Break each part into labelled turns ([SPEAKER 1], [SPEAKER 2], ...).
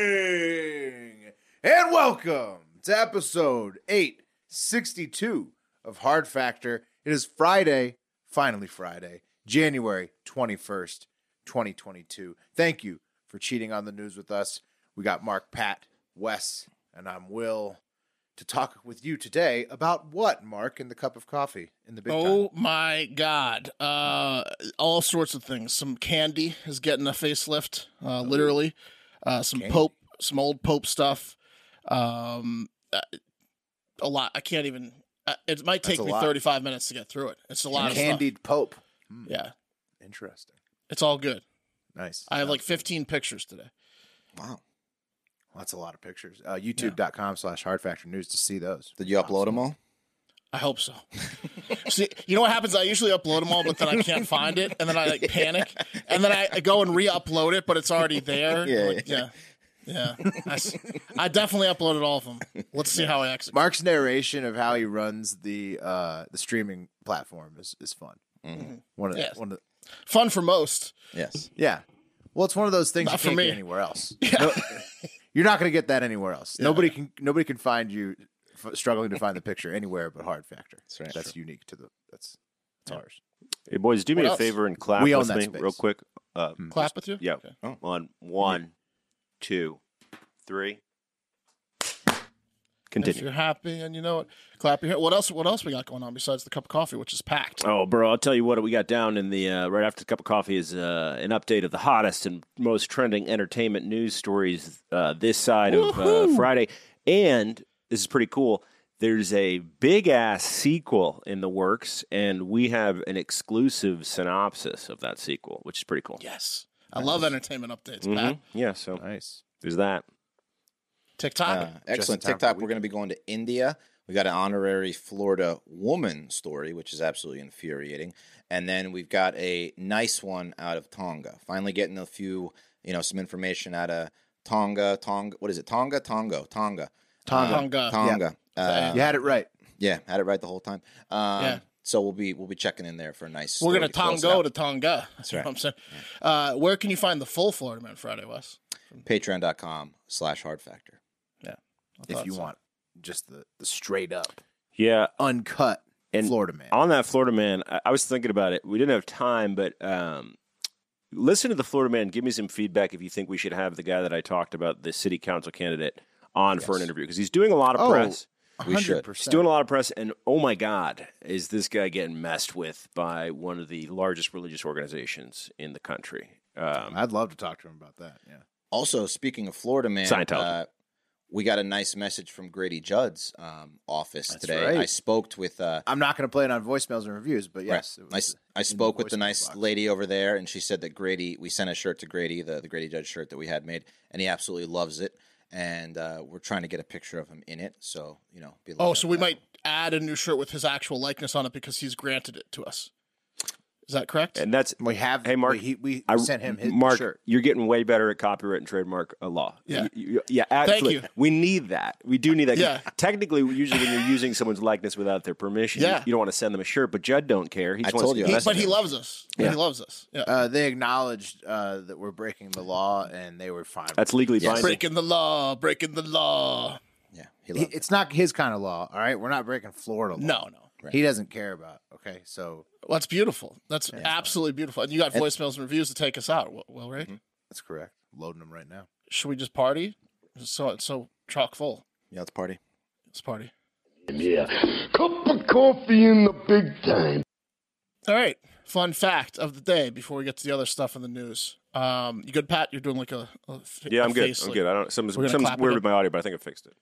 [SPEAKER 1] morning and welcome to episode 862 of hard factor it is friday finally friday january 21st 2022 thank you for cheating on the news with us we got mark pat wes and i'm will to talk with you today about what mark in the cup of coffee in the big time
[SPEAKER 2] Oh my god! Uh, all sorts of things. Some candy is getting a facelift, uh, literally. Uh, some
[SPEAKER 1] Oh. Candy.
[SPEAKER 2] Pope, some old Pope stuff. Um, uh, a lot. I can't even. Uh, it might
[SPEAKER 1] That's
[SPEAKER 2] take
[SPEAKER 1] a
[SPEAKER 2] me
[SPEAKER 1] lot.
[SPEAKER 2] thirty-five minutes to get through it. It's a lot
[SPEAKER 1] candied pope
[SPEAKER 2] of stuff. Yeah,
[SPEAKER 1] interesting
[SPEAKER 2] it's all good.
[SPEAKER 1] nice
[SPEAKER 2] I have like fifteen pictures today.
[SPEAKER 3] Wow.
[SPEAKER 1] Well, That's a lot of pictures. Uh, YouTube.com slash Hard Factor News to see those.
[SPEAKER 3] Did you upload them all?
[SPEAKER 2] I hope so. See, you know what happens? I usually upload them all, but then I can't find it, and then I like panic, and then I, I go and re-upload it, but it's already there.
[SPEAKER 3] Yeah,
[SPEAKER 2] Like, yeah, yeah. I, s- I definitely uploaded all of them. Let's see how I execute.
[SPEAKER 1] Mark's narration of how he runs the uh, the streaming platform is, is fun. Mm-hmm. One of the
[SPEAKER 2] Yes.
[SPEAKER 1] one of the,
[SPEAKER 2] Fun for most.
[SPEAKER 3] Yes.
[SPEAKER 1] yeah. Well, it's one of those things
[SPEAKER 2] Not
[SPEAKER 1] you
[SPEAKER 2] for
[SPEAKER 1] can't
[SPEAKER 2] me.
[SPEAKER 1] get anywhere else. No- you're not going to get that anywhere else. Nobody can nobody can find you f- struggling to find the picture anywhere but Hard Factor. That's
[SPEAKER 3] right.
[SPEAKER 1] That's unique to the that's it's ours.
[SPEAKER 4] Hey boys, do me
[SPEAKER 2] What
[SPEAKER 4] a
[SPEAKER 2] else?
[SPEAKER 4] favor and clap
[SPEAKER 1] We own
[SPEAKER 4] with
[SPEAKER 1] that
[SPEAKER 4] me
[SPEAKER 1] space. Hmm.
[SPEAKER 4] real quick. Uh,
[SPEAKER 2] Clap with you.
[SPEAKER 4] yeah,
[SPEAKER 2] Okay. Oh.
[SPEAKER 4] on one, two, three.
[SPEAKER 2] If
[SPEAKER 4] Continue.
[SPEAKER 2] you're happy and you know it, clap your hand. What else? What else we got going on besides the cup of coffee, which is packed?
[SPEAKER 4] Oh, bro, I'll tell you what we got down in the uh, right after the cup of coffee is uh, an update of the hottest and most trending entertainment news stories uh, this side of uh, Friday. And this is pretty cool. There's a big ass sequel in the works, and we have an exclusive synopsis of that sequel, which is pretty cool.
[SPEAKER 2] Yes, I love entertainment updates. Pat,
[SPEAKER 4] Mhm. Yeah, so
[SPEAKER 1] Nice.
[SPEAKER 4] there's that.
[SPEAKER 2] TikTok.
[SPEAKER 3] Uh, excellent.
[SPEAKER 1] time for
[SPEAKER 3] TikTok,
[SPEAKER 1] the
[SPEAKER 3] we're going to be going to India. We got an honorary Florida woman story, which is absolutely infuriating. And then we've got a nice one out of Tonga. Finally getting a few, you know, some information out of Tonga. Tonga. What is it? Tonga? Tongo. Tonga.
[SPEAKER 1] Tonga.
[SPEAKER 2] Tonga.
[SPEAKER 3] Tonga. Uh,
[SPEAKER 1] you had it right.
[SPEAKER 3] yeah. Had it right the whole time. Um,
[SPEAKER 2] Yeah.
[SPEAKER 3] So we'll be we'll be checking in there for a nice.
[SPEAKER 2] We're
[SPEAKER 3] story
[SPEAKER 2] gonna
[SPEAKER 3] to close it
[SPEAKER 2] Tongo
[SPEAKER 3] out.
[SPEAKER 2] to Tonga. That's
[SPEAKER 3] right.
[SPEAKER 2] I'm saying. Uh, where can you find the full Florida Man Friday, Wes?
[SPEAKER 3] patreon.com slash hard factor.
[SPEAKER 1] If
[SPEAKER 2] thought
[SPEAKER 1] you
[SPEAKER 2] so.
[SPEAKER 1] want just the, the straight up
[SPEAKER 4] Yeah,
[SPEAKER 1] uncut
[SPEAKER 4] And
[SPEAKER 1] Florida man.
[SPEAKER 4] on that Florida man, I, I was thinking about it. We didn't have time, but um, listen to the Florida man. Give me some feedback if you think we should have the guy that I talked about, the city council candidate, on for an interview because he's doing a lot of
[SPEAKER 1] Oh,
[SPEAKER 4] press.
[SPEAKER 3] We should.
[SPEAKER 1] 100%.
[SPEAKER 4] He's doing a lot of press, and oh my God, is this guy getting messed with by one of the largest religious organizations in the country? Um,
[SPEAKER 1] I'd love to talk to him about that. Yeah.
[SPEAKER 3] Also, speaking of Florida man,
[SPEAKER 4] Scientology.
[SPEAKER 3] uh, we got a nice message from Grady Judd's um, office today.
[SPEAKER 1] right.
[SPEAKER 3] I spoke with uh,
[SPEAKER 1] I'm not going to play it on voicemails and reviews, but yes,
[SPEAKER 3] right.
[SPEAKER 1] it
[SPEAKER 3] I
[SPEAKER 1] was
[SPEAKER 3] s- I
[SPEAKER 1] in
[SPEAKER 3] spoke with the
[SPEAKER 1] voicemail
[SPEAKER 3] nice
[SPEAKER 1] box.
[SPEAKER 3] lady over there, and she said that Grady. We sent a shirt to Grady, the the Grady Judge shirt that we had made, and he absolutely loves it. And uh, we're trying to get a picture of him in it, so you know. Be
[SPEAKER 2] Oh,
[SPEAKER 3] looking
[SPEAKER 2] so
[SPEAKER 3] out
[SPEAKER 2] we
[SPEAKER 3] for that.
[SPEAKER 2] might add a new shirt with his actual likeness on it because he's granted it to us. Is that correct?
[SPEAKER 4] and that's
[SPEAKER 1] We have.
[SPEAKER 4] Hey, Mark,
[SPEAKER 1] We, he, we
[SPEAKER 4] I
[SPEAKER 1] sent him his
[SPEAKER 4] Mark,
[SPEAKER 1] shirt.
[SPEAKER 4] you're getting way better at copyright and trademark uh, law.
[SPEAKER 2] Yeah.
[SPEAKER 4] You- you- yeah, actually,
[SPEAKER 2] you.
[SPEAKER 4] we need that. We do need that. 'cause
[SPEAKER 2] Yeah.
[SPEAKER 4] Technically, usually when you're using someone's likeness without their permission,
[SPEAKER 2] Yeah.
[SPEAKER 4] you, you don't want to send them a shirt, but Judd don't care. He just
[SPEAKER 3] I
[SPEAKER 4] wants
[SPEAKER 3] told
[SPEAKER 4] to
[SPEAKER 3] you,
[SPEAKER 4] get
[SPEAKER 2] He-
[SPEAKER 3] that's
[SPEAKER 4] messed
[SPEAKER 2] but he
[SPEAKER 4] with.
[SPEAKER 2] loves us. He loves us. Yeah.
[SPEAKER 1] Uh, they acknowledged uh, that we're breaking the law, and they were fine. with
[SPEAKER 4] That's legally
[SPEAKER 3] Yes.
[SPEAKER 4] binding.
[SPEAKER 2] breaking the law, breaking the law.
[SPEAKER 3] Yeah, he
[SPEAKER 1] it.
[SPEAKER 3] loves
[SPEAKER 1] He- it's not his kind of law. All right, we're not breaking Florida law.
[SPEAKER 2] No, no.
[SPEAKER 1] he doesn't care about. Okay, so
[SPEAKER 2] Well, that's beautiful. That's absolutely beautiful. And you got voicemails and reviews to take us out. Well, well
[SPEAKER 3] Mm-hmm.
[SPEAKER 2] right?
[SPEAKER 1] that's correct. Loading them right now.
[SPEAKER 2] Should we just party? So it's so chock full.
[SPEAKER 3] Yeah, let's party.
[SPEAKER 2] Let's party.
[SPEAKER 5] Yeah. Cup of coffee in the big time.
[SPEAKER 2] All right. Fun fact of the day before we get to the other stuff in the news. Um, you good, Pat? You're doing like a, a f-
[SPEAKER 4] Yeah,
[SPEAKER 2] a
[SPEAKER 4] I'm good.
[SPEAKER 2] face,
[SPEAKER 4] I'm
[SPEAKER 2] like-
[SPEAKER 4] good. I don't. Something's,
[SPEAKER 2] We're gonna
[SPEAKER 4] something's
[SPEAKER 2] clap it
[SPEAKER 4] weird
[SPEAKER 2] up.
[SPEAKER 4] with my audio, but I think I fixed it.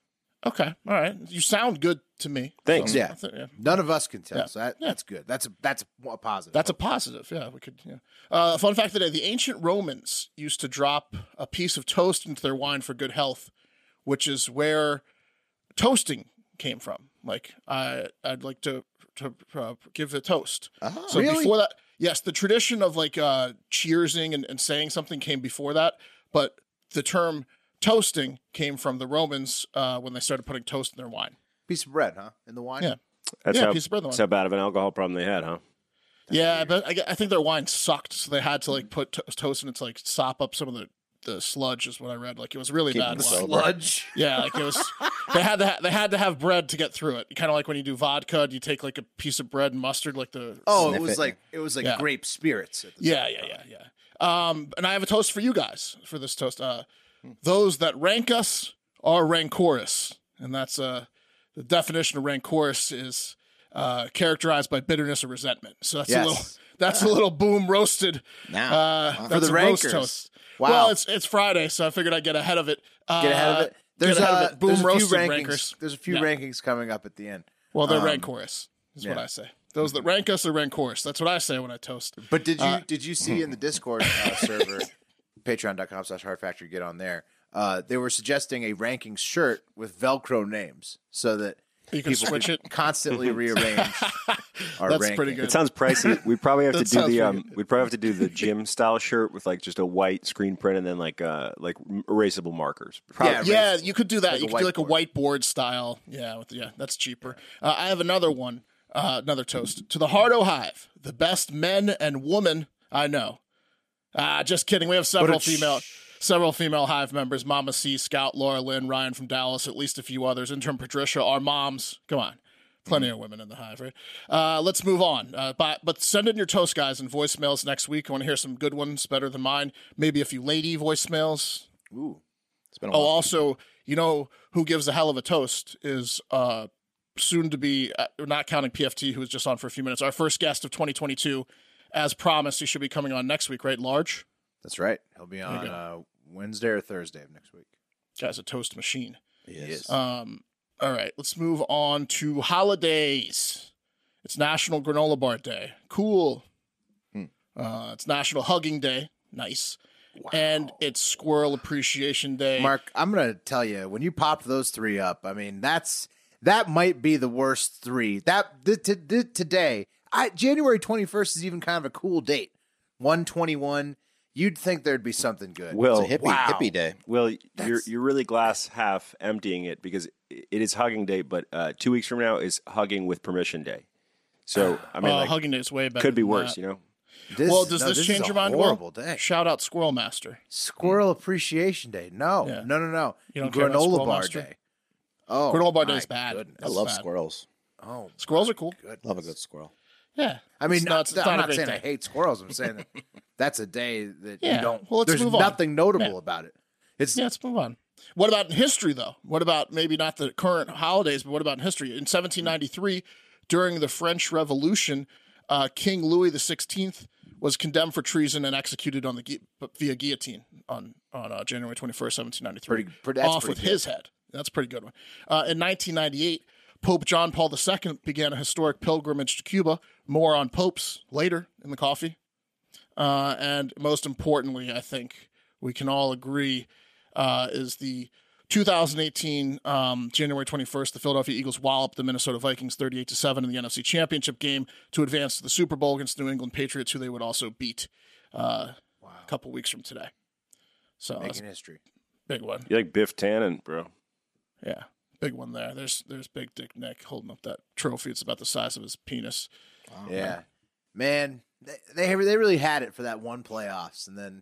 [SPEAKER 2] Okay. All right. You sound good to me.
[SPEAKER 4] Thanks.
[SPEAKER 1] Yeah.
[SPEAKER 2] I thi- yeah.
[SPEAKER 1] None of us can tell.
[SPEAKER 2] Yeah.
[SPEAKER 1] So that, that's good. That's a, that's a positive.
[SPEAKER 2] That's a positive. Yeah, we could. Yeah. Uh, fun fact today: the ancient Romans used to drop a piece of toast into their wine for good health, which is where toasting came from. Like, I I'd like to to uh, give a toast.
[SPEAKER 3] Oh,
[SPEAKER 2] so
[SPEAKER 1] really?
[SPEAKER 2] before that, yes, the tradition of like uh, cheersing and, and saying something came before that, but the term toasting came from the Romans uh, when they started putting toast in their wine.
[SPEAKER 1] piece of bread, huh? In the wine.
[SPEAKER 2] Yeah.
[SPEAKER 4] That's
[SPEAKER 2] Yeah,
[SPEAKER 4] how,
[SPEAKER 2] piece of bread in the
[SPEAKER 4] that's
[SPEAKER 2] wine.
[SPEAKER 4] how bad of an alcohol problem they had, huh?
[SPEAKER 2] Yeah, but I, gue- I think their wine sucked, so they had to like put to- toast and it's like sop up some of the, the sludge is what I read. Like it was really
[SPEAKER 3] Keep
[SPEAKER 2] bad
[SPEAKER 3] them
[SPEAKER 2] wine.
[SPEAKER 3] sober.
[SPEAKER 1] Sludge.
[SPEAKER 2] Yeah, like it was. they had to ha- they had to have bread to get through it. Kind of like when you do vodka, do you take like a piece of bread and mustard, like the
[SPEAKER 1] Oh, it
[SPEAKER 3] Sniff
[SPEAKER 1] was
[SPEAKER 3] it.
[SPEAKER 1] like it was like
[SPEAKER 2] Yeah.
[SPEAKER 1] grape spirits. At the
[SPEAKER 2] yeah yeah yeah yeah. Um, and I have a toast for you guys for this toast. Uh,
[SPEAKER 1] Hmm.
[SPEAKER 2] those that rank us are rancorous, and that's uh the definition of rancorous is uh characterized by bitterness or resentment. So that's
[SPEAKER 1] Yes.
[SPEAKER 2] a little that's a little boom roasted.
[SPEAKER 3] Now,
[SPEAKER 2] Uh,
[SPEAKER 3] Wow.
[SPEAKER 2] that's
[SPEAKER 1] the
[SPEAKER 2] a roast
[SPEAKER 1] rankers.
[SPEAKER 2] toast.
[SPEAKER 1] Wow.
[SPEAKER 2] Well, it's it's Friday, so I figured I'd get ahead of it. Uh,
[SPEAKER 1] Get ahead of it.
[SPEAKER 2] There's,
[SPEAKER 1] There's,
[SPEAKER 2] get ahead
[SPEAKER 1] uh,
[SPEAKER 2] of it. Boom
[SPEAKER 1] there's a few
[SPEAKER 2] roasted
[SPEAKER 1] rankings.
[SPEAKER 2] rankers.
[SPEAKER 1] There's a few
[SPEAKER 2] Yeah.
[SPEAKER 1] rankings coming up at the end.
[SPEAKER 2] Well, they're
[SPEAKER 1] um,
[SPEAKER 2] rancorous, is what
[SPEAKER 1] yeah.
[SPEAKER 2] I say. Those that rank us are rancorous. That's what I say when I toast.
[SPEAKER 1] But did you
[SPEAKER 2] Uh,
[SPEAKER 1] did you see in the Discord uh, server, patreon.com slash hard factor, get on there? Uh, they were suggesting a ranking shirt with Velcro names so that
[SPEAKER 2] You can
[SPEAKER 1] people
[SPEAKER 2] switch
[SPEAKER 1] could
[SPEAKER 2] it.
[SPEAKER 1] constantly rearrange our
[SPEAKER 2] That's
[SPEAKER 1] ranking.
[SPEAKER 2] pretty good.
[SPEAKER 4] It sounds pricey. We probably have to
[SPEAKER 2] That
[SPEAKER 4] do
[SPEAKER 2] sounds
[SPEAKER 4] the
[SPEAKER 2] pretty
[SPEAKER 4] um, we'd probably have to do the gym style shirt with like just a white screen print and then like uh like erasable markers. Probably.
[SPEAKER 1] Yeah,
[SPEAKER 2] yeah, you could do that.
[SPEAKER 1] Like
[SPEAKER 2] you
[SPEAKER 1] a
[SPEAKER 2] could do like a whiteboard style. Yeah, with, yeah, that's cheaper. Uh, I have another one, uh, another toast to the Hardo Hive, the best men and woman I know. Ah, just kidding. We have several female, several female Hive members: Mama C, Scout, Laura, Lynn, Ryan from Dallas, at least a few others. Intern Patricia, our moms. Come on. Plenty of women in the hive, right? Uh, let's move on. Uh, but, but send in your toast, guys, and voicemails next week. I want to hear some good ones, better than mine. Maybe a few lady voicemails.
[SPEAKER 1] Ooh.
[SPEAKER 3] it's been a
[SPEAKER 2] Oh,
[SPEAKER 3] while.
[SPEAKER 2] also, you know who gives a hell of a toast is uh, soon to be, uh, not counting PFT, who was just on for a few minutes, our first guest of 2022. As promised, he should be coming on next week, right? Large.
[SPEAKER 1] That's right. He'll be on uh, Wednesday or Thursday of next week.
[SPEAKER 2] Guy's a toast machine.
[SPEAKER 3] Yes.
[SPEAKER 2] Um, all right, let's move on to holidays. It's National Granola Bar Day. Cool.
[SPEAKER 4] Hmm.
[SPEAKER 2] Uh, it's National Hugging Day. Nice. And it's Squirrel Appreciation Day.
[SPEAKER 1] Mark, I'm gonna tell you when you popped those three up. I mean, that's that might be the worst three. That th- th- th- today, I, January 21st is even kind of a cool date. 121. You'd think there'd be something good.
[SPEAKER 4] Will,
[SPEAKER 3] it's a hippie hippie day.
[SPEAKER 4] Will, you're you're really glass half emptying it because it is hugging day, but uh, two weeks from now is hugging with permission day. So
[SPEAKER 1] Ah,
[SPEAKER 4] I mean,
[SPEAKER 2] Uh,
[SPEAKER 4] like,
[SPEAKER 2] Hugging Day is way better.
[SPEAKER 4] could be
[SPEAKER 2] than
[SPEAKER 4] worse,
[SPEAKER 2] that.
[SPEAKER 4] you know.
[SPEAKER 1] This-
[SPEAKER 2] well, does
[SPEAKER 1] no,
[SPEAKER 2] this,
[SPEAKER 1] is
[SPEAKER 2] change
[SPEAKER 1] a
[SPEAKER 2] your mind? Will?
[SPEAKER 1] Horrible day. Oh
[SPEAKER 2] Shout out Squirrel Master.
[SPEAKER 1] Squirrel Appreciation Day. No,
[SPEAKER 2] Yeah.
[SPEAKER 1] no, no, no.
[SPEAKER 2] You don't care about
[SPEAKER 1] Granola
[SPEAKER 2] Squirrel
[SPEAKER 1] Bar
[SPEAKER 2] Monster?
[SPEAKER 1] Day. Oh,
[SPEAKER 2] Granola Bar
[SPEAKER 1] my
[SPEAKER 2] Day is bad.
[SPEAKER 1] goodness.
[SPEAKER 3] I
[SPEAKER 2] That's
[SPEAKER 3] love
[SPEAKER 2] bad.
[SPEAKER 3] squirrels.
[SPEAKER 1] Oh,
[SPEAKER 2] Squirrels are cool.
[SPEAKER 3] Love a good squirrel.
[SPEAKER 2] Yeah.
[SPEAKER 1] I mean,
[SPEAKER 2] It's
[SPEAKER 1] not,
[SPEAKER 2] not- it's
[SPEAKER 1] I'm
[SPEAKER 2] not a
[SPEAKER 1] not,
[SPEAKER 2] great
[SPEAKER 1] saying I
[SPEAKER 2] thing.
[SPEAKER 1] hate squirrels. I'm saying that that's a day that you
[SPEAKER 2] Yeah.
[SPEAKER 1] don't.
[SPEAKER 2] Well, let's
[SPEAKER 1] there's
[SPEAKER 2] move on.
[SPEAKER 1] nothing notable about it. It's
[SPEAKER 2] Yeah, let's move on. What about in history, though? What about maybe not the current holidays, but what about in history? In 1793, during the French Revolution, uh, King Louis XVI was condemned for treason and executed on the gui- via guillotine on on uh, January 21st, 1793.
[SPEAKER 1] Pretty- pretty- that's
[SPEAKER 2] off
[SPEAKER 1] pretty
[SPEAKER 2] with
[SPEAKER 1] good.
[SPEAKER 2] his head. That's a pretty good one. Uh, in 1998, Pope John Paul II began a historic pilgrimage to Cuba. More on popes later in the coffee. Uh, and most importantly, I think we can all agree uh, is the 2018 um, January 21st, the Philadelphia Eagles walloped the Minnesota Vikings 38 to seven in the NFC Championship game to advance to the Super Bowl against the New England Patriots, who they would also beat uh, a couple weeks from today. So that's
[SPEAKER 1] making
[SPEAKER 2] a
[SPEAKER 1] history.
[SPEAKER 2] big one.
[SPEAKER 4] You're like Biff Tannen, bro.
[SPEAKER 2] Yeah, big one there. There's there's Big Dick Nick holding up that trophy. It's about the size of his penis.
[SPEAKER 1] Yeah, man, they, they they really had it for that one playoffs, and then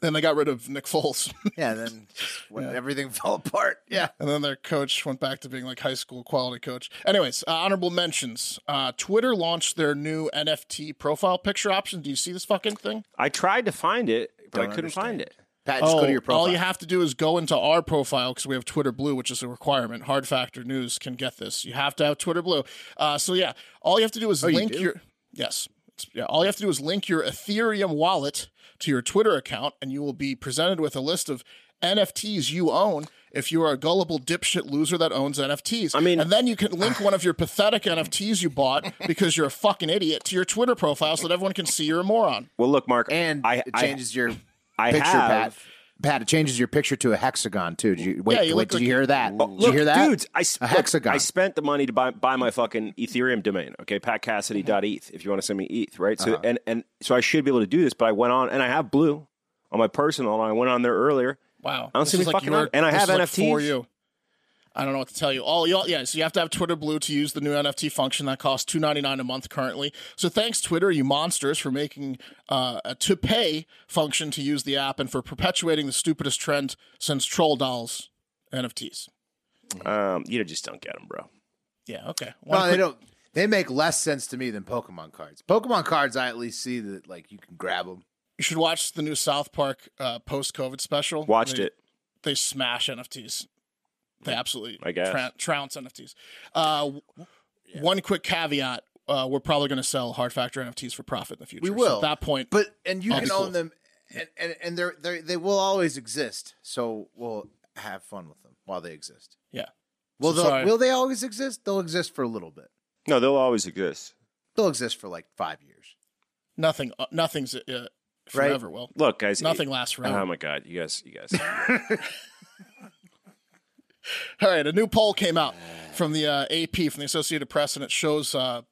[SPEAKER 2] Then they got rid of Nick Foles.
[SPEAKER 1] yeah, then just, when everything fell apart. Yeah,
[SPEAKER 2] And then their coach went back to being like high school quality coach. Anyways, uh, honorable mentions. Uh, Twitter launched their new NFT profile picture option. Do you see this fucking thing?
[SPEAKER 4] I tried to find it, but I
[SPEAKER 1] Don't
[SPEAKER 4] couldn't find it.
[SPEAKER 1] Pat, just go to your profile.
[SPEAKER 2] Oh, all you have to do is go into our profile because we have Twitter Blue, which is a requirement. Hard Factor News can get this. You have to have Twitter Blue. Uh, so yeah, all you have to do is
[SPEAKER 1] Oh, you
[SPEAKER 2] link
[SPEAKER 1] do?
[SPEAKER 2] your Yes. It's- yeah, all you have to do is link your Ethereum wallet to your Twitter account, and you will be presented with a list of NFTs you own if you are a gullible dipshit loser that owns NFTs. I
[SPEAKER 4] mean-
[SPEAKER 2] and then you can link one of your pathetic NFTs you bought because you're a fucking idiot to your Twitter profile so that everyone can see you're a moron.
[SPEAKER 4] Well, look, Mark,
[SPEAKER 1] And
[SPEAKER 4] I,
[SPEAKER 1] it
[SPEAKER 4] I-
[SPEAKER 1] changes your
[SPEAKER 4] I
[SPEAKER 1] picture,
[SPEAKER 4] have-
[SPEAKER 1] Pat. Pat, it changes your picture to a hexagon too. Did you wait?
[SPEAKER 2] Yeah, you
[SPEAKER 1] wait
[SPEAKER 2] look
[SPEAKER 1] did
[SPEAKER 2] like-
[SPEAKER 1] you hear that?
[SPEAKER 4] Oh,
[SPEAKER 1] did you hear that,
[SPEAKER 4] dudes? I, s-
[SPEAKER 1] a
[SPEAKER 4] look,
[SPEAKER 1] hexagon.
[SPEAKER 4] I spent the money to buy buy my fucking Ethereum domain. Okay, patcassidy.eth. E If you want to send me ETH, right? So
[SPEAKER 1] Uh-huh.
[SPEAKER 4] and and so I should be able to do this. But I went on and I have Blue on my personal. And I went on there earlier.
[SPEAKER 2] Wow.
[SPEAKER 4] I don't
[SPEAKER 2] This
[SPEAKER 4] see
[SPEAKER 2] is
[SPEAKER 4] any fucking
[SPEAKER 2] your-
[SPEAKER 4] wrong- and I
[SPEAKER 2] this
[SPEAKER 4] have
[SPEAKER 2] is like
[SPEAKER 4] NFTs.
[SPEAKER 2] for you. I don't know what to tell you. All y'all, yeah. So you have to have Twitter Blue to use the new NFT function that costs two ninety nine a month currently. So thanks Twitter, you monsters, for making uh, a to pay function to use the app and for perpetuating the stupidest trend since troll dolls NFTs.
[SPEAKER 4] Um, you just don't get them, bro.
[SPEAKER 2] Yeah. Okay. Wanna
[SPEAKER 1] No, they
[SPEAKER 2] quick-
[SPEAKER 1] don't. They make less sense to me than Pokemon cards. Pokemon cards, I at least see that like you can grab them.
[SPEAKER 2] You should watch the new South Park uh, post COVID special.
[SPEAKER 4] Watched
[SPEAKER 2] They-
[SPEAKER 4] it.
[SPEAKER 2] They smash NFTs. They absolutely
[SPEAKER 4] I guess.
[SPEAKER 2] trou- trounce NFTs. Uh, w- One quick caveat: uh, we're probably going to sell hard factor NFTs for profit in the future.
[SPEAKER 1] We
[SPEAKER 2] So
[SPEAKER 1] will.
[SPEAKER 2] at that point,
[SPEAKER 1] But and you
[SPEAKER 2] I'll
[SPEAKER 1] can
[SPEAKER 2] be
[SPEAKER 1] own
[SPEAKER 2] cool.
[SPEAKER 1] them, and and, and they're, they're they will always exist. So we'll have fun with them while they exist.
[SPEAKER 2] yeah,
[SPEAKER 1] Will
[SPEAKER 2] So
[SPEAKER 1] they,
[SPEAKER 2] sorry.
[SPEAKER 1] will they always exist? They'll exist for a little bit.
[SPEAKER 4] No, they'll always exist.
[SPEAKER 1] They'll exist for like five years.
[SPEAKER 2] nothing, uh, nothing's uh,
[SPEAKER 1] Right.
[SPEAKER 2] forever. Will
[SPEAKER 4] Look, guys,
[SPEAKER 2] nothing lasts forever.
[SPEAKER 4] Oh my god, you guys, you guys.
[SPEAKER 2] All right, a new poll came out from the uh, AP, from the Associated Press, and it shows uh,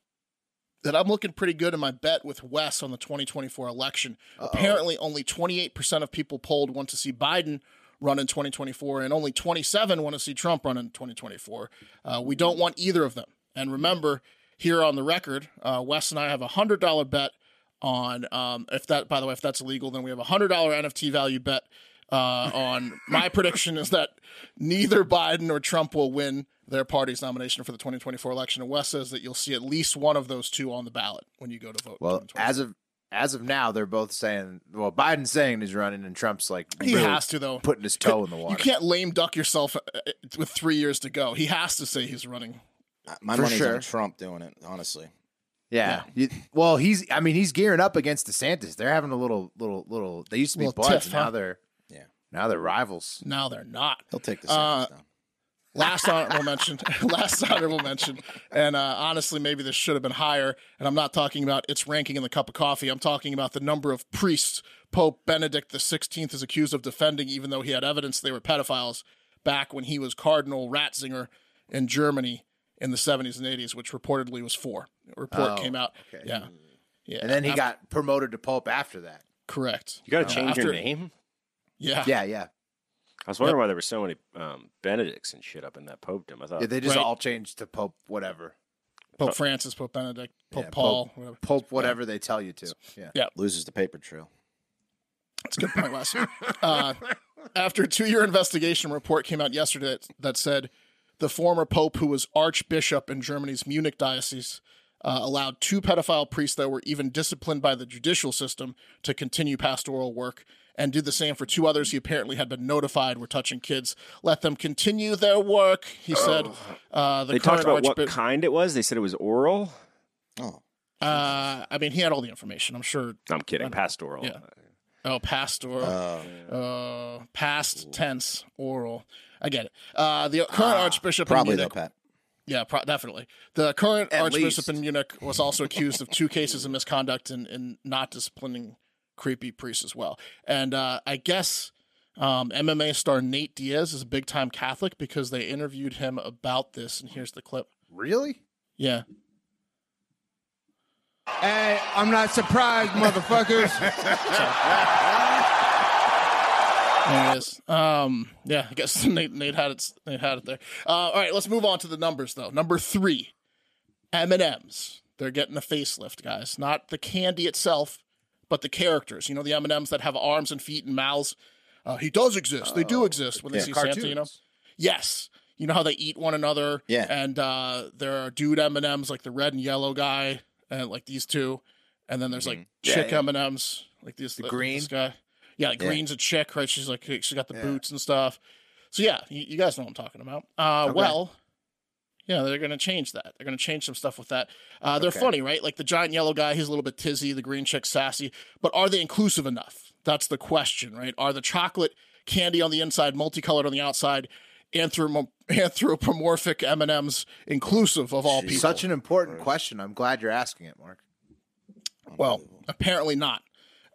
[SPEAKER 2] that I'm looking pretty good in my bet with Wes on the 2024 election. Apparently, only 28% of people polled want to see Biden run in 2024, and only 27 want to see Trump run in 2024. Uh, we don't want either of them. And remember, here on the record, uh, Wes and I have a hundred dollar bet on um, if that. By the way, if that's illegal, then we have a hundred dollar NFT value bet uh, on my prediction is that neither Biden or Trump will win their party's nomination for the 2024 election. And Wes says that you'll see at least one of those two on the ballot when you go to vote. in
[SPEAKER 1] Well,
[SPEAKER 2] 2024.
[SPEAKER 1] as of as of now, they're both saying. Well, Biden's saying he's running, and Trump's like
[SPEAKER 2] he
[SPEAKER 1] really
[SPEAKER 2] has to though.
[SPEAKER 1] putting his toe in the water.
[SPEAKER 2] You can't lame duck yourself uh, uh, with three years to go. He has to say he's running.
[SPEAKER 3] Uh, My
[SPEAKER 1] For
[SPEAKER 3] money's
[SPEAKER 1] sure.
[SPEAKER 3] on Trump doing it, honestly.
[SPEAKER 1] Yeah. You- well, he's. I mean, he's gearing up against DeSantis. They're having a little, little, little. They used to be
[SPEAKER 2] Little
[SPEAKER 1] buds.
[SPEAKER 2] tiff,
[SPEAKER 1] now
[SPEAKER 2] huh?
[SPEAKER 1] they're.
[SPEAKER 3] Yeah.
[SPEAKER 1] Now they're rivals.
[SPEAKER 2] Now they're not.
[SPEAKER 3] He'll take the
[SPEAKER 2] Uh,
[SPEAKER 3] down.
[SPEAKER 2] Last honorable mention. Last honorable mention. And uh, honestly, maybe this should have been higher. And I'm not talking about its ranking in the cup of coffee. I'm talking about the number of priests Pope Benedict XVI is accused of defending, even though he had evidence they were pedophiles back when he was Cardinal Ratzinger in Germany in the 70s and 80s, which reportedly was four. A report came out. Yeah. Yeah.
[SPEAKER 1] Oh, Hmm. And then he
[SPEAKER 2] I'm-
[SPEAKER 1] got promoted to pulp after that.
[SPEAKER 2] correct.
[SPEAKER 4] You got
[SPEAKER 2] Uh,
[SPEAKER 4] to change
[SPEAKER 2] after-
[SPEAKER 4] your name.
[SPEAKER 2] Yeah.
[SPEAKER 1] Yeah, yeah.
[SPEAKER 4] I was wondering why there were so many um, Benedicts and shit up in that popedom. I thought
[SPEAKER 1] yeah they just
[SPEAKER 2] Right.
[SPEAKER 1] all changed to pope whatever.
[SPEAKER 2] Pope Francis, Pope Benedict, Pope
[SPEAKER 1] Yeah,
[SPEAKER 2] Paul,
[SPEAKER 1] Pope,
[SPEAKER 2] whatever.
[SPEAKER 1] Pope whatever they tell you to. Yeah.
[SPEAKER 3] Loses the paper trail.
[SPEAKER 2] That's a good point, Wes. Uh, after a two-year investigation a report came out yesterday that, that said the former pope, who was archbishop in Germany's Munich diocese, uh, allowed two pedophile priests that were even disciplined by the judicial system to continue pastoral work and did the same for two others he apparently had been notified were touching kids. Let them continue their work, he said. Uh,
[SPEAKER 4] Oh.
[SPEAKER 2] the
[SPEAKER 4] they talked about
[SPEAKER 2] current
[SPEAKER 4] what
[SPEAKER 2] archbishop.
[SPEAKER 4] kind it was. They said it was oral.
[SPEAKER 3] Oh,
[SPEAKER 2] uh, I mean, he had all the information. I'm sure.
[SPEAKER 4] No, I'm kidding. Pastoral.
[SPEAKER 2] Yeah. Oh, pastoral.
[SPEAKER 3] uh,
[SPEAKER 1] Um,
[SPEAKER 2] uh, past tense oral. I get it. Uh, the current
[SPEAKER 1] Ah,
[SPEAKER 2] archbishop
[SPEAKER 3] probably
[SPEAKER 2] in
[SPEAKER 3] though,
[SPEAKER 2] Munich,
[SPEAKER 3] Pat.
[SPEAKER 2] yeah, pro- definitely. The current
[SPEAKER 1] At
[SPEAKER 2] archbishop
[SPEAKER 1] least.
[SPEAKER 2] in Munich was also accused of two cases of misconduct and, and not disciplining creepy priests as well. And uh, I guess um, MMA star Nate Diaz is a big time Catholic because they interviewed him about this, and here's the clip.
[SPEAKER 1] Really?
[SPEAKER 2] Yeah,
[SPEAKER 6] Hey, I'm not surprised, motherfuckers.
[SPEAKER 2] There it is. Um, yeah, I guess Nate, Nate had it. Nate had it there. Uh, all right, let's move on to the numbers though. Number three, M and M's. They're getting a facelift, guys. Not the candy itself, but the characters. You know the M and M's that have arms and feet and mouths. Uh, he does exist. they do exist when they see Santa. You know. Yes. You know how they eat one another.
[SPEAKER 3] Yeah.
[SPEAKER 2] And uh, there are dude M and M's like the red and yellow guy, and like these two, and then there's like chick M and M's like this the
[SPEAKER 1] green?
[SPEAKER 2] this guy. Yeah, like
[SPEAKER 3] Yeah.
[SPEAKER 2] Green's a chick, right? She's like she got the boots and stuff. So yeah, you, you guys know what I'm talking about. Uh, Well, Yeah, they're going to change that. They're going to change some stuff with that. Uh, they're funny, right? Like the giant yellow guy, he's a little bit tizzy. The green chick, sassy. But are they inclusive enough? That's the question, right? Are the chocolate candy on the inside, multicolored on the outside, anthromo- anthropomorphic M and M's inclusive of all people?
[SPEAKER 1] Such an important question. I'm glad you're asking it, Mark.
[SPEAKER 2] Well, apparently not.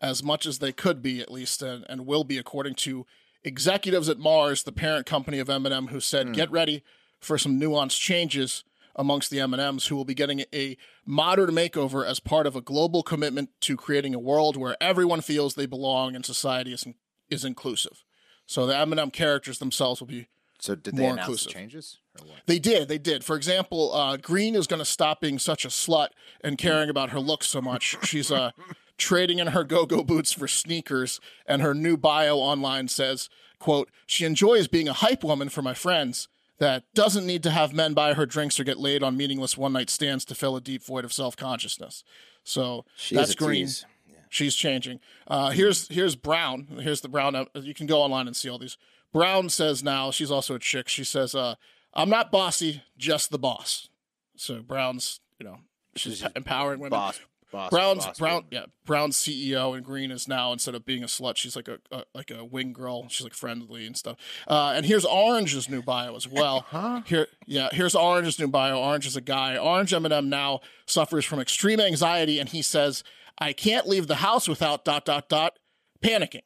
[SPEAKER 2] As much as they could be, at least, and, and will be, according to executives at Mars, the parent company of M&M, who said, "Get ready for some nuanced changes amongst the M&Ms, who will be getting a modern makeover as part of a global commitment to creating a world where everyone feels they belong and society is is inclusive." So the M&M characters themselves will be
[SPEAKER 1] So did they
[SPEAKER 2] More
[SPEAKER 1] announce
[SPEAKER 2] inclusive.
[SPEAKER 1] the changes? Or what?
[SPEAKER 2] they did. They did. For example, uh, Green is going to stop being such a slut and caring about her looks so much. She's uh, trading in her go-go boots for sneakers, and her new bio online says, "quote She enjoys being a hype woman for my friends that doesn't need to have men buy her drinks or get laid on meaningless one-night stands to fill a deep void of self-consciousness." So
[SPEAKER 3] is
[SPEAKER 2] that's
[SPEAKER 3] a
[SPEAKER 2] Green.
[SPEAKER 3] tease.
[SPEAKER 2] She's changing. Uh, here's here's Brown. Here's the Brown. uh, You can go online and see all these. Brown says now she's also a chick. She says, uh, "I'm not bossy, just the boss." So Brown's, you know, she's empowering women.
[SPEAKER 3] Boss, boss,
[SPEAKER 2] Brown's
[SPEAKER 3] boss
[SPEAKER 2] Brown, yeah, Brown's CEO and Green is now instead of being a slut, she's like a, a like a wing girl. She's like friendly and stuff. Uh, and here's Orange's new bio as well. Here, yeah, here's Orange's new bio. Orange is a guy. Orange Eminem now suffers from extreme anxiety, and he says, "I can't leave the house without dot dot dot panicking."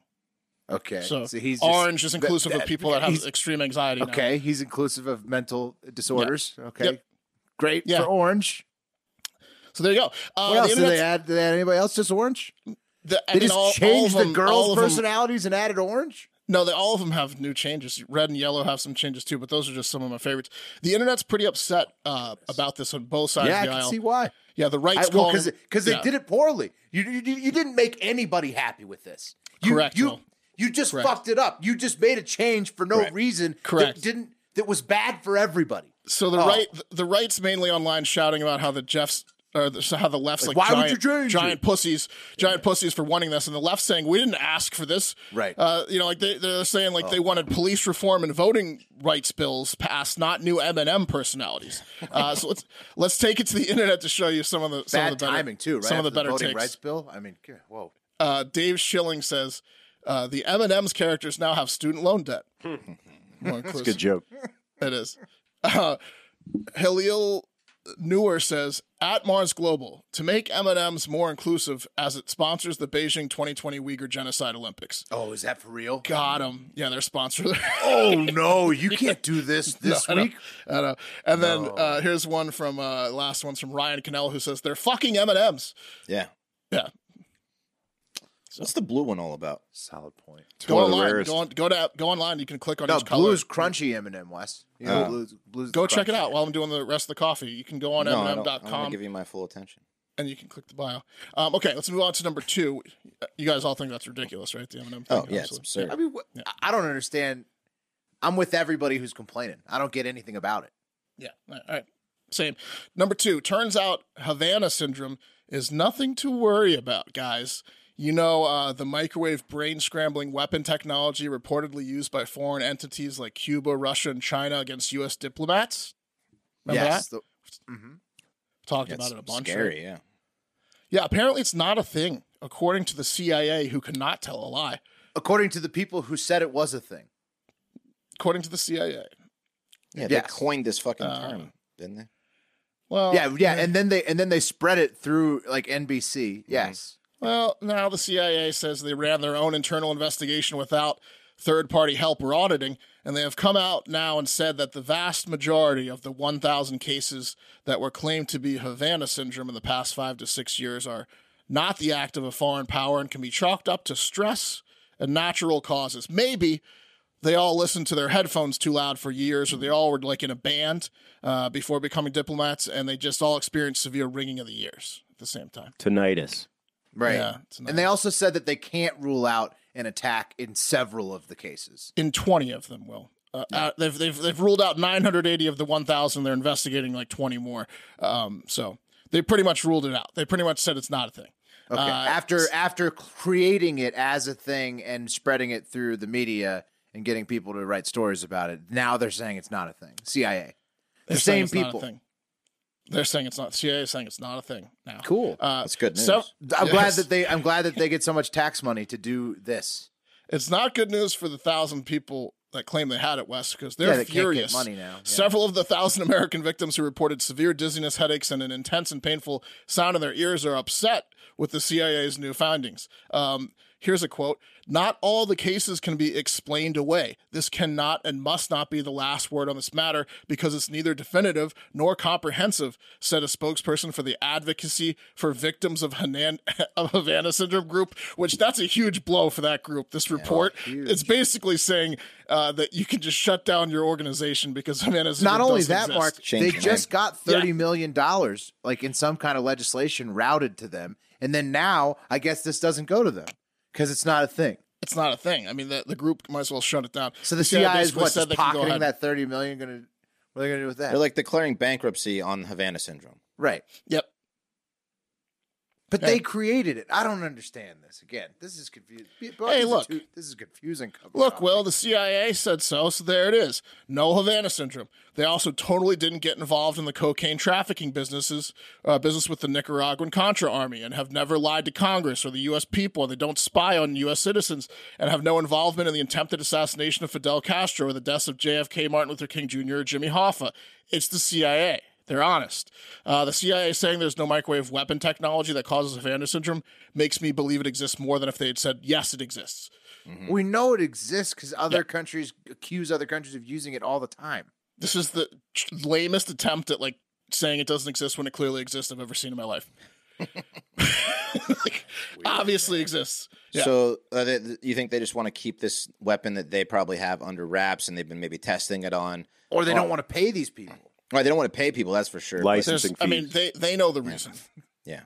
[SPEAKER 1] Okay.
[SPEAKER 2] So,
[SPEAKER 1] he's just-
[SPEAKER 2] Orange is
[SPEAKER 1] that-
[SPEAKER 2] inclusive of people that have
[SPEAKER 1] he's-
[SPEAKER 2] extreme anxiety. now.
[SPEAKER 1] Okay, he's inclusive of mental disorders. Okay.
[SPEAKER 2] Yep.
[SPEAKER 1] Great
[SPEAKER 2] Yeah.
[SPEAKER 1] for orange.
[SPEAKER 2] so there you go. Uh,
[SPEAKER 1] What
[SPEAKER 2] the
[SPEAKER 1] else did they
[SPEAKER 2] internet's-
[SPEAKER 1] add? Did they add anybody else? Just orange?
[SPEAKER 2] the-
[SPEAKER 1] They
[SPEAKER 2] I mean,
[SPEAKER 1] just
[SPEAKER 2] all- all
[SPEAKER 1] changed
[SPEAKER 2] of
[SPEAKER 1] the
[SPEAKER 2] them- all
[SPEAKER 1] girls'
[SPEAKER 2] of them-
[SPEAKER 1] personalities and added orange.
[SPEAKER 2] No, they, all of them have new changes. Red and yellow have some changes too, but those are just some of my favorites. The internet's pretty upset uh, about this on both sides
[SPEAKER 1] yeah, I
[SPEAKER 2] of the
[SPEAKER 1] can
[SPEAKER 2] aisle.
[SPEAKER 1] see why.
[SPEAKER 2] Yeah, the right's
[SPEAKER 1] I, well,
[SPEAKER 2] calling-
[SPEAKER 1] because because they
[SPEAKER 2] yeah.
[SPEAKER 1] did it poorly. You, you you didn't make anybody happy with this. You,
[SPEAKER 2] Correct,
[SPEAKER 1] You
[SPEAKER 2] Will.
[SPEAKER 1] you just
[SPEAKER 2] Correct.
[SPEAKER 1] fucked it up. You just made a change for no reason.
[SPEAKER 2] Correct.
[SPEAKER 1] That didn't that was bad for everybody.
[SPEAKER 2] So the
[SPEAKER 1] Oh.
[SPEAKER 2] right, the right's mainly online shouting about how the Jeffs. Or the, so how the left's like,
[SPEAKER 1] Like, why would
[SPEAKER 2] giant,
[SPEAKER 1] you change
[SPEAKER 2] giant pussies, giant pussies for wanting this, and the left saying we didn't ask for this,
[SPEAKER 1] Right.
[SPEAKER 2] Uh, you know, like they, they're saying
[SPEAKER 1] Oh.
[SPEAKER 2] like they wanted police reform and voting rights bills passed, not new M and M personalities. Uh, so let's let's take it to the internet to show you some of the some
[SPEAKER 1] Bad
[SPEAKER 2] of the better,
[SPEAKER 1] timing too. Right
[SPEAKER 2] Some of
[SPEAKER 1] after
[SPEAKER 2] the better
[SPEAKER 1] voting
[SPEAKER 2] takes.
[SPEAKER 1] rights bill. I mean, good- whoa.
[SPEAKER 2] uh, Dave Schilling says uh, the M and M's characters now have student loan debt. That's
[SPEAKER 4] Hmm. Good joke.
[SPEAKER 2] It is. Uh, Halil Newer says at Mars Global to make M and M's more inclusive as it sponsors the Beijing 2020 Uyghur Genocide Olympics.
[SPEAKER 1] Oh, is that for real?
[SPEAKER 2] Got him. Yeah, they're sponsored.
[SPEAKER 1] Oh no, you can't do this this week.
[SPEAKER 2] I know. And then uh, here's one from uh, last one's from Ryan Cannell who says they're fucking M and M's.
[SPEAKER 3] Yeah.
[SPEAKER 2] Yeah.
[SPEAKER 3] What's the blue one all about?
[SPEAKER 1] Solid point.
[SPEAKER 2] Go
[SPEAKER 4] one of the
[SPEAKER 2] online.
[SPEAKER 4] rarest.
[SPEAKER 2] Go on. Go to. Go online. You can click on
[SPEAKER 1] No,
[SPEAKER 2] each color. Oh.
[SPEAKER 1] blue's crunchy M and M West. You know, blue's, blue's
[SPEAKER 2] go
[SPEAKER 1] the
[SPEAKER 2] check it
[SPEAKER 1] crunchy.
[SPEAKER 2] out while I'm doing the rest of the coffee. You can go on
[SPEAKER 3] No, I don't, I want to
[SPEAKER 2] mm.com
[SPEAKER 3] give you my full attention.
[SPEAKER 2] and you can click the bio. Um, okay, let's move on to number two. You guys all think that's ridiculous, right? The M&M thing.
[SPEAKER 3] Oh, yeah, it's
[SPEAKER 2] obviously.
[SPEAKER 3] absurd.
[SPEAKER 1] I mean, wh- I- I don't understand. I'm with everybody who's complaining. I don't get anything about it.
[SPEAKER 2] Yeah. All right. Same. Number two. Turns out Havana syndrome is nothing to worry about, guys. You know, uh, the microwave brain scrambling weapon technology reportedly used by foreign entities like Cuba, Russia, and China against U.S. diplomats. Remember
[SPEAKER 1] yes,
[SPEAKER 2] that?
[SPEAKER 1] the- mm-hmm.
[SPEAKER 2] Talked
[SPEAKER 3] That's
[SPEAKER 2] about it a bunch. right?
[SPEAKER 3] scary, yeah.
[SPEAKER 2] Yeah, apparently it's not a thing, according to the CIA, who cannot tell a lie.
[SPEAKER 1] according to the people who said it was a thing.
[SPEAKER 2] According to the CIA.
[SPEAKER 3] Yeah, they
[SPEAKER 1] Yes.
[SPEAKER 3] coined this fucking
[SPEAKER 2] Uh,
[SPEAKER 3] term, didn't they?
[SPEAKER 2] Well,
[SPEAKER 1] yeah, yeah, and then they and then they spread it through like NBC.
[SPEAKER 2] Mm-hmm.
[SPEAKER 1] Yes,
[SPEAKER 2] Well, now the CIA says they ran their own internal investigation without third party help or auditing, and they have come out now and said that the vast majority of the 1,000 cases that were claimed to be Havana syndrome in the past five to six years are not the act of a foreign power and can be chalked up to stress and natural causes. Maybe they all listened to their headphones too loud for years, or they all were like in a band uh, before becoming diplomats, and they just all experienced severe ringing of the ears at the same time.
[SPEAKER 4] Tinnitus.
[SPEAKER 1] right.
[SPEAKER 2] Yeah, it's
[SPEAKER 1] and they also said that they can't rule out an attack in several of the cases.
[SPEAKER 2] in 20 of them will uh, uh, they've, they've they've ruled out 980 of the 1000 they're investigating like 20 more um, so they pretty much ruled it out they pretty much said it's not a thing
[SPEAKER 1] Okay, after after creating it as a thing and spreading it through the media and getting people to write stories about it, now they're saying it's not a thing. CIA.
[SPEAKER 2] They're
[SPEAKER 1] The
[SPEAKER 2] saying
[SPEAKER 1] same
[SPEAKER 2] it's not a
[SPEAKER 1] people.
[SPEAKER 2] thing. They're saying it's not. CIA is saying it's not a thing now.
[SPEAKER 1] Cool.
[SPEAKER 2] Uh,
[SPEAKER 3] That's good news.
[SPEAKER 2] So
[SPEAKER 1] I'm glad
[SPEAKER 2] Yes.
[SPEAKER 1] that they I'm glad that they get so much tax money to do this.
[SPEAKER 2] it's not good news for the thousand people that claim they had it, Wes, because
[SPEAKER 1] Yeah,
[SPEAKER 2] they're
[SPEAKER 1] they can't get
[SPEAKER 2] furious.
[SPEAKER 1] money now. Yeah.
[SPEAKER 2] Several of the thousand American victims who reported severe dizziness, headaches, and an intense and painful sound in their ears are upset with the CIA's new findings. Um, here's a quote Not all the cases can be explained away. This cannot and must not be the last word on this matter because it's neither definitive nor comprehensive, said a spokesperson for the Advocacy for Victims of, Hanan- of Havana Syndrome group, which that's a huge blow for that group, this report. it's basically saying uh, that you can just shut down your organization because Havana
[SPEAKER 1] Not
[SPEAKER 2] it
[SPEAKER 1] only
[SPEAKER 2] doesn't
[SPEAKER 1] that,
[SPEAKER 2] exist.
[SPEAKER 1] Mark,
[SPEAKER 3] Change
[SPEAKER 1] they
[SPEAKER 3] the name.
[SPEAKER 1] just got thirty
[SPEAKER 2] Yeah.
[SPEAKER 1] million dollars, like in some kind of legislation, routed to them, and then now I guess this doesn't go to them because it's not a thing.
[SPEAKER 2] it's not a thing. I mean, the, the group might as well shut it down.
[SPEAKER 1] So the CI is
[SPEAKER 2] basically
[SPEAKER 1] what just
[SPEAKER 2] they can go
[SPEAKER 1] pocketing
[SPEAKER 2] ahead.
[SPEAKER 1] that thirty million. Going to what are they going to do with that?
[SPEAKER 3] They're like declaring bankruptcy on Havana syndrome.
[SPEAKER 1] right,
[SPEAKER 2] Yep.
[SPEAKER 1] but
[SPEAKER 2] Yeah.
[SPEAKER 1] they created it. I don't understand this. Again, this is confusing.
[SPEAKER 2] Hey, look.
[SPEAKER 1] this is confusing. cover
[SPEAKER 2] Look,
[SPEAKER 1] up.
[SPEAKER 2] Will, the CIA said so, so there it is. No Havana syndrome. They also totally didn't get involved in the cocaine trafficking businesses, uh, business with the Nicaraguan Contra army, and have never lied to Congress or the U.S. people. And they don't spy on U.S. citizens, and have no involvement in the attempted assassination of Fidel Castro or the deaths of JFK, Martin Luther King Jr., or Jimmy Hoffa. It's the CIA. They're honest. Uh, the CIA saying there's no microwave weapon technology that causes Havana syndrome makes me believe it exists more than if they had said yes, it exists.
[SPEAKER 1] we know it exists because other countries accuse other countries of using it all the time.
[SPEAKER 2] This is the ch- lamest attempt at like saying it doesn't exist when it clearly exists I've ever seen in my life. like, obviously exists. Yeah.
[SPEAKER 3] So uh, they, th- you think they just want to keep this weapon that they probably have under wraps and they've been maybe testing it on?
[SPEAKER 1] Or they don't want to pay these people.
[SPEAKER 3] Well, they don't want to pay people, that's for sure. but-
[SPEAKER 4] License.
[SPEAKER 2] There's,
[SPEAKER 4] Licensing
[SPEAKER 2] I mean,
[SPEAKER 4] fees.
[SPEAKER 2] they they know the reason.
[SPEAKER 3] Yeah.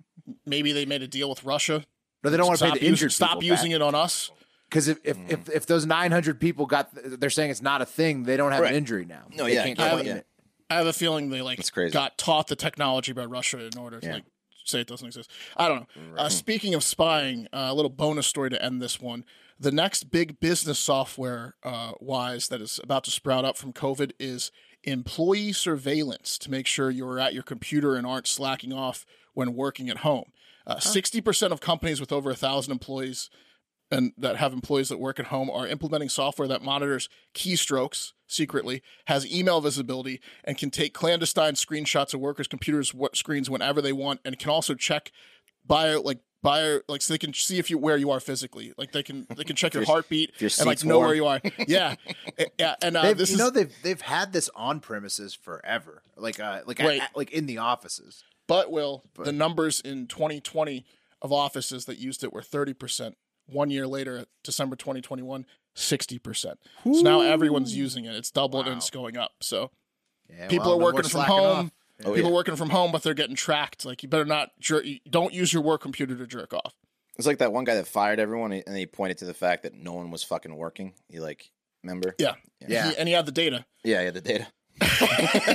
[SPEAKER 2] Maybe they made a deal with Russia.
[SPEAKER 1] No, they don't want to pay
[SPEAKER 2] Stop,
[SPEAKER 1] the
[SPEAKER 2] using,
[SPEAKER 1] injured
[SPEAKER 2] stop using it on us.
[SPEAKER 1] because if if,
[SPEAKER 3] Mm.
[SPEAKER 1] if if those nine hundred people got, they're saying it's not a thing. They don't have
[SPEAKER 3] Right.
[SPEAKER 1] an injury now.
[SPEAKER 3] No,
[SPEAKER 1] They
[SPEAKER 3] yeah,
[SPEAKER 1] can't
[SPEAKER 3] I
[SPEAKER 1] claim
[SPEAKER 3] haven't-
[SPEAKER 1] it.
[SPEAKER 2] I have a feeling they like
[SPEAKER 3] That's crazy.
[SPEAKER 2] got taught the technology by Russia in order to like say it doesn't exist. I don't know. Uh, speaking of spying, uh, a little bonus story to end this one. The next big business software uh, wise that is about to sprout up from COVID is employee surveillance to make sure you're at your computer and aren't slacking off when working at home. Uh, Sixty percent of companies with over a thousand employees and that have employees that work at home are implementing software that monitors keystrokes secretly, has email visibility, and can take clandestine screenshots of workers' computers wh- screens whenever they want, and can also check bio like bio like so they can see if you where you are physically. Like they can they can check your heartbeat
[SPEAKER 3] your
[SPEAKER 2] and like
[SPEAKER 3] seat's
[SPEAKER 2] know
[SPEAKER 3] warm.
[SPEAKER 2] where you are. Yeah, yeah. And uh,
[SPEAKER 1] They've,
[SPEAKER 2] this
[SPEAKER 1] you
[SPEAKER 2] is
[SPEAKER 1] know they've they've had this on premises forever, like uh, like
[SPEAKER 2] Right.
[SPEAKER 1] a- like in the offices.
[SPEAKER 2] But will the numbers in 2020 of offices that used it were 30 percent. One year later, December 2021, 60 percent. So now everyone's using it. It's doubled and it's going up. So
[SPEAKER 1] Yeah,
[SPEAKER 2] people
[SPEAKER 1] well,
[SPEAKER 2] are
[SPEAKER 1] no more
[SPEAKER 2] working from
[SPEAKER 1] slacking
[SPEAKER 2] home.
[SPEAKER 1] off.
[SPEAKER 3] Oh,
[SPEAKER 2] people
[SPEAKER 3] yeah.
[SPEAKER 2] working from home, but they're getting tracked. Like you better not jerk. you- Don't use your work computer to jerk off.
[SPEAKER 3] It's like that one guy that fired everyone and he pointed to the fact that no one was fucking working. You like, remember?
[SPEAKER 2] Yeah.
[SPEAKER 1] Yeah.
[SPEAKER 2] He- and he had the data.
[SPEAKER 3] Yeah, yeah, the data.
[SPEAKER 1] It's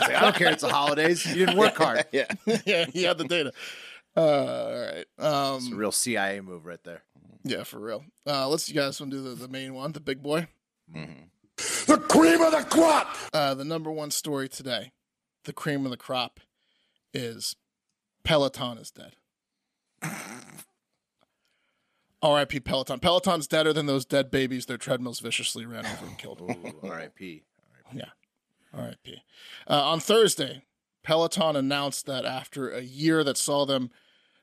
[SPEAKER 1] like, I don't care. It's the holidays. You didn't work hard.
[SPEAKER 3] Yeah.
[SPEAKER 2] yeah, he had the data. Uh, all right. Um,
[SPEAKER 1] It's a real CIA move right there.
[SPEAKER 2] yeah, for real. Uh, let's you guys want to do the, the main one, the big boy.
[SPEAKER 5] The cream of the crop!
[SPEAKER 2] Uh, the number one story today, the cream of the crop, is Peloton is dead. R.I.P. Peloton. Peloton's deader than those dead babies their treadmills viciously ran over and killed.
[SPEAKER 1] R.I.P.
[SPEAKER 2] R.I.P. Uh, on Thursday, Peloton announced that after a year that saw them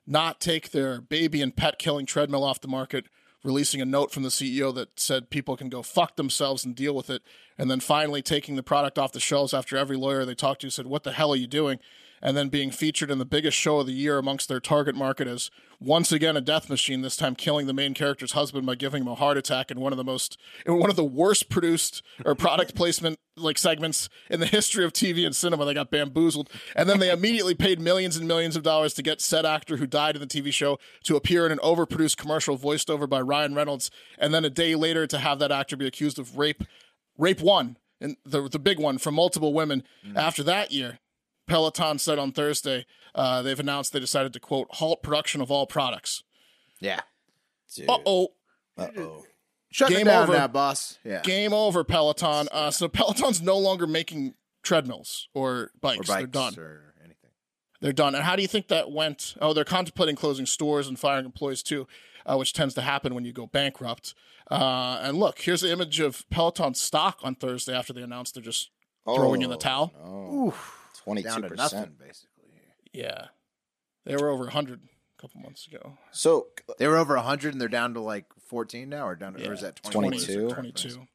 [SPEAKER 2] not take their baby and pet killing treadmill off the market, releasing a note from the CEO that said people can go fuck themselves and deal with it, and then finally taking the product off the shelves after every lawyer they talked to said, What the hell are you doing? And then being featured in the biggest show of the year amongst their target market as once again a death machine, this time killing the main character's husband by giving him a heart attack in one of the most in one of the worst produced or product placement like segments in the history of TV and cinema. They got bamboozled, and then they immediately paid millions and millions of dollars to get said actor who died in the TV show to appear in an overproduced commercial voiced over by Ryan Reynolds, and then a day later to have that actor be accused of rape, rape one, and the the big one from multiple women. After that year, Peloton said on Thursday uh, they've announced they decided to quote halt production of all products.
[SPEAKER 1] Yeah.
[SPEAKER 3] Dude.
[SPEAKER 2] Uh oh.
[SPEAKER 3] Uh-oh.
[SPEAKER 1] Shut it
[SPEAKER 2] Game
[SPEAKER 1] down
[SPEAKER 2] over.
[SPEAKER 1] now, boss. Yeah.
[SPEAKER 2] Game over, Peloton. Uh, so Peloton's no longer making treadmills or bikes. They're done.
[SPEAKER 1] or anything.
[SPEAKER 2] They're done. And how do you think that went? Oh, they're contemplating closing stores and firing employees too, uh, which tends to happen when you go bankrupt. Uh, and look, here's an image of Peloton stock on Thursday after they announced they're just throwing in the towel.
[SPEAKER 3] Oh, No.
[SPEAKER 1] Down
[SPEAKER 3] Twenty-two
[SPEAKER 1] to
[SPEAKER 3] percent.
[SPEAKER 1] nothing basically.
[SPEAKER 2] Yeah. They were over 100 a couple months ago.
[SPEAKER 3] So
[SPEAKER 1] They were over 100 and they're down to like 14 now, or down to, or is
[SPEAKER 2] Yeah,
[SPEAKER 1] that
[SPEAKER 3] 22?
[SPEAKER 2] 20,
[SPEAKER 1] 22.
[SPEAKER 2] 22.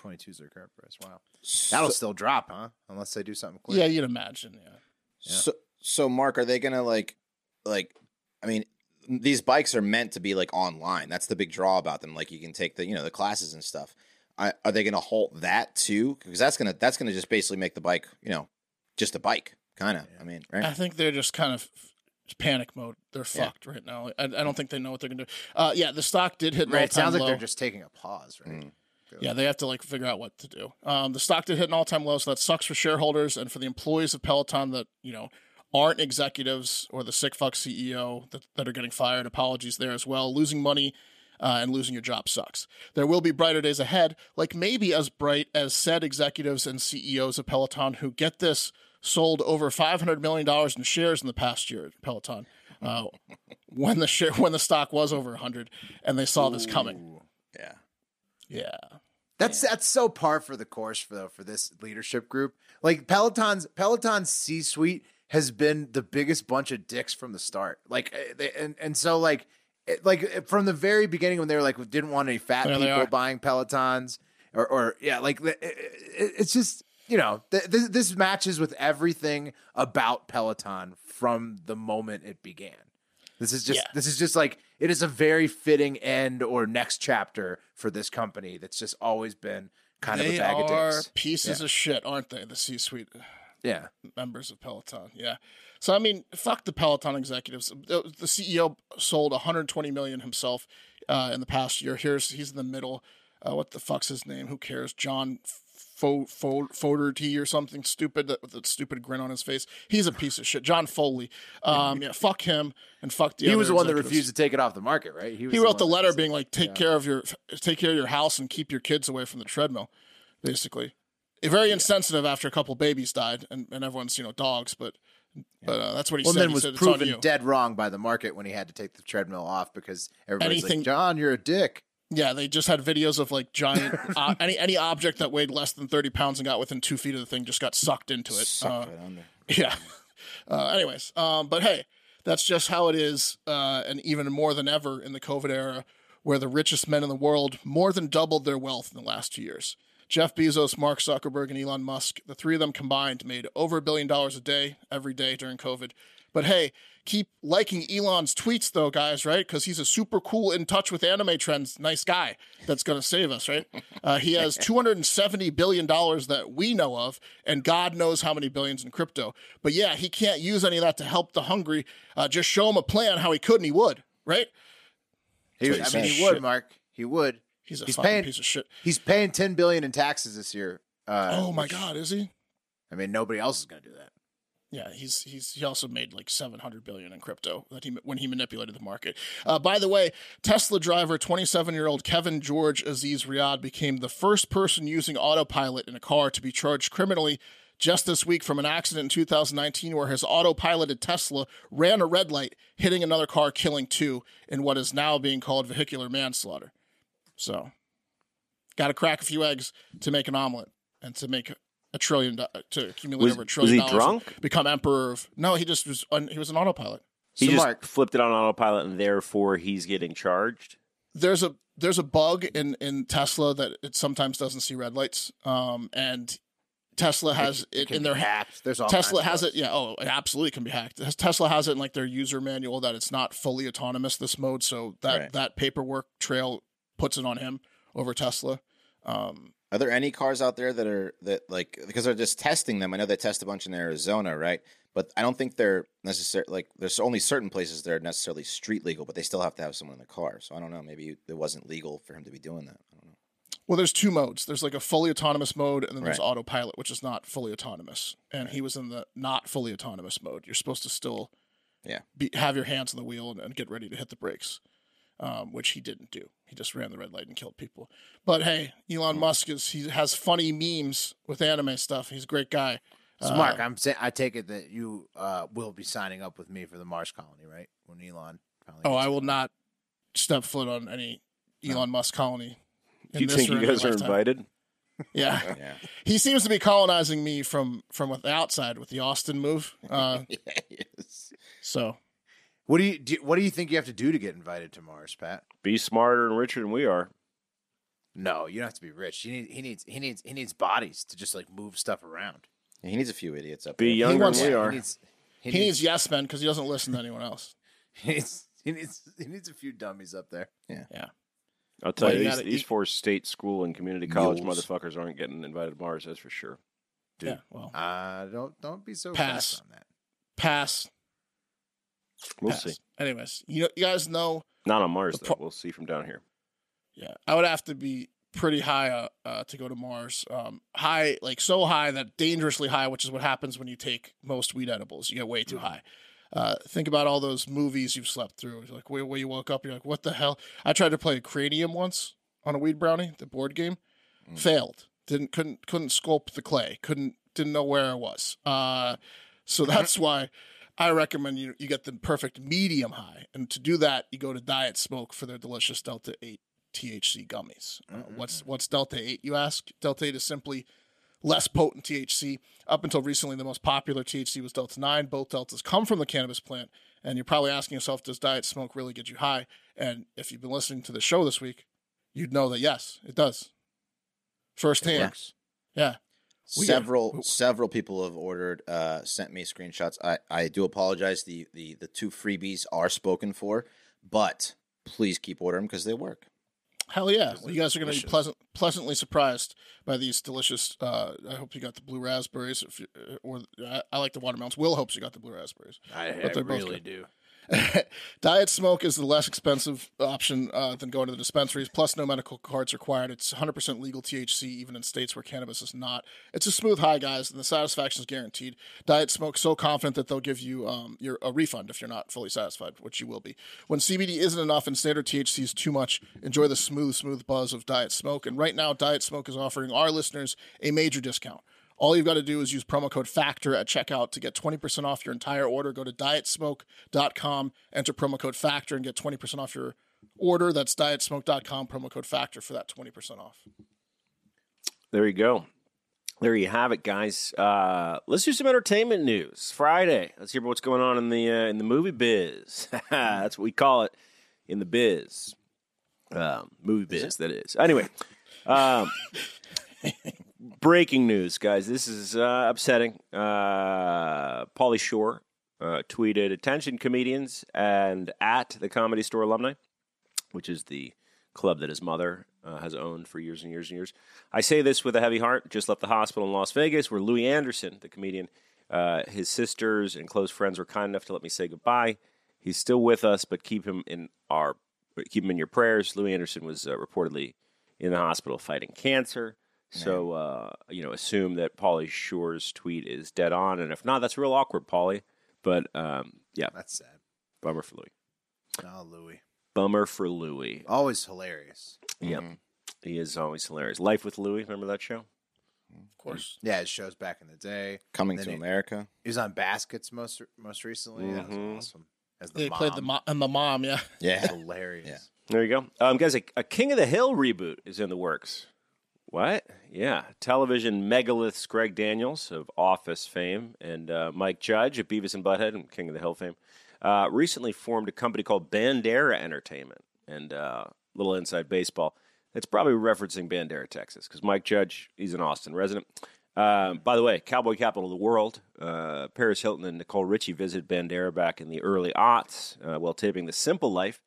[SPEAKER 1] 22 is their current price. Wow. That'll still drop, huh? Unless they do something quick.
[SPEAKER 2] Yeah, you'd imagine. Yeah.
[SPEAKER 3] So, so Mark, are they gonna like, like, I mean, these bikes are meant to be like online. That's the big draw about them. Like, you can take the you know the classes and stuff. I, are they gonna halt that too? Because that's gonna that's gonna just basically make the bike you know just a bike kind of. I mean, right?
[SPEAKER 2] I think they're just kind of panic mode. They're fucked right now. I, I don't think they know what they're gonna do. Uh, yeah, the stock did hit an
[SPEAKER 1] Right,
[SPEAKER 2] all-time
[SPEAKER 1] it sounds like
[SPEAKER 2] low.
[SPEAKER 1] they're just taking a pause, right?
[SPEAKER 2] yeah, they have to like figure out what to do. Um, the stock did hit an all-time low, so that sucks for shareholders and for the employees of Peloton that you know aren't executives or the sick fuck CEO that, that are getting fired. Apologies there as well. Losing money. Uh, and losing your job sucks. There will be brighter days ahead, like maybe as bright as said executives and CEOs of Peloton who get this sold over $500 million in shares in the past year at Peloton. Uh, when the share, when the stock was over 100 and they saw this coming.
[SPEAKER 3] yeah.
[SPEAKER 2] Yeah.
[SPEAKER 1] That's that's so par for the course for though for this leadership group. Like Peloton's Peloton's C suite has been the biggest bunch of dicks from the start. Like eh, they, and and so like it, like eh, from the very beginning when they were like we didn't want any fat
[SPEAKER 2] There they
[SPEAKER 1] people
[SPEAKER 2] are.
[SPEAKER 1] buying Pelotons or or yeah like the- eh, eh, it's just you know th- this this matches with everything about Peloton from the moment it began. This is just
[SPEAKER 2] Yeah.
[SPEAKER 1] this is just like it is a very fitting end or next chapter for this company that's just always been kind of a
[SPEAKER 2] They
[SPEAKER 1] bag of
[SPEAKER 2] are
[SPEAKER 1] dicks.
[SPEAKER 2] pieces of shit, aren't they? The C-suite
[SPEAKER 1] Yeah.
[SPEAKER 2] members of Peloton. Yeah. So I mean, fuck the Peloton executives. The the CEO sold 120 million himself uh, in the past year. Here's he's in the middle. Uh, what the fuck's his name? Who cares? John Fo- Fo- Foderty or something stupid that, with that stupid grin on his face. He's a piece of shit. John Foley. Um, yeah, fuck him and fuck the.
[SPEAKER 1] he
[SPEAKER 2] other
[SPEAKER 1] was the one that
[SPEAKER 2] executives.
[SPEAKER 1] refused to take it off the market, right? was
[SPEAKER 2] He wrote the
[SPEAKER 1] one that
[SPEAKER 2] letter
[SPEAKER 1] was-
[SPEAKER 2] being like, "Take care of your, take care of your house and keep your kids away from the treadmill," basically. Very insensitive after a couple babies died and, and everyone's you know dogs, but but uh, that's what he
[SPEAKER 1] Well,
[SPEAKER 2] said.
[SPEAKER 1] then
[SPEAKER 2] He
[SPEAKER 1] was
[SPEAKER 2] said, "It's on
[SPEAKER 1] proven
[SPEAKER 2] you."
[SPEAKER 1] dead wrong by the market when he had to take the treadmill off because everybody's
[SPEAKER 2] Anything-
[SPEAKER 1] like, "John, you're a dick."
[SPEAKER 2] Yeah, they just had videos of like giant uh, any any object that weighed less than thirty pounds and got within two feet of the thing just got sucked into it. Uh,
[SPEAKER 3] Sucked right under.
[SPEAKER 2] Yeah. Uh, anyways, um, but hey, that's just how it is, uh, and even more than ever in the COVID era, where the richest men in the world more than doubled their wealth in the last two years. Jeff Bezos, Mark Zuckerberg, and Elon Musk, the three of them combined made over a billion dollars a day every day during COVID. But hey, keep liking Elon's tweets though, guys, right? Because he's a super cool, in touch with anime trends, nice guy that's going to save us, right? Uh, he has $270 billion that we know of, and God knows how many billions in crypto. But yeah, he can't use any of that to help the hungry. Uh, just show him a plan how he could and he would, right?
[SPEAKER 1] He,
[SPEAKER 3] what he
[SPEAKER 1] I mean, he
[SPEAKER 3] said.
[SPEAKER 1] would,
[SPEAKER 2] Shit.
[SPEAKER 1] Mark. He would.
[SPEAKER 2] He's a
[SPEAKER 1] He's
[SPEAKER 2] fucking
[SPEAKER 1] paying-
[SPEAKER 2] piece of shit.
[SPEAKER 1] He's paying 10 billion in taxes this year. Uh,
[SPEAKER 2] oh my
[SPEAKER 1] which-
[SPEAKER 2] God, is he?
[SPEAKER 1] I mean, nobody else is going to do that.
[SPEAKER 2] Yeah, he's he's he also made like seven hundred billion in crypto that he when he manipulated the market. Uh, by the way, Tesla driver twenty seven year old Kevin George Aziz Riad became the first person using autopilot in a car to be charged criminally just this week from an accident in 2019 where his autopiloted Tesla ran a red light, hitting another car, killing two in what is now being called vehicular manslaughter. So, got to crack a few eggs to make an omelet and to make a trillion do- to accumulate
[SPEAKER 4] Was-
[SPEAKER 2] over a trillion
[SPEAKER 4] was he
[SPEAKER 2] dollars
[SPEAKER 4] drunk?
[SPEAKER 2] become emperor of no he just was on, he was an autopilot
[SPEAKER 4] He
[SPEAKER 1] So,
[SPEAKER 4] just
[SPEAKER 1] Mark-
[SPEAKER 4] flipped it on autopilot, and therefore he's getting charged.
[SPEAKER 2] there's a there's a bug in in tesla that it sometimes doesn't see red lights um and tesla has it, in their ha-
[SPEAKER 1] Apps. There's all
[SPEAKER 2] tesla
[SPEAKER 1] kinds of
[SPEAKER 2] has
[SPEAKER 1] bugs.
[SPEAKER 2] it yeah oh it absolutely can be hacked Tes- tesla has it in like their user manual that it's not fully autonomous this mode so that
[SPEAKER 3] Right.
[SPEAKER 2] that paperwork trail puts it on him over tesla um
[SPEAKER 3] Are there any cars out there that are that like because they're just testing them? I know they test a bunch in Arizona, right? But I don't think they're necessarily like there's only certain places that are necessarily street legal, but they still have to have someone in the car. So I don't know. Maybe it wasn't legal for him to be doing that. I don't know.
[SPEAKER 2] Well, there's two modes. There's like a fully autonomous mode, and then there's
[SPEAKER 3] Right.
[SPEAKER 2] autopilot, which is not fully autonomous. And he was in the not fully autonomous mode. You're supposed to still,
[SPEAKER 3] Yeah.
[SPEAKER 2] be, have your hands on the wheel and, and get ready to hit the brakes, um, which he didn't do. He He just ran the red light and killed people. But hey, Elon
[SPEAKER 4] Mm.
[SPEAKER 2] Musk is he has funny memes with anime stuff. He's a great guy. Uh,
[SPEAKER 1] So Mark, I'm saying I take it that you uh, will be signing up with me for the Mars colony, right? When Elon. Finally
[SPEAKER 2] Oh,
[SPEAKER 1] gets-
[SPEAKER 2] I will not step foot on any Elon Musk colony. in
[SPEAKER 4] Do you
[SPEAKER 2] this
[SPEAKER 4] think
[SPEAKER 2] or
[SPEAKER 4] you
[SPEAKER 2] in my
[SPEAKER 4] guys are
[SPEAKER 2] lifetime.
[SPEAKER 4] invited?
[SPEAKER 2] Yeah.
[SPEAKER 3] Yeah.
[SPEAKER 2] He seems to be colonizing me from from with- the outside with the Austin move. Uh,
[SPEAKER 3] yes.
[SPEAKER 2] so
[SPEAKER 1] What do you do, What do you think you have to do to get invited to Mars, Pat?
[SPEAKER 4] Be smarter and richer than we are.
[SPEAKER 1] No, you don't have to be rich. You need, he needs he needs he needs bodies to just like move stuff around.
[SPEAKER 3] He needs a few idiots up
[SPEAKER 4] Be
[SPEAKER 3] there.
[SPEAKER 4] younger
[SPEAKER 2] wants-
[SPEAKER 4] than we
[SPEAKER 2] yeah,
[SPEAKER 4] are.
[SPEAKER 1] He needs he,
[SPEAKER 2] he
[SPEAKER 1] needs,
[SPEAKER 2] needs yes men because he doesn't listen to anyone else.
[SPEAKER 1] he needs he needs he needs a few dummies up there.
[SPEAKER 4] I'll tell
[SPEAKER 2] Well,
[SPEAKER 4] you,
[SPEAKER 2] you
[SPEAKER 4] these,
[SPEAKER 2] gotta
[SPEAKER 4] these
[SPEAKER 2] eat-
[SPEAKER 4] four state school and community college
[SPEAKER 3] Mules.
[SPEAKER 4] motherfuckers aren't getting invited to Mars. That's for sure.
[SPEAKER 1] Dude.
[SPEAKER 2] Yeah. Well,
[SPEAKER 1] Uh don't don't be so
[SPEAKER 2] Pass.
[SPEAKER 1] fast on that.
[SPEAKER 2] pass.
[SPEAKER 4] We'll
[SPEAKER 2] pass.
[SPEAKER 4] see.
[SPEAKER 2] Anyways, you know, you guys know.
[SPEAKER 4] Not on Mars
[SPEAKER 2] The
[SPEAKER 4] though.
[SPEAKER 2] pro-
[SPEAKER 4] We'll see from down here.
[SPEAKER 2] Yeah, I would have to be pretty high uh, uh, to go to Mars. Um, high, like so high that dangerously high, which is what happens when you take most weed edibles. You get way too high. Uh, think about all those movies you've slept through. It's Like where, where you woke up, you're like, what the hell? I tried to play Cranium once on a weed brownie, the board game, failed. Didn't couldn't couldn't sculpt the clay. Couldn't didn't know where I was. Uh, so that's why I recommend you you get the perfect medium high. And to do that, you go to Diet Smoke for their delicious Delta Eight THC gummies. Uh, what's what's Delta Eight? You ask. Delta Eight is simply less potent THC. Up until recently, the most popular THC was Delta 9. Both deltas come from the cannabis plant. And you're probably asking yourself, does diet smoke really get you high? And if you've been listening to the show this week, you'd know that yes, it does. Firsthand. Yeah. We got-
[SPEAKER 3] several several people have ordered uh sent me screenshots i i do apologize the the the two freebies are spoken for but please keep ordering because they work
[SPEAKER 2] Hell yeah. Well, you guys are going to be pleasant, pleasantly surprised by these delicious. Uh, I hope you got the blue raspberries, if you, uh, or I, I like the watermelons. Will hopes you got the blue raspberries.
[SPEAKER 1] I,
[SPEAKER 2] But
[SPEAKER 1] I
[SPEAKER 2] they're both
[SPEAKER 1] really
[SPEAKER 2] good.
[SPEAKER 1] do.
[SPEAKER 2] Diet smoke is the less expensive option uh, than going to the dispensaries. Plus, no medical cards required. It's 100% legal THC, even in states where cannabis is not. It's a smooth high, guys, and the satisfaction is guaranteed. Diet smoke so confident that they'll give you um, your a refund if you're not fully satisfied, which you will be. When CBD isn't enough and standard THC is too much, enjoy the smooth, smooth buzz of Diet Smoke. And right now, Diet Smoke is offering our listeners a major discount. All you've got to do is use promo code FACTOR at checkout to get 20% off your entire order. Go to dietsmoke.com, enter promo code FACTOR, and get 20% off your order. That's dietsmoke.com, promo code FACTOR for that 20% off.
[SPEAKER 4] There you go. There you have it, guys. Uh, let's do some entertainment news. Friday. Let's hear what's going on in the uh, in the movie biz. That's what we call it in the biz. Um, movie biz, that is. Anyway, um, breaking news, guys. This is uh, upsetting. Uh, Pauly Shore uh, tweeted, "Attention, comedians and at the Comedy Store alumni." which is the club that his mother uh, has owned for years and years and years. I say this with a heavy heart. Just left the hospital in Las Vegas, where Louis Anderson, the comedian, uh, his sisters and close friends were kind enough to let me say goodbye. He's still with us, but keep him in our keep him in your prayers. Louis Anderson was uh, reportedly in the hospital fighting cancer. So uh, you know, assume that Paulie Shore's tweet is dead on, and if not, that's real awkward, Paulie. But um, yeah,
[SPEAKER 1] That's sad.
[SPEAKER 4] bummer for Louis.
[SPEAKER 1] Oh, Louis.
[SPEAKER 4] Bummer for Louis.
[SPEAKER 1] Always hilarious.
[SPEAKER 4] Yep. He is always hilarious. Life with Louie, remember that show?
[SPEAKER 2] Of course.
[SPEAKER 1] Yeah, his shows back in the day.
[SPEAKER 3] coming
[SPEAKER 1] Then
[SPEAKER 3] to
[SPEAKER 1] it-
[SPEAKER 3] america
[SPEAKER 1] He was on Baskets most most recently. That
[SPEAKER 4] Mm-hmm.
[SPEAKER 1] was awesome. As the
[SPEAKER 2] They played the,
[SPEAKER 1] mom.
[SPEAKER 2] mo- and the mom, yeah.
[SPEAKER 3] yeah
[SPEAKER 1] hilarious.
[SPEAKER 3] Yeah.
[SPEAKER 4] There you go. Um, guys, a, a King of the Hill reboot is in the works. What? Yeah. Television megaliths Greg Daniels of Office fame and uh, Mike Judge of Beavis and Butthead and King of the Hill fame uh, recently formed a company called Bandera Entertainment. And uh, little inside baseball. It's probably referencing Bandera, Texas, because Mike Judge, he's an Austin resident. Uh, by the way, cowboy capital of the world, uh, Paris Hilton and Nicole Richie visited Bandera back in the early aughts uh, while taping The Simple Life.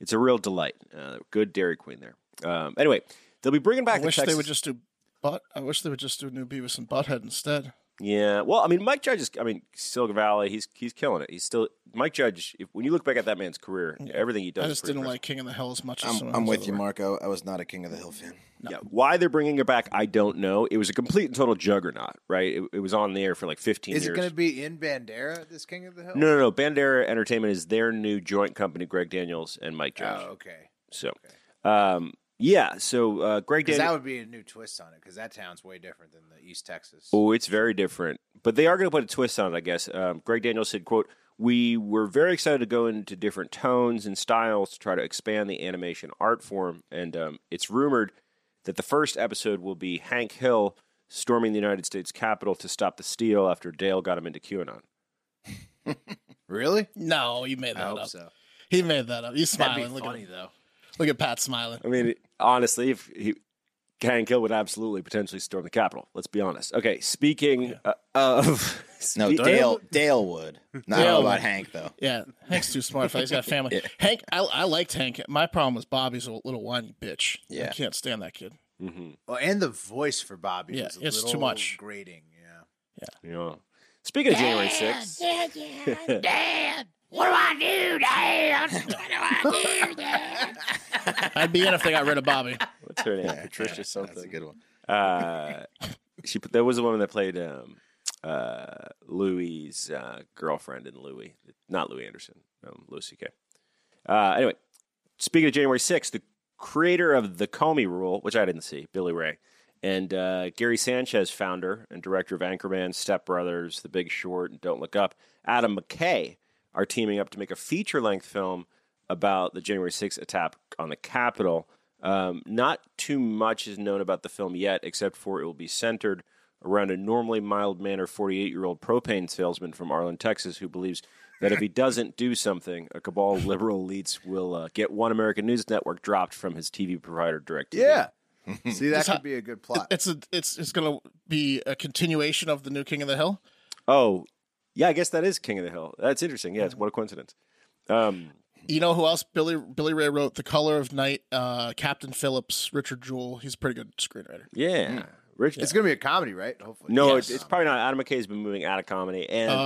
[SPEAKER 4] It's a real delight. Uh, good Dairy Queen there. Um, anyway, they'll be bringing back
[SPEAKER 2] I
[SPEAKER 4] the
[SPEAKER 2] wish
[SPEAKER 4] Texas.
[SPEAKER 2] they would just do but I wish they would just do a new Beavis and Butthead instead.
[SPEAKER 4] yeah. Well, I mean, Mike Judge is. I mean, Silicon Valley. He's he's killing it. He's still Mike Judge. If, when you look back at that man's career, everything he does.
[SPEAKER 2] I
[SPEAKER 4] is
[SPEAKER 2] just
[SPEAKER 4] pretty
[SPEAKER 2] didn't
[SPEAKER 4] impressive.
[SPEAKER 2] like King of the Hill as much as
[SPEAKER 3] I'm,
[SPEAKER 2] some of
[SPEAKER 3] I'm
[SPEAKER 2] those
[SPEAKER 3] with
[SPEAKER 2] other
[SPEAKER 3] you
[SPEAKER 2] ones.
[SPEAKER 3] marco i was not a king of the hill fan
[SPEAKER 4] Yeah, why they're bringing it back, I don't know. It was a complete and total juggernaut, right? It, it was on the air for like 15
[SPEAKER 1] Is
[SPEAKER 4] years.
[SPEAKER 1] it going to be in Bandera, this King of the Hill?
[SPEAKER 4] no, no,
[SPEAKER 2] Oh,
[SPEAKER 4] no. Bandera Entertainment is their new joint company, Greg Daniels and Mike Josh.
[SPEAKER 1] Oh, okay.
[SPEAKER 4] So, Um, yeah. So uh, Greg
[SPEAKER 1] Because
[SPEAKER 4] Daniel.
[SPEAKER 1] that would be a new twist on it. Because that town's way different than the East Texas.
[SPEAKER 4] Oh, it's very different. But they are going to put a twist on it, I guess. Um, Greg Daniels said, quote, we were very excited to go into different tones and styles to try to expand the animation art form. And um, it's rumored that the first episode will be Hank Hill storming the United States Capitol to stop the steal after Dale got him into QAnon.
[SPEAKER 1] Really?
[SPEAKER 2] No, you made
[SPEAKER 1] I
[SPEAKER 2] that
[SPEAKER 1] hope
[SPEAKER 2] up.
[SPEAKER 1] so.
[SPEAKER 2] He made that up. He's
[SPEAKER 1] That'd
[SPEAKER 2] smiling.
[SPEAKER 1] be
[SPEAKER 2] Look
[SPEAKER 1] funny
[SPEAKER 2] at
[SPEAKER 1] though.
[SPEAKER 2] look at Pat smiling.
[SPEAKER 4] I mean, honestly, if he, Hank Hill would absolutely potentially storm the Capitol. Let's be honest. Okay, speaking uh, of.
[SPEAKER 3] No,
[SPEAKER 4] spe-
[SPEAKER 3] Dale Dale would. Not
[SPEAKER 2] Dale
[SPEAKER 3] about
[SPEAKER 2] would.
[SPEAKER 3] Hank though.
[SPEAKER 2] Yeah, Hank's too smart for that. He's got a family. Hank, I, I liked Hank. My problem was Bobby's a little whiny bitch. I
[SPEAKER 3] Yeah.
[SPEAKER 2] can't stand that kid.
[SPEAKER 1] Oh, and the voice for Bobby
[SPEAKER 2] Yeah,
[SPEAKER 1] was a
[SPEAKER 2] it's too
[SPEAKER 1] little
[SPEAKER 2] much.
[SPEAKER 1] grating. Yeah.
[SPEAKER 4] Yeah. Speaking of January 6th.
[SPEAKER 2] I'd be in if they got rid of Bobby.
[SPEAKER 4] What's her name? Patricia something.
[SPEAKER 3] That's a good one.
[SPEAKER 4] Uh, she put- there was a woman that played um, uh, Louis' uh, girlfriend in Louis, not Louis Anderson, um, Louis C.K. Uh, anyway, speaking of January 6th, the creator of the Comey Rule, which I didn't see, Billy Ray, and uh, Gary Sanchez, founder and director of Anchorman, Step Brothers, The Big Short, and Don't Look Up, Adam McKay are teaming up to make a feature length film about the January 6th attack on the Capitol. Um, not too much is known about the film yet, except for it will be centered around a normally mild mannered 48 year old propane salesman from Arlen, Texas, who believes that if he doesn't do something, a cabal of liberal elites will uh, get one American news network dropped from his TV provider direct.
[SPEAKER 1] Yeah. See, that could be a good plot.
[SPEAKER 2] It's a it's it's gonna be a continuation of the new King of the Hill.
[SPEAKER 4] Oh, yeah, I guess that is King of the Hill. That's interesting. Yes, what a coincidence. Um,
[SPEAKER 2] You know who else? Billy Billy Ray wrote The Color of Night, uh, Captain Phillips, Richard Jewell. He's a pretty good screenwriter.
[SPEAKER 4] yeah. Rich,
[SPEAKER 1] It's gonna be a comedy, right? Hopefully.
[SPEAKER 4] no,
[SPEAKER 2] Yes.
[SPEAKER 4] it's, it's probably not. Adam McKay's been moving out of comedy,
[SPEAKER 1] Uh,
[SPEAKER 4] and uh,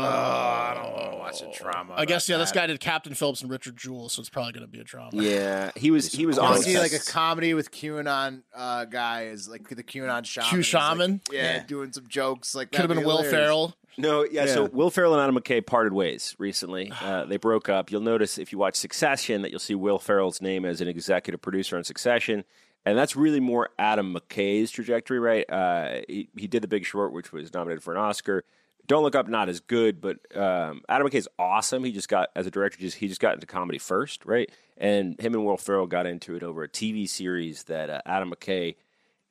[SPEAKER 1] Watch a drama.
[SPEAKER 2] I guess yeah, this guy did Captain Phillips and Richard Jewell, so it's probably gonna be a drama.
[SPEAKER 4] yeah, he was he was
[SPEAKER 1] I
[SPEAKER 4] on
[SPEAKER 1] want to see like a
[SPEAKER 4] tests.
[SPEAKER 1] comedy with QAnon uh, guy is like the QAnon shaman.
[SPEAKER 2] Q
[SPEAKER 1] is, like,
[SPEAKER 2] shaman?
[SPEAKER 1] yeah,
[SPEAKER 3] Yeah.
[SPEAKER 1] doing some jokes. Like
[SPEAKER 2] Could have
[SPEAKER 1] that'd
[SPEAKER 2] been
[SPEAKER 1] be
[SPEAKER 2] Will
[SPEAKER 1] hilarious.
[SPEAKER 2] Ferrell.
[SPEAKER 4] No, yeah, So
[SPEAKER 1] Yeah.
[SPEAKER 4] Will Ferrell and Adam McKay parted ways recently. Uh, they broke up. You'll notice if you watch Succession that you'll see Will Ferrell's name as an executive producer on Succession, and that's really more Adam McKay's trajectory, right? Uh, he, he did The Big Short, which was nominated for an Oscar. Don't Look Up, not as good, but um, Adam McKay's awesome. He just got as a director, just he just got into comedy first, right? And him and Will Ferrell got into it over a TV series that uh, Adam McKay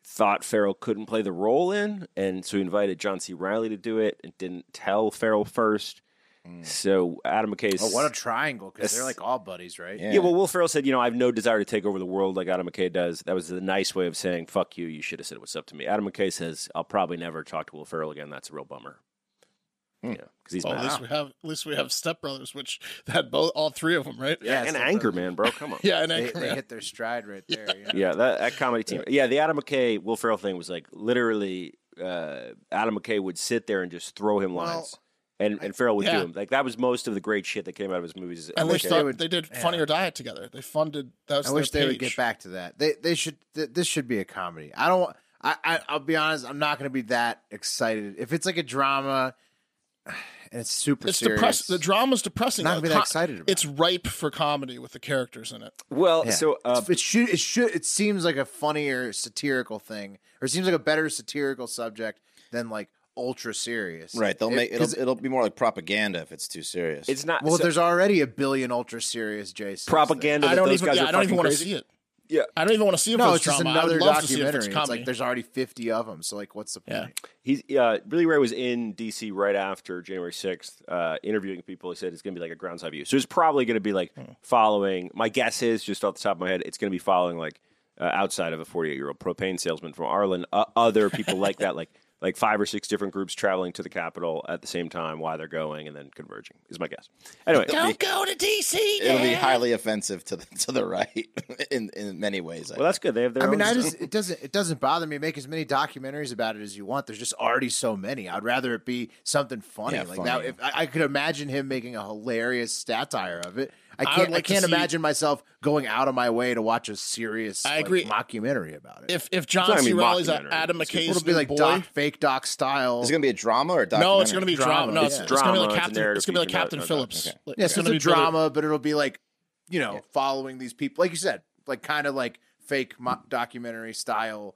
[SPEAKER 4] thought Farrell couldn't play the role in, and so he invited John C. Riley to do it, and didn't tell Farrell first. So Adam McKay.
[SPEAKER 1] Hmm. Oh, what a triangle! Because they're
[SPEAKER 4] Yes.
[SPEAKER 1] like all buddies, right?
[SPEAKER 4] yeah. well, Will Ferrell said, you know, I have no desire to take over the world like Adam McKay does. That was the nice way of saying, fuck you. You should have said what's up to me. Adam McKay says, I'll probably never talk to Will Ferrell again. That's a real bummer.
[SPEAKER 1] Hmm.
[SPEAKER 4] Yeah, because he's
[SPEAKER 2] Well, Oh, at
[SPEAKER 4] mad.
[SPEAKER 2] least we have at least we have Step Brothers, which had both all three of them, right?
[SPEAKER 4] Yeah,
[SPEAKER 1] it's
[SPEAKER 4] and
[SPEAKER 1] like
[SPEAKER 4] anger, man, bro. Come on.
[SPEAKER 2] Yeah, and
[SPEAKER 1] They,
[SPEAKER 2] Anchorman.
[SPEAKER 1] they hit their stride right there. Yeah.
[SPEAKER 4] yeah, that, that comedy team. Yeah, the Adam McKay Will Ferrell thing was like literally uh, Adam McKay would sit there and just throw him lines, and and Ferrell would do
[SPEAKER 2] yeah.
[SPEAKER 4] him. Like that was most of the great shit that came out of his movies.
[SPEAKER 2] I wish
[SPEAKER 4] McKay.
[SPEAKER 2] they, they did Funny or Die together. They funded that was
[SPEAKER 1] I
[SPEAKER 2] their
[SPEAKER 1] wish they would
[SPEAKER 2] page.
[SPEAKER 1] get back to that. They they should. Th- this should be a comedy. I don't. wa- I, I I'll be honest. I'm not going to be that excited if it's like a drama, and it's super
[SPEAKER 2] It's
[SPEAKER 1] serious.
[SPEAKER 2] depressing. The drama's depressing.
[SPEAKER 1] Not gonna
[SPEAKER 2] though.
[SPEAKER 1] be that excited about
[SPEAKER 2] It's ripe for comedy with the characters in it.
[SPEAKER 4] Well,
[SPEAKER 1] Yeah.
[SPEAKER 4] so uh,
[SPEAKER 1] It's- it should it should it seems like a funnier satirical thing, or it seems like a better satirical subject than like ultra serious.
[SPEAKER 3] Right. They'll
[SPEAKER 1] It-
[SPEAKER 3] make
[SPEAKER 1] 'cause
[SPEAKER 3] it'll it'll be more like propaganda if it's too serious.
[SPEAKER 4] it's not
[SPEAKER 1] Well,
[SPEAKER 4] so-
[SPEAKER 1] there's already a billion ultra serious Jason
[SPEAKER 4] propaganda.
[SPEAKER 2] I
[SPEAKER 4] that
[SPEAKER 2] don't
[SPEAKER 4] those
[SPEAKER 2] even.
[SPEAKER 4] guys
[SPEAKER 2] Yeah,
[SPEAKER 4] are
[SPEAKER 2] I don't even
[SPEAKER 4] fucking
[SPEAKER 2] want to
[SPEAKER 4] crazy.
[SPEAKER 2] see it.
[SPEAKER 4] Yeah.
[SPEAKER 2] I don't even want to see it.
[SPEAKER 1] No,
[SPEAKER 2] for
[SPEAKER 1] it's just
[SPEAKER 2] drama.
[SPEAKER 1] another
[SPEAKER 2] I would love to see it if
[SPEAKER 1] documentary.
[SPEAKER 2] it's
[SPEAKER 1] It's,
[SPEAKER 2] comedy.
[SPEAKER 1] like there's already 50 of them, so like, what's the
[SPEAKER 2] Yeah.
[SPEAKER 1] point?
[SPEAKER 4] He's uh, Billy Ray was in D.C. right after January 6th, uh, interviewing people. He said it's going to be like a groundside view. So it's probably going to be like
[SPEAKER 1] Hmm.
[SPEAKER 4] following. My guess is, just off the top of my head, it's going to be following like uh, outside of a 48 year old propane salesman from Arlen, uh, other people like that, like like five or six different groups traveling to the Capitol at the same time, why they're going, and then converging. Is my guess. Anyway,
[SPEAKER 2] don't go to DC.
[SPEAKER 3] it'll be
[SPEAKER 2] Dad.
[SPEAKER 3] highly offensive to the to the right in in many ways. I
[SPEAKER 4] well, that's good. They have their.
[SPEAKER 1] I mean,
[SPEAKER 4] own
[SPEAKER 1] I just it doesn't it doesn't bother me. Make as many documentaries about it as you want. There's just already so many. I'd rather it be something funny
[SPEAKER 3] Yeah,
[SPEAKER 1] like
[SPEAKER 3] funny.
[SPEAKER 1] that. If I, I could imagine him making a hilarious satire of it. I
[SPEAKER 2] I
[SPEAKER 1] can't. I,
[SPEAKER 2] would like to
[SPEAKER 1] can't
[SPEAKER 2] see-
[SPEAKER 1] imagine myself going out of my way to watch a serious.
[SPEAKER 2] I
[SPEAKER 1] like,
[SPEAKER 2] agree.
[SPEAKER 1] mockumentary about it.
[SPEAKER 2] If if
[SPEAKER 4] not
[SPEAKER 2] John
[SPEAKER 4] gonna
[SPEAKER 2] C.
[SPEAKER 4] be
[SPEAKER 2] Riley's
[SPEAKER 4] mockumentary.
[SPEAKER 2] Adam
[SPEAKER 4] It's gonna-
[SPEAKER 2] McKay's
[SPEAKER 1] It'll be
[SPEAKER 2] new
[SPEAKER 1] like
[SPEAKER 2] boy.
[SPEAKER 1] doc, fake doc style.
[SPEAKER 3] Is it going to be a drama or a documentary?
[SPEAKER 2] no, it's gonna be drama. No, it's,
[SPEAKER 1] yeah.
[SPEAKER 2] it's gonna be
[SPEAKER 4] Drama,
[SPEAKER 2] like
[SPEAKER 4] it's a
[SPEAKER 2] Captain.
[SPEAKER 4] narrative
[SPEAKER 2] It's gonna be like
[SPEAKER 4] feature, not-
[SPEAKER 2] Captain
[SPEAKER 4] not-
[SPEAKER 2] Phillips.
[SPEAKER 3] okay.
[SPEAKER 2] Like,
[SPEAKER 1] yeah, so it's
[SPEAKER 2] gonna
[SPEAKER 1] a
[SPEAKER 2] be Billy-
[SPEAKER 1] drama, but it'll be like you know following these people, like you said, like kind of like fake mo- documentary style.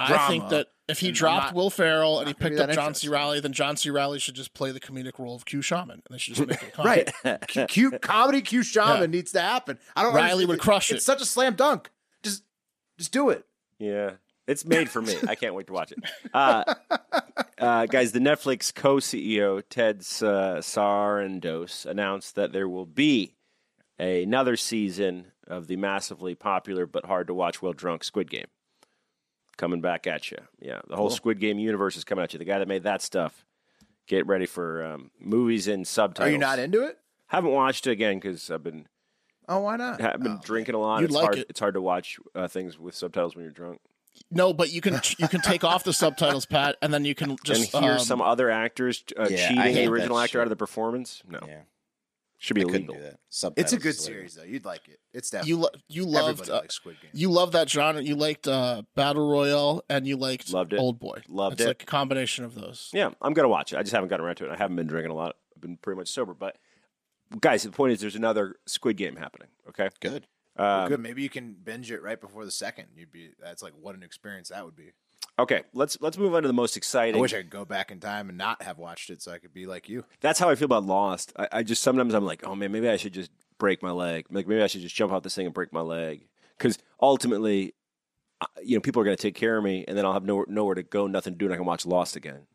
[SPEAKER 2] I think
[SPEAKER 1] drama.
[SPEAKER 2] that if he
[SPEAKER 1] And I'm
[SPEAKER 2] dropped
[SPEAKER 1] not-
[SPEAKER 2] Will Ferrell and he
[SPEAKER 1] not gonna be
[SPEAKER 2] picked up
[SPEAKER 1] that
[SPEAKER 2] John C.
[SPEAKER 1] interested.
[SPEAKER 2] Riley, then John C. Riley should just play the comedic role of Q Shaman, and they should just make it a comedy.
[SPEAKER 1] Right. Q- Q comedy Q shaman
[SPEAKER 2] Yeah.
[SPEAKER 1] needs to happen. I don't
[SPEAKER 2] Riley
[SPEAKER 1] understand-
[SPEAKER 2] would crush
[SPEAKER 1] It's
[SPEAKER 2] it.
[SPEAKER 1] such a slam dunk. Just just do it.
[SPEAKER 4] Yeah. It's made for me. I can't wait to watch it. Uh, uh, guys, the Netflix co CEO, Ted uh, Sarandos, announced that there will be another season of the massively popular but hard to watch, well drunk Squid Game coming back at you. Yeah. The whole Squid Game universe is coming at you. The guy that made that stuff. Get ready for um, movies and subtitles.
[SPEAKER 1] Are you not into it?
[SPEAKER 4] Haven't watched it again because I've been
[SPEAKER 1] Oh, why not?
[SPEAKER 4] have been drinking a lot.
[SPEAKER 2] You'd
[SPEAKER 4] it's
[SPEAKER 2] like
[SPEAKER 4] hard.
[SPEAKER 2] it.
[SPEAKER 4] It's hard to watch uh, things with subtitles when you're drunk.
[SPEAKER 2] No, but you can you can take off the subtitles, Pat, and then you can just
[SPEAKER 4] and hear
[SPEAKER 2] um,
[SPEAKER 4] some other actors uh,
[SPEAKER 3] Yeah, I
[SPEAKER 4] cheating
[SPEAKER 3] hate
[SPEAKER 4] the
[SPEAKER 3] that
[SPEAKER 4] original actor
[SPEAKER 3] shit.
[SPEAKER 4] out of the performance. No,
[SPEAKER 3] Yeah.
[SPEAKER 4] should be
[SPEAKER 3] I couldn't
[SPEAKER 4] illegal.
[SPEAKER 3] do that. Subtitles
[SPEAKER 1] It's a good
[SPEAKER 3] is illegal.
[SPEAKER 1] series though. You'd like it. It's definitely
[SPEAKER 2] you lo- you loved
[SPEAKER 1] everybody
[SPEAKER 2] uh,
[SPEAKER 1] likes Squid Game.
[SPEAKER 2] you loved that genre. You liked uh, Battle Royale, and you liked
[SPEAKER 4] Loved it.
[SPEAKER 2] Old Boy.
[SPEAKER 4] Loved
[SPEAKER 2] it's
[SPEAKER 4] it.
[SPEAKER 2] like a combination of those.
[SPEAKER 4] Yeah, I'm gonna watch it. I just haven't gotten around to it. I haven't been drinking a lot. I've been pretty much sober. But guys, the point is, there's another Squid Game happening. Okay,
[SPEAKER 3] Good.
[SPEAKER 4] um,
[SPEAKER 1] Good. Maybe you can binge it right before the second. You'd be. That's like what an experience that would be.
[SPEAKER 4] okay. Let's let's move on to the most
[SPEAKER 1] I
[SPEAKER 4] exciting.
[SPEAKER 1] wish I could go back in time and not have watched it so I could be like you.
[SPEAKER 4] That's how I feel about Lost. I, I just sometimes I'm like, oh man, maybe I should just break my leg. Like maybe I should just jump off this thing and break my leg because ultimately, I- you know, people are gonna take care of me, and then I'll have nowhere, nowhere to go, nothing to do, and I can watch Lost again.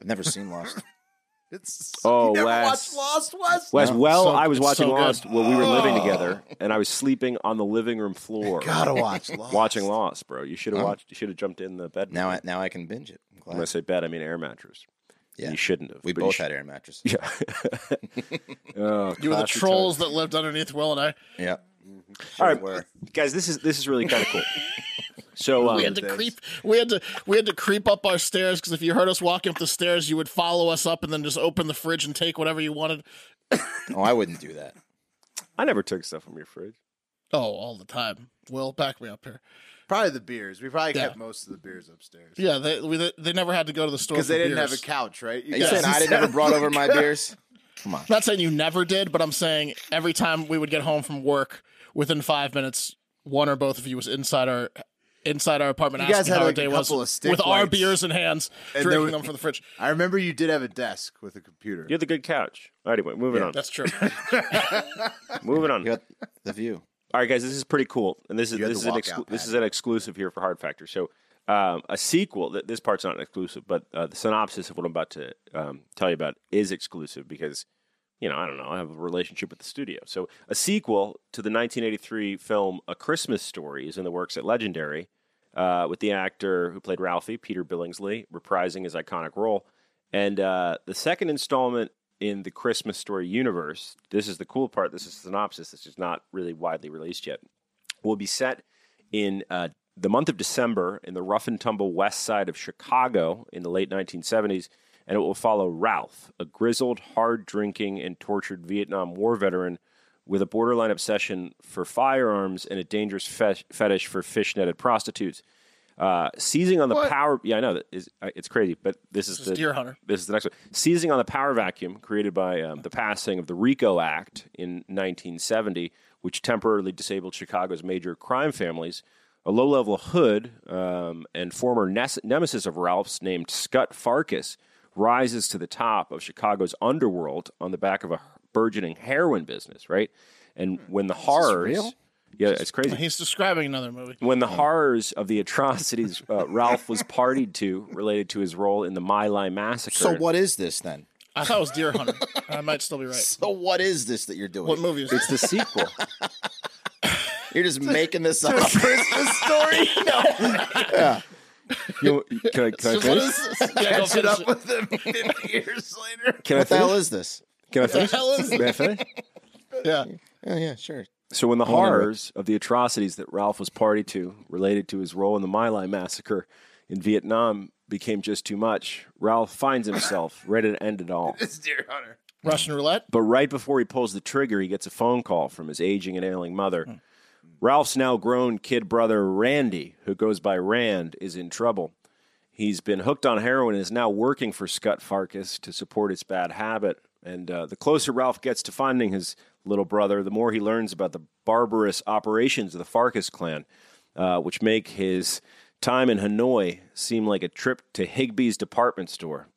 [SPEAKER 3] I've never seen Lost.
[SPEAKER 1] It's
[SPEAKER 4] Oh,
[SPEAKER 1] you never
[SPEAKER 4] Wes.
[SPEAKER 1] watched Lost West.
[SPEAKER 4] Wes,
[SPEAKER 3] No,
[SPEAKER 4] well,
[SPEAKER 2] so-
[SPEAKER 4] I was
[SPEAKER 2] it's
[SPEAKER 4] watching
[SPEAKER 2] so good.
[SPEAKER 4] Lost while we were living together, and I was sleeping on the living room floor
[SPEAKER 1] Gotta watch Lost.
[SPEAKER 4] watching Lost, bro. You should have
[SPEAKER 3] Oh.
[SPEAKER 4] watched. You should have jumped in the bed.
[SPEAKER 3] now, I, now I can binge it. I'm glad.
[SPEAKER 4] when I say bed, I mean air mattress.
[SPEAKER 3] Yeah.
[SPEAKER 4] you shouldn't have.
[SPEAKER 3] we
[SPEAKER 4] but you
[SPEAKER 3] both
[SPEAKER 4] should-
[SPEAKER 3] had air mattresses.
[SPEAKER 4] Yeah. oh,
[SPEAKER 2] You were the
[SPEAKER 4] classic
[SPEAKER 2] trolls that lived underneath Will and I.
[SPEAKER 3] Yeah.
[SPEAKER 4] times. All right,
[SPEAKER 3] were.
[SPEAKER 4] guys, this is this is really kind of cool. So um,
[SPEAKER 2] we had to creep. We had to we had to creep up our stairs because if you heard us walking up the stairs, you would follow us up and then just open the fridge and take whatever you wanted.
[SPEAKER 3] Oh, I wouldn't do that.
[SPEAKER 4] I never took stuff from your fridge.
[SPEAKER 2] Oh, all the time. Will, back me up here.
[SPEAKER 1] Probably the beers. We probably
[SPEAKER 2] Yeah.
[SPEAKER 1] kept most of the beers upstairs.
[SPEAKER 2] Yeah, they we, they- they never had to go to the store
[SPEAKER 1] Because
[SPEAKER 2] for
[SPEAKER 1] they didn't
[SPEAKER 2] beers.
[SPEAKER 1] have a couch, right?
[SPEAKER 3] You
[SPEAKER 1] guys-
[SPEAKER 3] said I didn't ever brought over my beers.
[SPEAKER 2] I'm not saying you never did, but I'm saying every time we would get home from work, within five minutes, one or both of you was inside our inside our apartment
[SPEAKER 1] You guys
[SPEAKER 2] asking
[SPEAKER 1] had,
[SPEAKER 2] how
[SPEAKER 1] like,
[SPEAKER 2] the day
[SPEAKER 1] a
[SPEAKER 2] was
[SPEAKER 1] couple of stick
[SPEAKER 2] with our
[SPEAKER 1] lights.
[SPEAKER 2] beers in hands,
[SPEAKER 1] And there
[SPEAKER 2] drinking
[SPEAKER 1] was-
[SPEAKER 2] them from the fridge.
[SPEAKER 1] I remember you did have a desk with a computer.
[SPEAKER 4] You had the good couch. Anyway, moving on.
[SPEAKER 2] That's true.
[SPEAKER 4] Moving on.
[SPEAKER 3] You got the view.
[SPEAKER 4] All right, guys, this is pretty cool, and this is
[SPEAKER 1] You had
[SPEAKER 4] this
[SPEAKER 1] the
[SPEAKER 4] is an
[SPEAKER 1] walkout
[SPEAKER 4] exclu- this
[SPEAKER 1] pad.
[SPEAKER 4] is an exclusive here for Hard Factor. So, um, a sequel. Th- this part's not exclusive, but uh, the synopsis of what I'm about to um, tell you about is exclusive because, you know, I don't know, I have a relationship with the studio. So, a sequel to the 1983 film A Christmas Story is in the works at Legendary, uh, with the actor who played Ralphie, Peter Billingsley, reprising his iconic role. And uh, the second installment in the Christmas Story universe, this is the cool part, this is the synopsis, this is not really widely released yet, will be set in uh, the month of December in the rough and tumble west side of Chicago in the late 1970s. And it will follow Ralph, a grizzled, hard drinking, and tortured Vietnam War veteran with a borderline obsession for firearms and a dangerous fe- fetish for fishnetted prostitutes. Uh, seizing on the power, yeah, I know that is, uh, it's crazy, but this is
[SPEAKER 2] This is
[SPEAKER 4] the
[SPEAKER 2] Deer Hunter.
[SPEAKER 4] This is the next one. Seizing on the power vacuum created by um, the passing of the RICO Act in 1970, which temporarily disabled Chicago's major crime families. A low level hood um, and former nes- nemesis of Ralph's named Scut Farkas rises to the top of Chicago's underworld on the back of a burgeoning heroin business, right? And when the horrors. Yeah, it's crazy
[SPEAKER 2] He's describing another movie.
[SPEAKER 4] when the horrors of the atrocities uh, Ralph was partied to related to his role in the My Lai massacre.
[SPEAKER 3] So what is this then?
[SPEAKER 2] I thought it was Deer Hunter. I might still be right.
[SPEAKER 3] So what is this that you're doing?
[SPEAKER 2] What movie is
[SPEAKER 4] It's
[SPEAKER 2] it?
[SPEAKER 4] the sequel.
[SPEAKER 3] You're just making this up.
[SPEAKER 1] Christmas story? No.
[SPEAKER 4] You, can I, can I
[SPEAKER 2] What
[SPEAKER 4] finish?
[SPEAKER 2] is this? Yeah, go
[SPEAKER 1] Catch it
[SPEAKER 2] finish
[SPEAKER 1] up
[SPEAKER 2] it.
[SPEAKER 1] with them 50 years later.
[SPEAKER 4] Can I
[SPEAKER 3] What the hell
[SPEAKER 4] finish?
[SPEAKER 3] is this?
[SPEAKER 4] Can I finish?
[SPEAKER 2] hell is
[SPEAKER 4] May I finish?
[SPEAKER 2] Yeah.
[SPEAKER 3] Oh yeah, sure.
[SPEAKER 4] So when the
[SPEAKER 3] on, Rick.
[SPEAKER 4] horrors of the atrocities that Ralph was party to related to his role in the My Lai massacre in Vietnam became just too much, Ralph finds himself ready to end it all.
[SPEAKER 1] It's Deer Hunter.
[SPEAKER 2] Russian roulette.
[SPEAKER 4] But right before he pulls the trigger, he gets a phone call from his aging and ailing mother. Ralph's now grown kid brother, Randy, who goes by Rand, is in trouble. He's been hooked on heroin and is now working for Scott Farkas to support his bad habit. And uh, the closer Ralph gets to finding his little brother, the more he learns about the barbarous operations of the Farkas clan. uh, which make his time in Hanoi seem like a trip to Higbee's department store.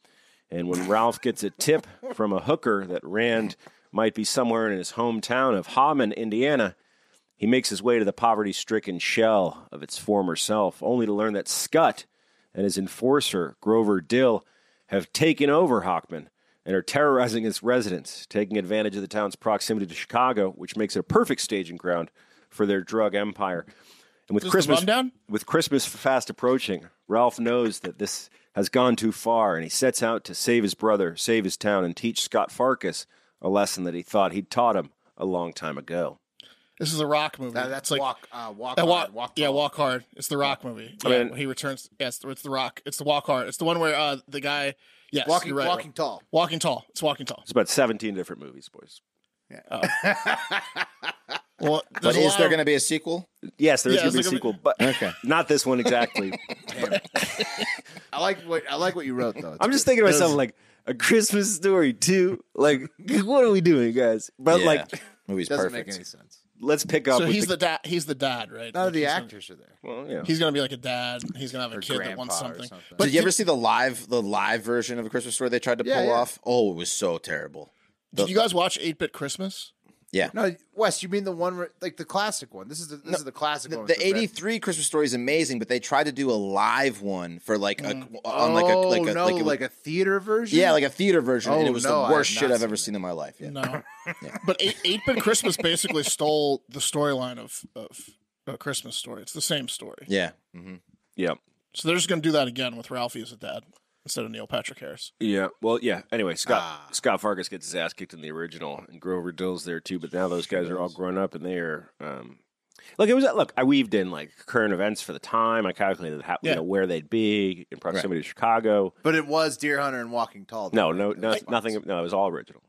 [SPEAKER 4] And when Ralph gets a tip from a hooker that Rand might be somewhere in his hometown of Hammond, Indiana, he makes his way to the poverty stricken shell of its former self, only to learn that Scut and his enforcer, Grover Dill, have taken over Hockman and are terrorizing its residents, taking advantage of the town's proximity to Chicago, which makes it a perfect staging ground for their drug empire. And with
[SPEAKER 2] This the
[SPEAKER 4] Christmas
[SPEAKER 2] rundown?
[SPEAKER 4] with Christmas fast approaching, Ralph knows that this has gone too far, and he sets out to save his brother, save his town, and teach Scott Farkas a lesson that he thought he'd taught him a long time ago.
[SPEAKER 2] This is a rock movie.
[SPEAKER 1] That- that's
[SPEAKER 2] It's like
[SPEAKER 1] walk, uh, walk,
[SPEAKER 2] that
[SPEAKER 1] hard,
[SPEAKER 2] walk,
[SPEAKER 1] walk
[SPEAKER 2] yeah,
[SPEAKER 1] tall.
[SPEAKER 2] walk hard. It's the rock movie. Yeah,
[SPEAKER 4] mean-
[SPEAKER 2] when he returns. Yes, it's the rock. It's the walk hard. It's the one where uh, the guy. Yes,
[SPEAKER 1] walking,
[SPEAKER 2] you're right,
[SPEAKER 1] walking
[SPEAKER 2] right.
[SPEAKER 1] tall.
[SPEAKER 2] walking tall. It's walking tall.
[SPEAKER 4] It's about 17 different movies, boys.
[SPEAKER 2] Well,
[SPEAKER 3] But is there going to be a sequel?
[SPEAKER 4] Yes, there's
[SPEAKER 2] Yeah,
[SPEAKER 4] going to be a
[SPEAKER 2] it's like a-
[SPEAKER 4] sequel, but not this one exactly.
[SPEAKER 1] I like what I like what you wrote though. It's
[SPEAKER 4] I'm just thinking to myself, like, a Christmas story, too. Like, what are we doing, guys? But,
[SPEAKER 3] Yeah.
[SPEAKER 4] like,
[SPEAKER 3] movie's
[SPEAKER 1] doesn't
[SPEAKER 3] perfect.
[SPEAKER 1] make any sense.
[SPEAKER 4] let's pick up
[SPEAKER 2] So
[SPEAKER 4] with
[SPEAKER 2] he's
[SPEAKER 4] the,
[SPEAKER 2] the, dad. He's the dad, right?
[SPEAKER 1] None of the
[SPEAKER 2] he's gonna-
[SPEAKER 1] actors are there.
[SPEAKER 4] well, you know.
[SPEAKER 2] He's gonna be like a dad. He's gonna have a kid that wants
[SPEAKER 1] grandpa or
[SPEAKER 2] something.
[SPEAKER 1] something.
[SPEAKER 2] But
[SPEAKER 3] Did you ever see the live the live version of a Christmas story they tried to
[SPEAKER 1] Yeah,
[SPEAKER 3] pull
[SPEAKER 1] yeah.
[SPEAKER 3] off? Oh, it was so terrible.
[SPEAKER 2] did you guys watch Eight Bit Christmas?
[SPEAKER 3] Yeah.
[SPEAKER 1] No, Wes, you mean the one where- like the classic one? This is the, this is Oh, the classic
[SPEAKER 3] The,
[SPEAKER 1] one.
[SPEAKER 3] the
[SPEAKER 1] with red-
[SPEAKER 3] 83 Christmas story is amazing, but they tried to do a live one for like a on
[SPEAKER 1] Oh
[SPEAKER 3] like a like a
[SPEAKER 1] no,
[SPEAKER 3] like, it was-
[SPEAKER 1] like a theater version.
[SPEAKER 3] yeah, like a theater version and
[SPEAKER 1] Oh,
[SPEAKER 3] it was
[SPEAKER 1] no, I
[SPEAKER 3] the worst
[SPEAKER 1] have
[SPEAKER 3] shit
[SPEAKER 1] not
[SPEAKER 3] I've ever
[SPEAKER 1] seen
[SPEAKER 3] seen in my life. Yeah.
[SPEAKER 2] No. But Eight Bit Christmas basically stole the storyline of of a Christmas story. It's the same story.
[SPEAKER 3] Yeah. hmm
[SPEAKER 4] yeah.
[SPEAKER 2] So they're just gonna do that again with Ralphie as a dad instead of Neil Patrick Harris.
[SPEAKER 4] Yeah. Well, yeah. Anyway, Scott
[SPEAKER 2] Ah.
[SPEAKER 4] Scott Fargus gets his ass kicked in the original, and Grover Dill's there too. But now those guys are all grown up, and they are. Um, look, it was look. I weaved in like current events for the time. I calculated how,
[SPEAKER 2] Yeah.
[SPEAKER 4] you know where they'd be in proximity to Chicago.
[SPEAKER 1] but it was Deer Hunter and Walking Tall.
[SPEAKER 4] No,
[SPEAKER 1] though,
[SPEAKER 4] no,
[SPEAKER 1] right?
[SPEAKER 4] no
[SPEAKER 1] Those
[SPEAKER 4] nothing.
[SPEAKER 1] ones.
[SPEAKER 4] No, it was all original.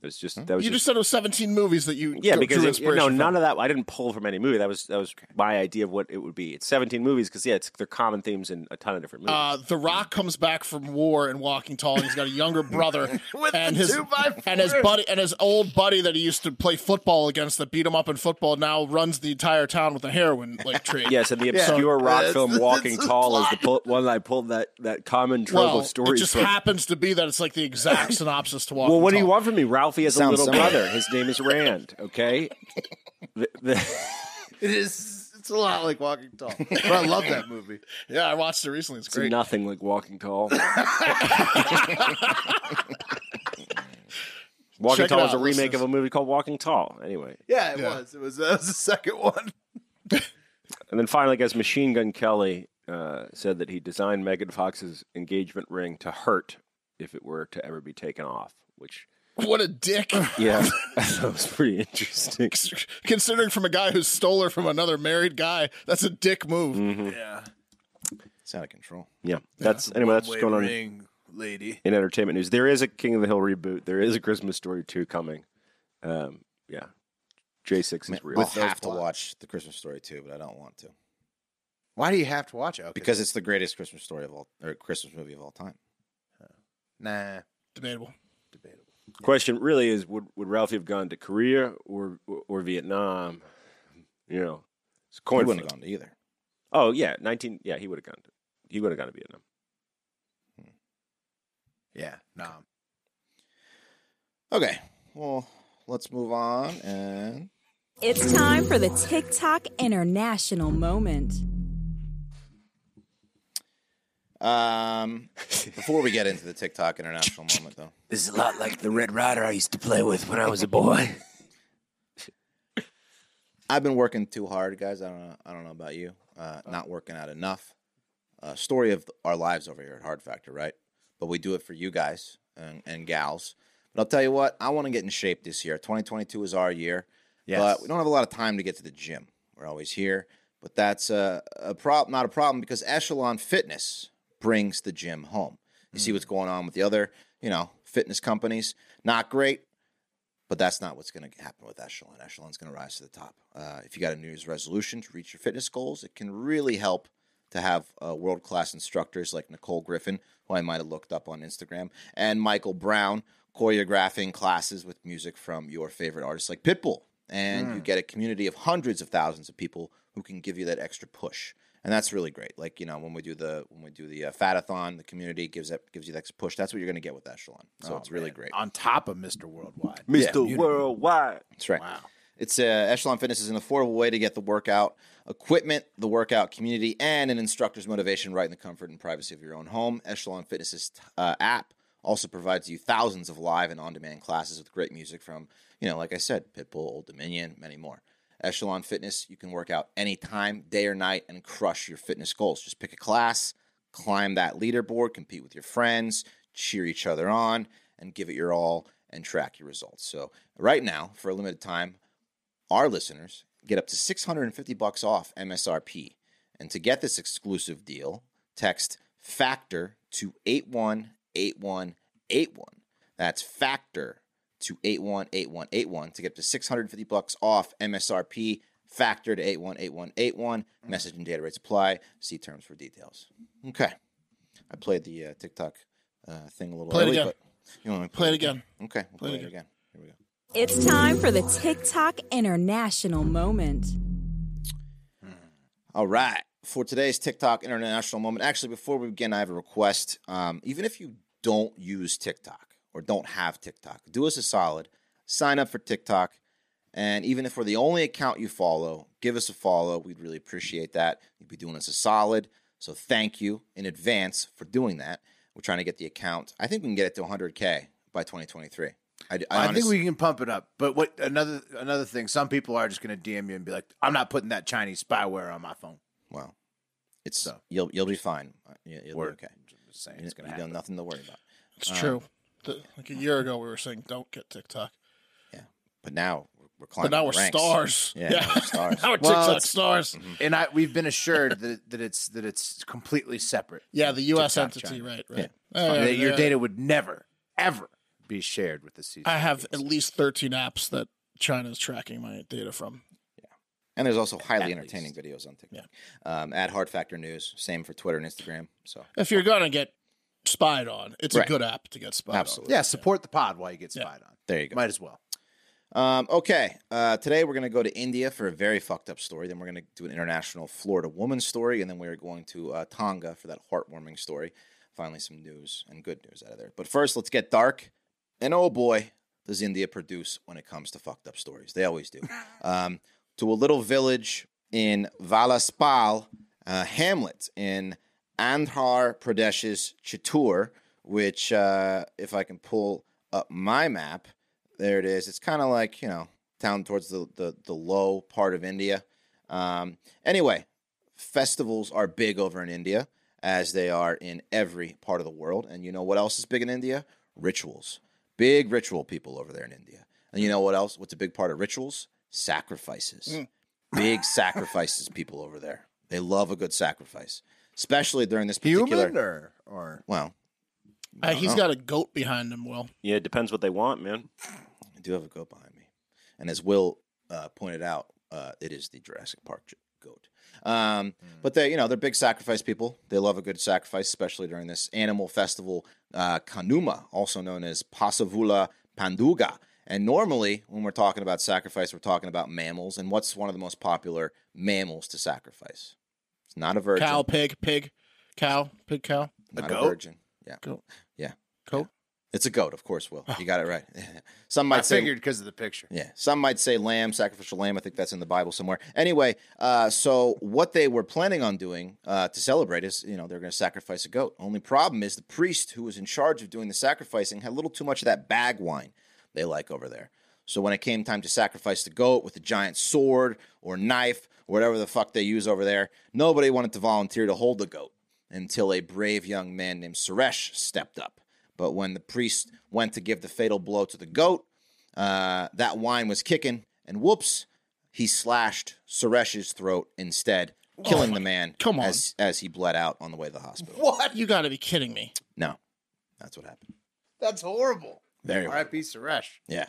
[SPEAKER 4] It was just that was
[SPEAKER 2] You
[SPEAKER 4] just
[SPEAKER 2] just said it was seventeen movies that you
[SPEAKER 4] yeah,
[SPEAKER 2] drew
[SPEAKER 4] because it,
[SPEAKER 2] inspiration
[SPEAKER 4] no,
[SPEAKER 2] from.
[SPEAKER 4] none of that. I didn't pull from any movie. That was that was my idea of what it would be. It's seventeen movies because yeah, it's they're common themes in a ton of different movies.
[SPEAKER 2] Uh, the Rock comes back from war and Walking Tall. And he's got a younger brother and his and his buddy and his old buddy that he used to play football against that beat him up in football. Now runs the entire town with a heroin like trade.
[SPEAKER 4] yes, and the obscure rock
[SPEAKER 1] That's-
[SPEAKER 4] film
[SPEAKER 1] that's
[SPEAKER 4] Walking
[SPEAKER 1] the
[SPEAKER 4] Tall is the pull, one I pulled that that common trope
[SPEAKER 2] well,
[SPEAKER 4] of stories
[SPEAKER 2] it just
[SPEAKER 4] from.
[SPEAKER 2] happens to be that it's like the exact synopsis to Walking
[SPEAKER 4] Well, what do you
[SPEAKER 2] Tall.
[SPEAKER 4] want from me? Ralphie has a
[SPEAKER 3] Sounds
[SPEAKER 4] little
[SPEAKER 3] similar.
[SPEAKER 4] brother. His name is Rand. Okay. The- the-
[SPEAKER 1] It is. It's a lot like Walking Tall. But I love that movie.
[SPEAKER 2] Yeah, I watched it recently. It's
[SPEAKER 4] it's
[SPEAKER 2] great.
[SPEAKER 4] nothing like Walking Tall. Walking
[SPEAKER 2] Check it
[SPEAKER 4] Tall is a
[SPEAKER 2] out,
[SPEAKER 4] remake
[SPEAKER 2] listeners.
[SPEAKER 4] of a movie called Walking Tall. Anyway,
[SPEAKER 1] Yeah, it
[SPEAKER 2] Yeah.
[SPEAKER 1] was. It was. That was the second one.
[SPEAKER 4] and then finally, I guess Machine Gun Kelly uh, said that he designed Megan Fox's engagement ring to hurt if it were to ever be taken off. Which,
[SPEAKER 2] What a dick.
[SPEAKER 4] yeah, that was pretty interesting.
[SPEAKER 2] Considering from a guy who stole her from another married guy, that's a dick move.
[SPEAKER 4] Mm-hmm.
[SPEAKER 3] It's out of control.
[SPEAKER 4] Yeah, that's anyway. That's what's going on.
[SPEAKER 1] Ring lady.
[SPEAKER 4] in entertainment news. There is a King of the Hill reboot. There is a Christmas Story two coming. Um, yeah, J six is real.
[SPEAKER 3] I'll have to
[SPEAKER 1] plots.
[SPEAKER 3] watch the Christmas story too, but I don't want to.
[SPEAKER 1] Why do you have to watch it? Okay.
[SPEAKER 3] Because it's the greatest Christmas story of all or Christmas movie of all time.
[SPEAKER 1] nah,
[SPEAKER 2] Debatable.
[SPEAKER 4] Question really is: Would would Ralphie have gone to Korea or or Vietnam? You know, it's a
[SPEAKER 3] He
[SPEAKER 4] coin.
[SPEAKER 3] wouldn't have
[SPEAKER 4] flip.
[SPEAKER 3] gone to either.
[SPEAKER 4] Oh yeah, nineteen. Yeah, he would have gone. To, he would have gone to Vietnam.
[SPEAKER 1] yeah, nah.
[SPEAKER 3] Okay. Well, let's move on and
[SPEAKER 7] It's time for the TikTok International Moment.
[SPEAKER 3] um before we get into the TikTok international moment though.
[SPEAKER 4] This is a lot like the Red Rider I used to play with when I was a boy.
[SPEAKER 3] I've been working too hard, guys. I don't know. I don't know about you. Uh, not working out enough. Uh, story of our lives over here at Hard Factor, right? But we do it for you guys and, and gals. But I'll tell you what, I want to get in shape this year. 2022 is our year.
[SPEAKER 1] Yes.
[SPEAKER 3] But we don't have a lot of time to get to the gym. We're always here. But that's a, a problem, not a problem, because Echelon Fitness brings the gym home. You see what's going on with the other, you know, fitness companies. Not great. But that's not what's going to happen with Echelon. Echelon's going to rise to the top. Uh, if you got a New Year's resolution to reach your fitness goals, it can really help to have uh, world class instructors like Nicole Griffin, who I might have looked up on Instagram, and Michael Brown choreographing classes with music from your favorite artists like Pitbull. And you get a community of hundreds of thousands of people who can give you that extra push. And that's really great. Like you know, when we do the when we do the uh, fatathon, the community gives that gives you that extra push. That's what you're going to get with Echelon. So it's really great.
[SPEAKER 1] on top of Mr. Worldwide.
[SPEAKER 4] Mr. Worldwide.
[SPEAKER 3] That's right. It's uh, Echelon Fitness is an affordable way to get the workout equipment, the workout community, and an instructor's motivation right in the comfort and privacy of your own home. Echelon Fitness's uh, app also provides you thousands of live and on-demand classes with great music from, you know, like I said, Pitbull, Old Dominion, many more. Echelon Fitness, you can work out anytime, day or night, and crush your fitness goals. Just pick a class, climb that leaderboard, compete with your friends, cheer each other on, and give it your all and track your results. So, right now, for a limited time, our listeners get up to 650 bucks off MSRP. And to get this exclusive deal, text factor to 818181. That's factor to 818181 to get up to 650 bucks off MSRP. Factor to 818181. Message and data rates apply. See terms for details. Okay. I played the uh, TikTok uh, thing a little
[SPEAKER 2] Play it
[SPEAKER 3] early,
[SPEAKER 2] again.
[SPEAKER 3] but you want me to
[SPEAKER 2] Play it again.
[SPEAKER 3] Okay, we'll play, it again. Here we go.
[SPEAKER 7] It's time for the TikTok International Moment.
[SPEAKER 3] All right. For today's TikTok international moment, actually, before we begin, I have a request. Um, even if you don't use TikTok or don't have TikTok, do us a solid. Sign up for TikTok. And even if we're the only account you follow, give us a follow. We'd really appreciate that. You'd be doing us a solid. So thank you in advance for doing that. We're trying to get the account. I think we can get it to 100K by 2023. I, I
[SPEAKER 1] I think
[SPEAKER 3] honestly-
[SPEAKER 1] we can pump it up. But what another another thing, some people are just going to DM you and be like, "I'm not putting that Chinese spyware on my phone."
[SPEAKER 3] Well, it's
[SPEAKER 1] So.
[SPEAKER 3] you'll you'll be fine. Uh, you- You'll
[SPEAKER 1] Word.
[SPEAKER 3] be okay.
[SPEAKER 1] I'm just saying
[SPEAKER 3] You,
[SPEAKER 1] it's going
[SPEAKER 3] you
[SPEAKER 1] to
[SPEAKER 3] don't
[SPEAKER 1] happen.
[SPEAKER 3] nothing to worry about.
[SPEAKER 2] It's true. The- like a year ago, we were saying don't get TikTok,
[SPEAKER 3] But now we're- we're climbing.
[SPEAKER 2] but now
[SPEAKER 3] the
[SPEAKER 2] we're
[SPEAKER 3] ranks.
[SPEAKER 2] stars.
[SPEAKER 3] Yeah, now we're stars.
[SPEAKER 2] now we're
[SPEAKER 1] Well,
[SPEAKER 2] TikTok
[SPEAKER 1] it's-
[SPEAKER 2] stars.
[SPEAKER 1] And I we've been assured that that it's that it's completely separate.
[SPEAKER 2] Yeah, the U.S.
[SPEAKER 1] TikTok
[SPEAKER 2] entity,
[SPEAKER 1] China.
[SPEAKER 2] right? Right.
[SPEAKER 1] Uh,
[SPEAKER 2] Yeah,
[SPEAKER 1] that your
[SPEAKER 2] yeah.
[SPEAKER 1] data would never ever be shared with the CCP.
[SPEAKER 2] I have at least 13 apps that China's tracking my data from.
[SPEAKER 3] and there's also highly
[SPEAKER 1] At
[SPEAKER 3] entertaining videos on TikTok. Um, at Hard Factor News, same for Twitter and Instagram. So
[SPEAKER 2] If you're gonna get spied on, it's
[SPEAKER 3] Right.
[SPEAKER 2] a good app to get spied
[SPEAKER 3] Absolutely.
[SPEAKER 1] yeah, support the pod while you get spied on.
[SPEAKER 3] there you go.
[SPEAKER 1] Might as well.
[SPEAKER 3] Um, okay, uh, today we're going to go to India for a very fucked up story. Then we're going to do an international Florida woman story, and then we're going to uh, Tonga for that heartwarming story. Finally, some news and good news out of there. But first, let's get dark. And oh boy, does India produce when it comes to fucked up stories? They always do. Um, to a little village in Valaspal, uh, hamlet in Andhra Pradesh's Chittor, which, uh, if I can pull up my map, there it is. It's kind of like you know down towards the, the the low part of India. Um, anyway, festivals are big over in India as they are in every part of the world. And you know what else is big in India? Rituals. Big ritual people over there in India. And you know what else? What's a big part of rituals? Sacrifices.
[SPEAKER 1] Mm.
[SPEAKER 3] Big sacrifices people over there. They love a good sacrifice, especially during this particular.
[SPEAKER 1] Human or or
[SPEAKER 3] Well,
[SPEAKER 2] on. Uh, he's got a goat behind him. Will
[SPEAKER 4] Yeah, it depends what they want, man.
[SPEAKER 3] I do have a goat behind me, and as Will uh, pointed out, uh, it is the Jurassic Park j- goat. Um, But they, you know, they're big sacrifice people. They love a good sacrifice, especially during this animal festival, uh, Kanuma, also known as Pasavula Panduga. And normally, when we're talking about sacrifice, we're talking about mammals. And what's one of the most popular mammals to sacrifice? It's not a virgin.
[SPEAKER 2] cow, pig, pig, cow, pig, cow,
[SPEAKER 3] not
[SPEAKER 1] goat?
[SPEAKER 3] a virgin. Yeah,
[SPEAKER 2] Goat.
[SPEAKER 3] Yeah,
[SPEAKER 2] Goat?
[SPEAKER 3] It's a goat, of course. Will you got it right? Some might
[SPEAKER 1] I
[SPEAKER 3] say
[SPEAKER 1] figured because of the picture.
[SPEAKER 3] yeah. Some might say lamb, sacrificial lamb. I think that's in the Bible somewhere. Anyway, uh, so what they were planning on doing uh, to celebrate is, you know, they're going to sacrifice a goat. Only problem is the priest who was in charge of doing the sacrificing had a little too much of that bag wine they like over there. So when it came time to sacrifice the goat with a giant sword or knife or whatever the fuck they use over there, nobody wanted to volunteer to hold the goat until a brave young man named Suresh stepped up. But when the priest went to give the fatal blow to the goat, uh, that wine was kicking, and whoops, he slashed Suresh's throat instead, killing the man
[SPEAKER 2] Oh, come on.
[SPEAKER 3] as as he bled out on the way to the hospital.
[SPEAKER 2] What? You got to be kidding me!
[SPEAKER 3] No, that's what happened.
[SPEAKER 1] That's horrible.
[SPEAKER 3] Very well.
[SPEAKER 1] R.I.P. Suresh.
[SPEAKER 3] Yeah.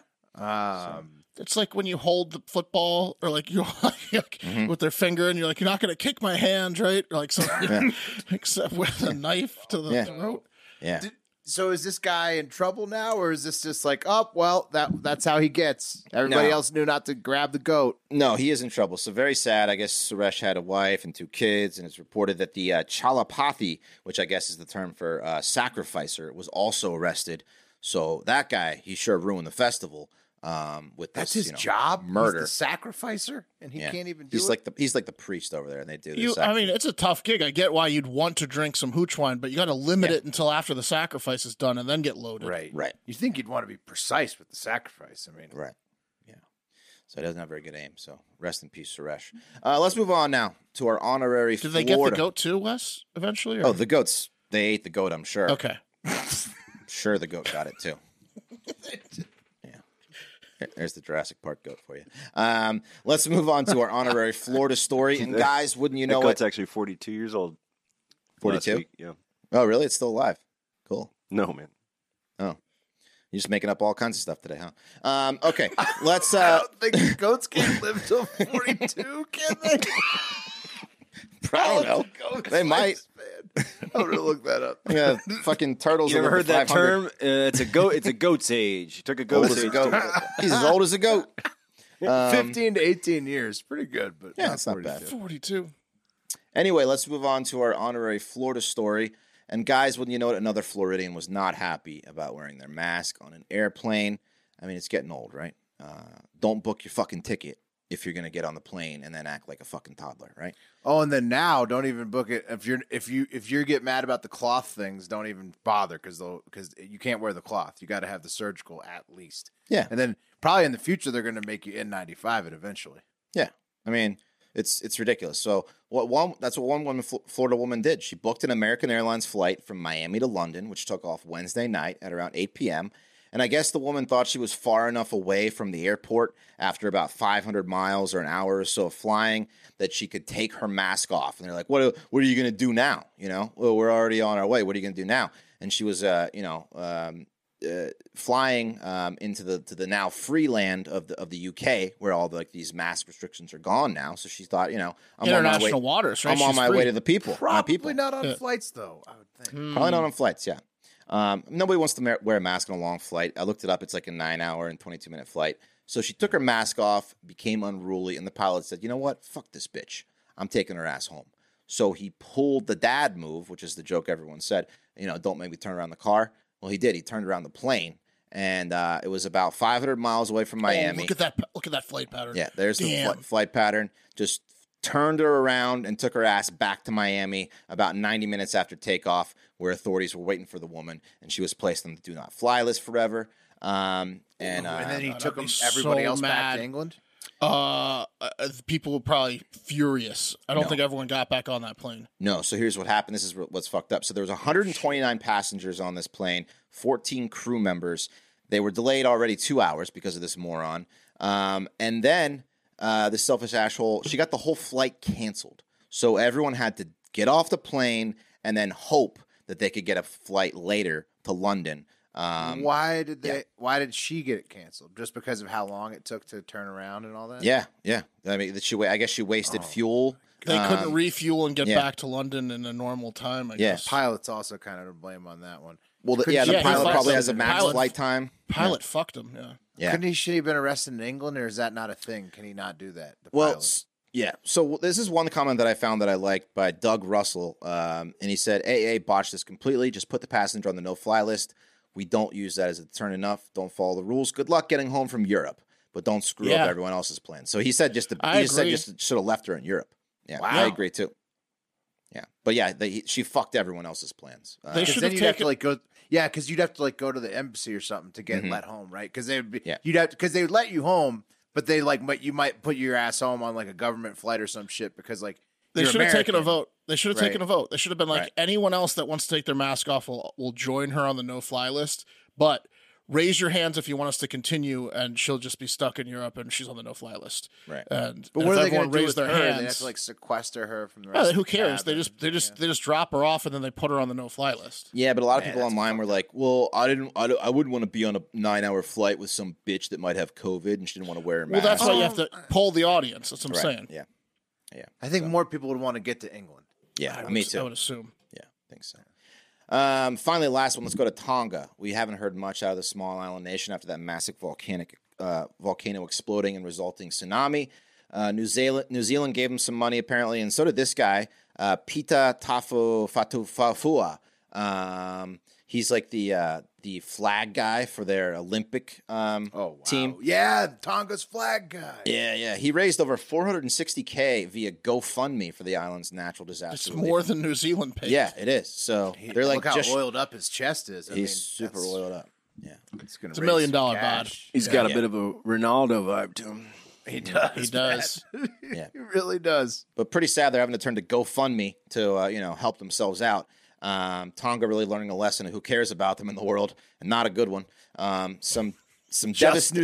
[SPEAKER 1] Um,
[SPEAKER 2] It's like when you hold the football or like you like,
[SPEAKER 3] Mm-hmm.
[SPEAKER 2] with their finger and you're like, you're not gonna kick my hand, right? Or like something, except with a knife to the
[SPEAKER 3] Yeah.
[SPEAKER 2] throat.
[SPEAKER 3] Yeah.
[SPEAKER 1] so is this guy in trouble now, or is this just like, oh, well, that that's how he gets. Everybody
[SPEAKER 3] No.
[SPEAKER 1] else knew not to grab the goat.
[SPEAKER 3] No, he is in trouble. So very sad. I guess Suresh had a wife and two kids, and it's reported that the uh, Chalapathi, which I guess is the term for uh, sacrificer, was also arrested. So that guy, he sure ruined the festival. Um, with
[SPEAKER 1] That's
[SPEAKER 3] this,
[SPEAKER 1] his
[SPEAKER 3] you know,
[SPEAKER 1] job.
[SPEAKER 3] murder.
[SPEAKER 1] He's the sacrificer, and he
[SPEAKER 3] Yeah.
[SPEAKER 1] can't even do
[SPEAKER 3] he's
[SPEAKER 1] it.
[SPEAKER 3] like the he's like the priest over there, and they do.
[SPEAKER 2] You,
[SPEAKER 3] this.
[SPEAKER 2] I mean, it's a tough gig. I get why you'd want to drink some hooch wine, but you got to limit it until after the sacrifice is done and then get loaded.
[SPEAKER 1] right,
[SPEAKER 3] right,
[SPEAKER 1] You think you'd want to be precise with the sacrifice? I mean,
[SPEAKER 3] right, yeah. So he doesn't have very good aim. So rest in peace, Suresh. Uh, let's move on now to our honorary.
[SPEAKER 2] Did they get
[SPEAKER 3] Florida.
[SPEAKER 2] the goat too, Wes? Eventually? Or?
[SPEAKER 3] Oh, the goats. They ate the goat. I'm sure.
[SPEAKER 2] okay.
[SPEAKER 3] Sure, the goat got it too. yeah, There- there's the Jurassic Park goat for you. Um, let's move on to our honorary Florida story. And guys, wouldn't you know
[SPEAKER 4] That goat's
[SPEAKER 3] it?
[SPEAKER 4] actually 42 years old. last
[SPEAKER 3] 42.
[SPEAKER 4] week, Yeah.
[SPEAKER 3] Oh, really? It's still alive. Cool.
[SPEAKER 4] No, man.
[SPEAKER 3] You're just making up all kinds of stuff today, huh? Um, okay, let's. Uh,
[SPEAKER 1] I don't think goats can live till forty-two, can they?
[SPEAKER 3] I don't know.
[SPEAKER 1] Goats
[SPEAKER 3] They might.
[SPEAKER 1] lifespan. I'm gonna look that up.
[SPEAKER 3] Yeah, fucking turtles.
[SPEAKER 4] You
[SPEAKER 3] that
[SPEAKER 4] ever heard
[SPEAKER 3] live to
[SPEAKER 4] that
[SPEAKER 3] 500.
[SPEAKER 4] term? Uh, it's a goat. It's a goat's age. You took a
[SPEAKER 3] Old
[SPEAKER 4] goat's
[SPEAKER 3] as Oh, a
[SPEAKER 4] age.
[SPEAKER 3] goat.
[SPEAKER 4] to-
[SPEAKER 3] He's as old as a goat. Um,
[SPEAKER 1] Fifteen to eighteen years, pretty good, but
[SPEAKER 3] Yeah, it's not bad.
[SPEAKER 2] 42.
[SPEAKER 3] Anyway, let's move on to our honorary Florida story. And guys, wouldn't you know it, another Floridian was not happy about wearing their mask on an airplane. I mean, it's getting old, right? Uh, don't book your fucking ticket if you're gonna get on the plane and then act like a fucking toddler, right?
[SPEAKER 1] Oh, and then now, don't even book it if you're if you if you get mad about the cloth things, don't even bother because they'll because you can't wear the cloth. You got to have the surgical at least.
[SPEAKER 3] Yeah.
[SPEAKER 1] and then probably in the future they're going to make you N95 it eventually.
[SPEAKER 3] Yeah, I mean, it's it's ridiculous. So what one that's what one woman, Fl- Florida woman did. She booked an American Airlines flight from Miami to London, which took off Wednesday night at around 8 p.m. And I guess the woman thought she was far enough away from the airport after about 500 miles or an hour or so of flying that she could take her mask off. And they're like, "What? What are you going to do now? You know, well, we're already on our way. What are you going to do now?" And she was, uh, you know, um, uh, flying um, into the to the now free land of the of the UK, where all the, like these mask restrictions are gone now. So she thought, you know, I'm on my way.
[SPEAKER 2] International waters, right?
[SPEAKER 3] I'm on
[SPEAKER 2] She's
[SPEAKER 3] my
[SPEAKER 2] free.
[SPEAKER 3] way to the people. my people.
[SPEAKER 1] Probably not on
[SPEAKER 2] Yeah.
[SPEAKER 1] flights though. I would think.
[SPEAKER 3] Probably not on flights. Yeah. Um, nobody wants to ma- wear a mask on a long flight. I looked it up. It's like a nine hour and 22 minute flight. So she took her mask off, became unruly, and the pilot said, you know what? Fuck this bitch. I'm taking her ass home. So he pulled the dad move, which is the joke everyone said, you know, don't make me turn around the car. Well, he did. He turned around the plane, and uh, it was about 500 miles away from
[SPEAKER 2] Oh,
[SPEAKER 3] Miami.
[SPEAKER 2] Look at that. Look at that flight pattern.
[SPEAKER 3] Yeah, there's the
[SPEAKER 2] Damn.
[SPEAKER 3] fl- flight pattern. Just turned her around and took her ass back to Miami about 90 minutes after takeoff, where authorities were waiting for the woman, and she was placed on the do not fly list forever. Um, and, uh,
[SPEAKER 1] and then he
[SPEAKER 2] God,
[SPEAKER 1] took
[SPEAKER 2] I'd be
[SPEAKER 1] them, everybody
[SPEAKER 2] so
[SPEAKER 1] else back
[SPEAKER 2] mad.
[SPEAKER 1] to England.
[SPEAKER 2] Uh, uh, people were probably furious. I don't
[SPEAKER 3] No.
[SPEAKER 2] think everyone got back on that plane.
[SPEAKER 3] No, so here's what happened. This is wh- what's fucked up. So there was 129 passengers on this plane, 14 crew members. They were delayed already two hours because of this moron. Um, and then uh, this selfish asshole, she got the whole flight canceled. So everyone had to get off the plane and then hope that they could get a flight later to London. Um,
[SPEAKER 1] why did they? Why did she get it canceled? Just because of how long it took to turn around and all that?
[SPEAKER 3] yeah, yeah. I mean, that she. wa- I guess she wasted fuel.
[SPEAKER 2] Oh They couldn't
[SPEAKER 3] Um,
[SPEAKER 2] refuel and get
[SPEAKER 3] yeah.
[SPEAKER 2] back to London in a normal time. I
[SPEAKER 3] Yeah.
[SPEAKER 2] guess.
[SPEAKER 1] Pilot's also kind of to blame on that one.
[SPEAKER 3] well, the,
[SPEAKER 1] Couldn't
[SPEAKER 3] yeah.
[SPEAKER 1] she-
[SPEAKER 3] The
[SPEAKER 2] Yeah, he
[SPEAKER 3] pilot
[SPEAKER 2] fucked
[SPEAKER 3] probably
[SPEAKER 2] up.
[SPEAKER 3] has a max
[SPEAKER 2] Pilot-
[SPEAKER 3] flight time.
[SPEAKER 2] Pilot fucked him. Yeah.
[SPEAKER 3] Yeah.
[SPEAKER 1] Couldn't he? Should he have been arrested in England, or is that not a thing? Can he not do that? The
[SPEAKER 3] Well,
[SPEAKER 1] pilot?
[SPEAKER 3] s- yeah. So this is one comment that I found that I liked by Doug Russell, um, and he said, "AA botched this completely. Just put the passenger on the no-fly list. We don't use that as a deterrent enough. Don't follow the rules. Good luck getting home from Europe, but don't screw
[SPEAKER 2] Yeah.
[SPEAKER 3] up everyone else's plan." So he said, "Just the,
[SPEAKER 2] I
[SPEAKER 3] he just said
[SPEAKER 2] agree.
[SPEAKER 3] just should have left her in Europe." Yeah, I
[SPEAKER 2] Wow.
[SPEAKER 3] agree too. Yeah, but yeah, they, she fucked everyone else's plans. Uh,
[SPEAKER 2] They
[SPEAKER 1] 'Cause
[SPEAKER 2] should
[SPEAKER 1] then
[SPEAKER 2] have
[SPEAKER 1] you'd
[SPEAKER 2] taken.
[SPEAKER 1] have to like go. Yeah, because you'd have to like go to the embassy or something to get
[SPEAKER 3] Mhm.
[SPEAKER 1] let home, right? Because they'd be,
[SPEAKER 3] Yeah.
[SPEAKER 1] you'd have because they would let you home, but they like might you might put your ass home on like a government flight or some shit because like
[SPEAKER 2] they
[SPEAKER 1] you're
[SPEAKER 2] should have taken a
[SPEAKER 1] American.
[SPEAKER 2] vote. They should have
[SPEAKER 3] Right.
[SPEAKER 2] taken a vote. They should have been like
[SPEAKER 3] Right.
[SPEAKER 2] anyone else that wants to take their mask off will will join her on the no fly list. But raise your hands if you want us to continue, and she'll just be stuck in Europe and she's on the no fly list.
[SPEAKER 3] Right.
[SPEAKER 2] And
[SPEAKER 1] But what
[SPEAKER 2] and if
[SPEAKER 1] are they
[SPEAKER 2] everyone
[SPEAKER 1] going to do with
[SPEAKER 2] raised
[SPEAKER 1] their
[SPEAKER 2] their
[SPEAKER 1] her? They have
[SPEAKER 2] hands?
[SPEAKER 1] to like sequester her from the rest.
[SPEAKER 2] yeah,
[SPEAKER 1] of
[SPEAKER 2] who
[SPEAKER 1] the
[SPEAKER 2] cares?
[SPEAKER 1] cab
[SPEAKER 2] They
[SPEAKER 1] and-
[SPEAKER 2] just they just they just drop her off and then they put her on the no fly list.
[SPEAKER 3] Yeah, but a lot of
[SPEAKER 1] Yeah,
[SPEAKER 3] people
[SPEAKER 1] that's
[SPEAKER 3] online were like, "Well, I didn't. I, don't- I wouldn't want to be on a nine-hour flight with some bitch that might have COVID and she didn't want to wear a
[SPEAKER 2] Well,
[SPEAKER 3] mask."
[SPEAKER 2] that's why you have
[SPEAKER 1] Oh.
[SPEAKER 2] to poll the audience. That's what I'm
[SPEAKER 3] Right,
[SPEAKER 2] saying.
[SPEAKER 3] Yeah,
[SPEAKER 1] I think more people would want to get to England.
[SPEAKER 3] yeah.
[SPEAKER 2] I would,
[SPEAKER 3] me too.
[SPEAKER 2] I would assume.
[SPEAKER 3] Yeah, I think so. Um, finally, last one. Let's go to Tonga. We haven't heard much out of the small island nation after that massive volcanic uh, volcano exploding and resulting tsunami. Uh, New Zealand New Zealand gave him some money apparently, and so did this guy, uh, Pita Tafu Fatu Fafua. Um, he's like the uh, the flag guy for their Olympic um,
[SPEAKER 2] Oh,
[SPEAKER 3] team.
[SPEAKER 1] Oh, Yeah, Tonga's flag guy.
[SPEAKER 3] Yeah, yeah. He raised over 460k via GoFundMe for the island's natural disaster.
[SPEAKER 2] It's
[SPEAKER 3] relief.
[SPEAKER 2] more than New Zealand paid.
[SPEAKER 3] Yeah, it is. So they're like
[SPEAKER 1] Look how
[SPEAKER 3] just
[SPEAKER 1] oiled up his chest is. I
[SPEAKER 3] he's
[SPEAKER 1] mean,
[SPEAKER 3] super
[SPEAKER 1] that's-
[SPEAKER 3] oiled up. Yeah,
[SPEAKER 1] It's, gonna
[SPEAKER 2] It's a
[SPEAKER 1] raise
[SPEAKER 2] million
[SPEAKER 1] some
[SPEAKER 2] dollar
[SPEAKER 1] cash.
[SPEAKER 4] He's got a bit of a Ronaldo vibe to him.
[SPEAKER 1] He does.
[SPEAKER 2] he does.
[SPEAKER 3] yeah.
[SPEAKER 1] He really does.
[SPEAKER 3] But pretty sad they're having to turn to GoFundMe to uh, you know help themselves out. Um, Tonga really learning a lesson of who cares about them in the world, and not a good one. Um, some some
[SPEAKER 1] Just
[SPEAKER 3] devast-
[SPEAKER 1] New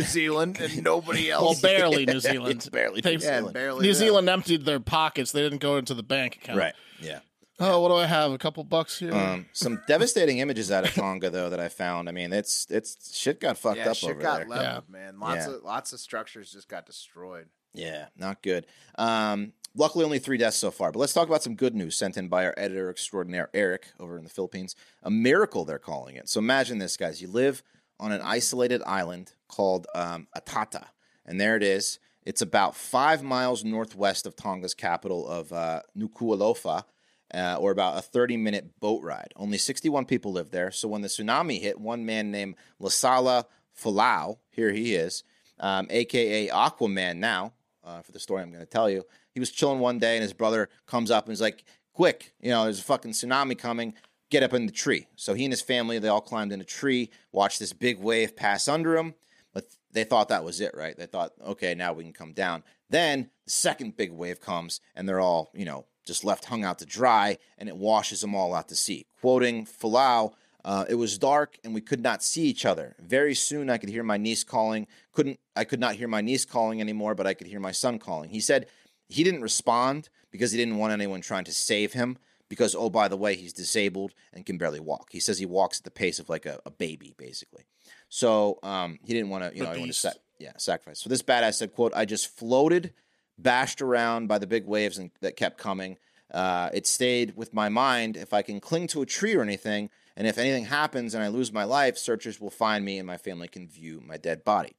[SPEAKER 1] Zealand and nobody
[SPEAKER 2] Well,
[SPEAKER 1] else.
[SPEAKER 2] barely New Zealand.
[SPEAKER 3] barely
[SPEAKER 2] They-
[SPEAKER 3] New
[SPEAKER 1] yeah,
[SPEAKER 3] Zealand.
[SPEAKER 1] barely.
[SPEAKER 2] New
[SPEAKER 1] them.
[SPEAKER 2] Zealand emptied their pockets. They didn't go into the bank account.
[SPEAKER 3] right. Yeah.
[SPEAKER 2] Oh, what do I have? A couple bucks here.
[SPEAKER 3] Um, some devastating images out of Tonga though that I found. I mean, it's it's shit got fucked
[SPEAKER 1] Yeah,
[SPEAKER 3] up
[SPEAKER 1] shit
[SPEAKER 3] over
[SPEAKER 1] got
[SPEAKER 3] there.
[SPEAKER 1] leveled, man. Lots
[SPEAKER 3] Yeah.
[SPEAKER 1] of lots of structures just got destroyed.
[SPEAKER 3] Yeah, not good. Um, luckily, only three deaths so far. But let's talk about some good news sent in by our editor extraordinaire, Eric, over in the Philippines. A miracle, they're calling it. So imagine this, guys. You live on an isolated island called um, Atata. And there it is. It's about five miles northwest of Tonga's capital of uh, Nuku'alofa, uh, or about a 30 minute boat ride. Only 61 people live there. So when the tsunami hit, one man named Lasala Falau, here he is, um, aka Aquaman now, uh, for the story I'm going to tell you. He was chilling one day and his brother comes up and is like, Quick, you know, there's a fucking tsunami coming. Get up in the tree. So he and his family, they all climbed in a tree, watched this big wave pass under him. But they thought that was it, right? They thought, okay, now we can come down. Then the second big wave comes, and they're all, you know, just left hung out to dry, and it washes them all out to sea. Quoting Falau, uh, it was dark, and we could not see each other. Very soon, I could hear my niece calling. Couldn't I could not hear my niece calling anymore, but I could hear my son calling. He said he didn't respond because he didn't want anyone trying to save him. Because oh, by the way, he's disabled and can barely walk. He says he walks at the pace of like a, a baby, basically. So um, he didn't want to, you know, he wanted to
[SPEAKER 2] beast.
[SPEAKER 3] sac- yeah, sacrifice. So this badass said, "quote I just floated, bashed around by the big waves and, that kept coming. Uh, it stayed with my mind. If I can cling to a tree or anything, and if anything happens and I lose my life, searchers will find me and my family can view my dead body."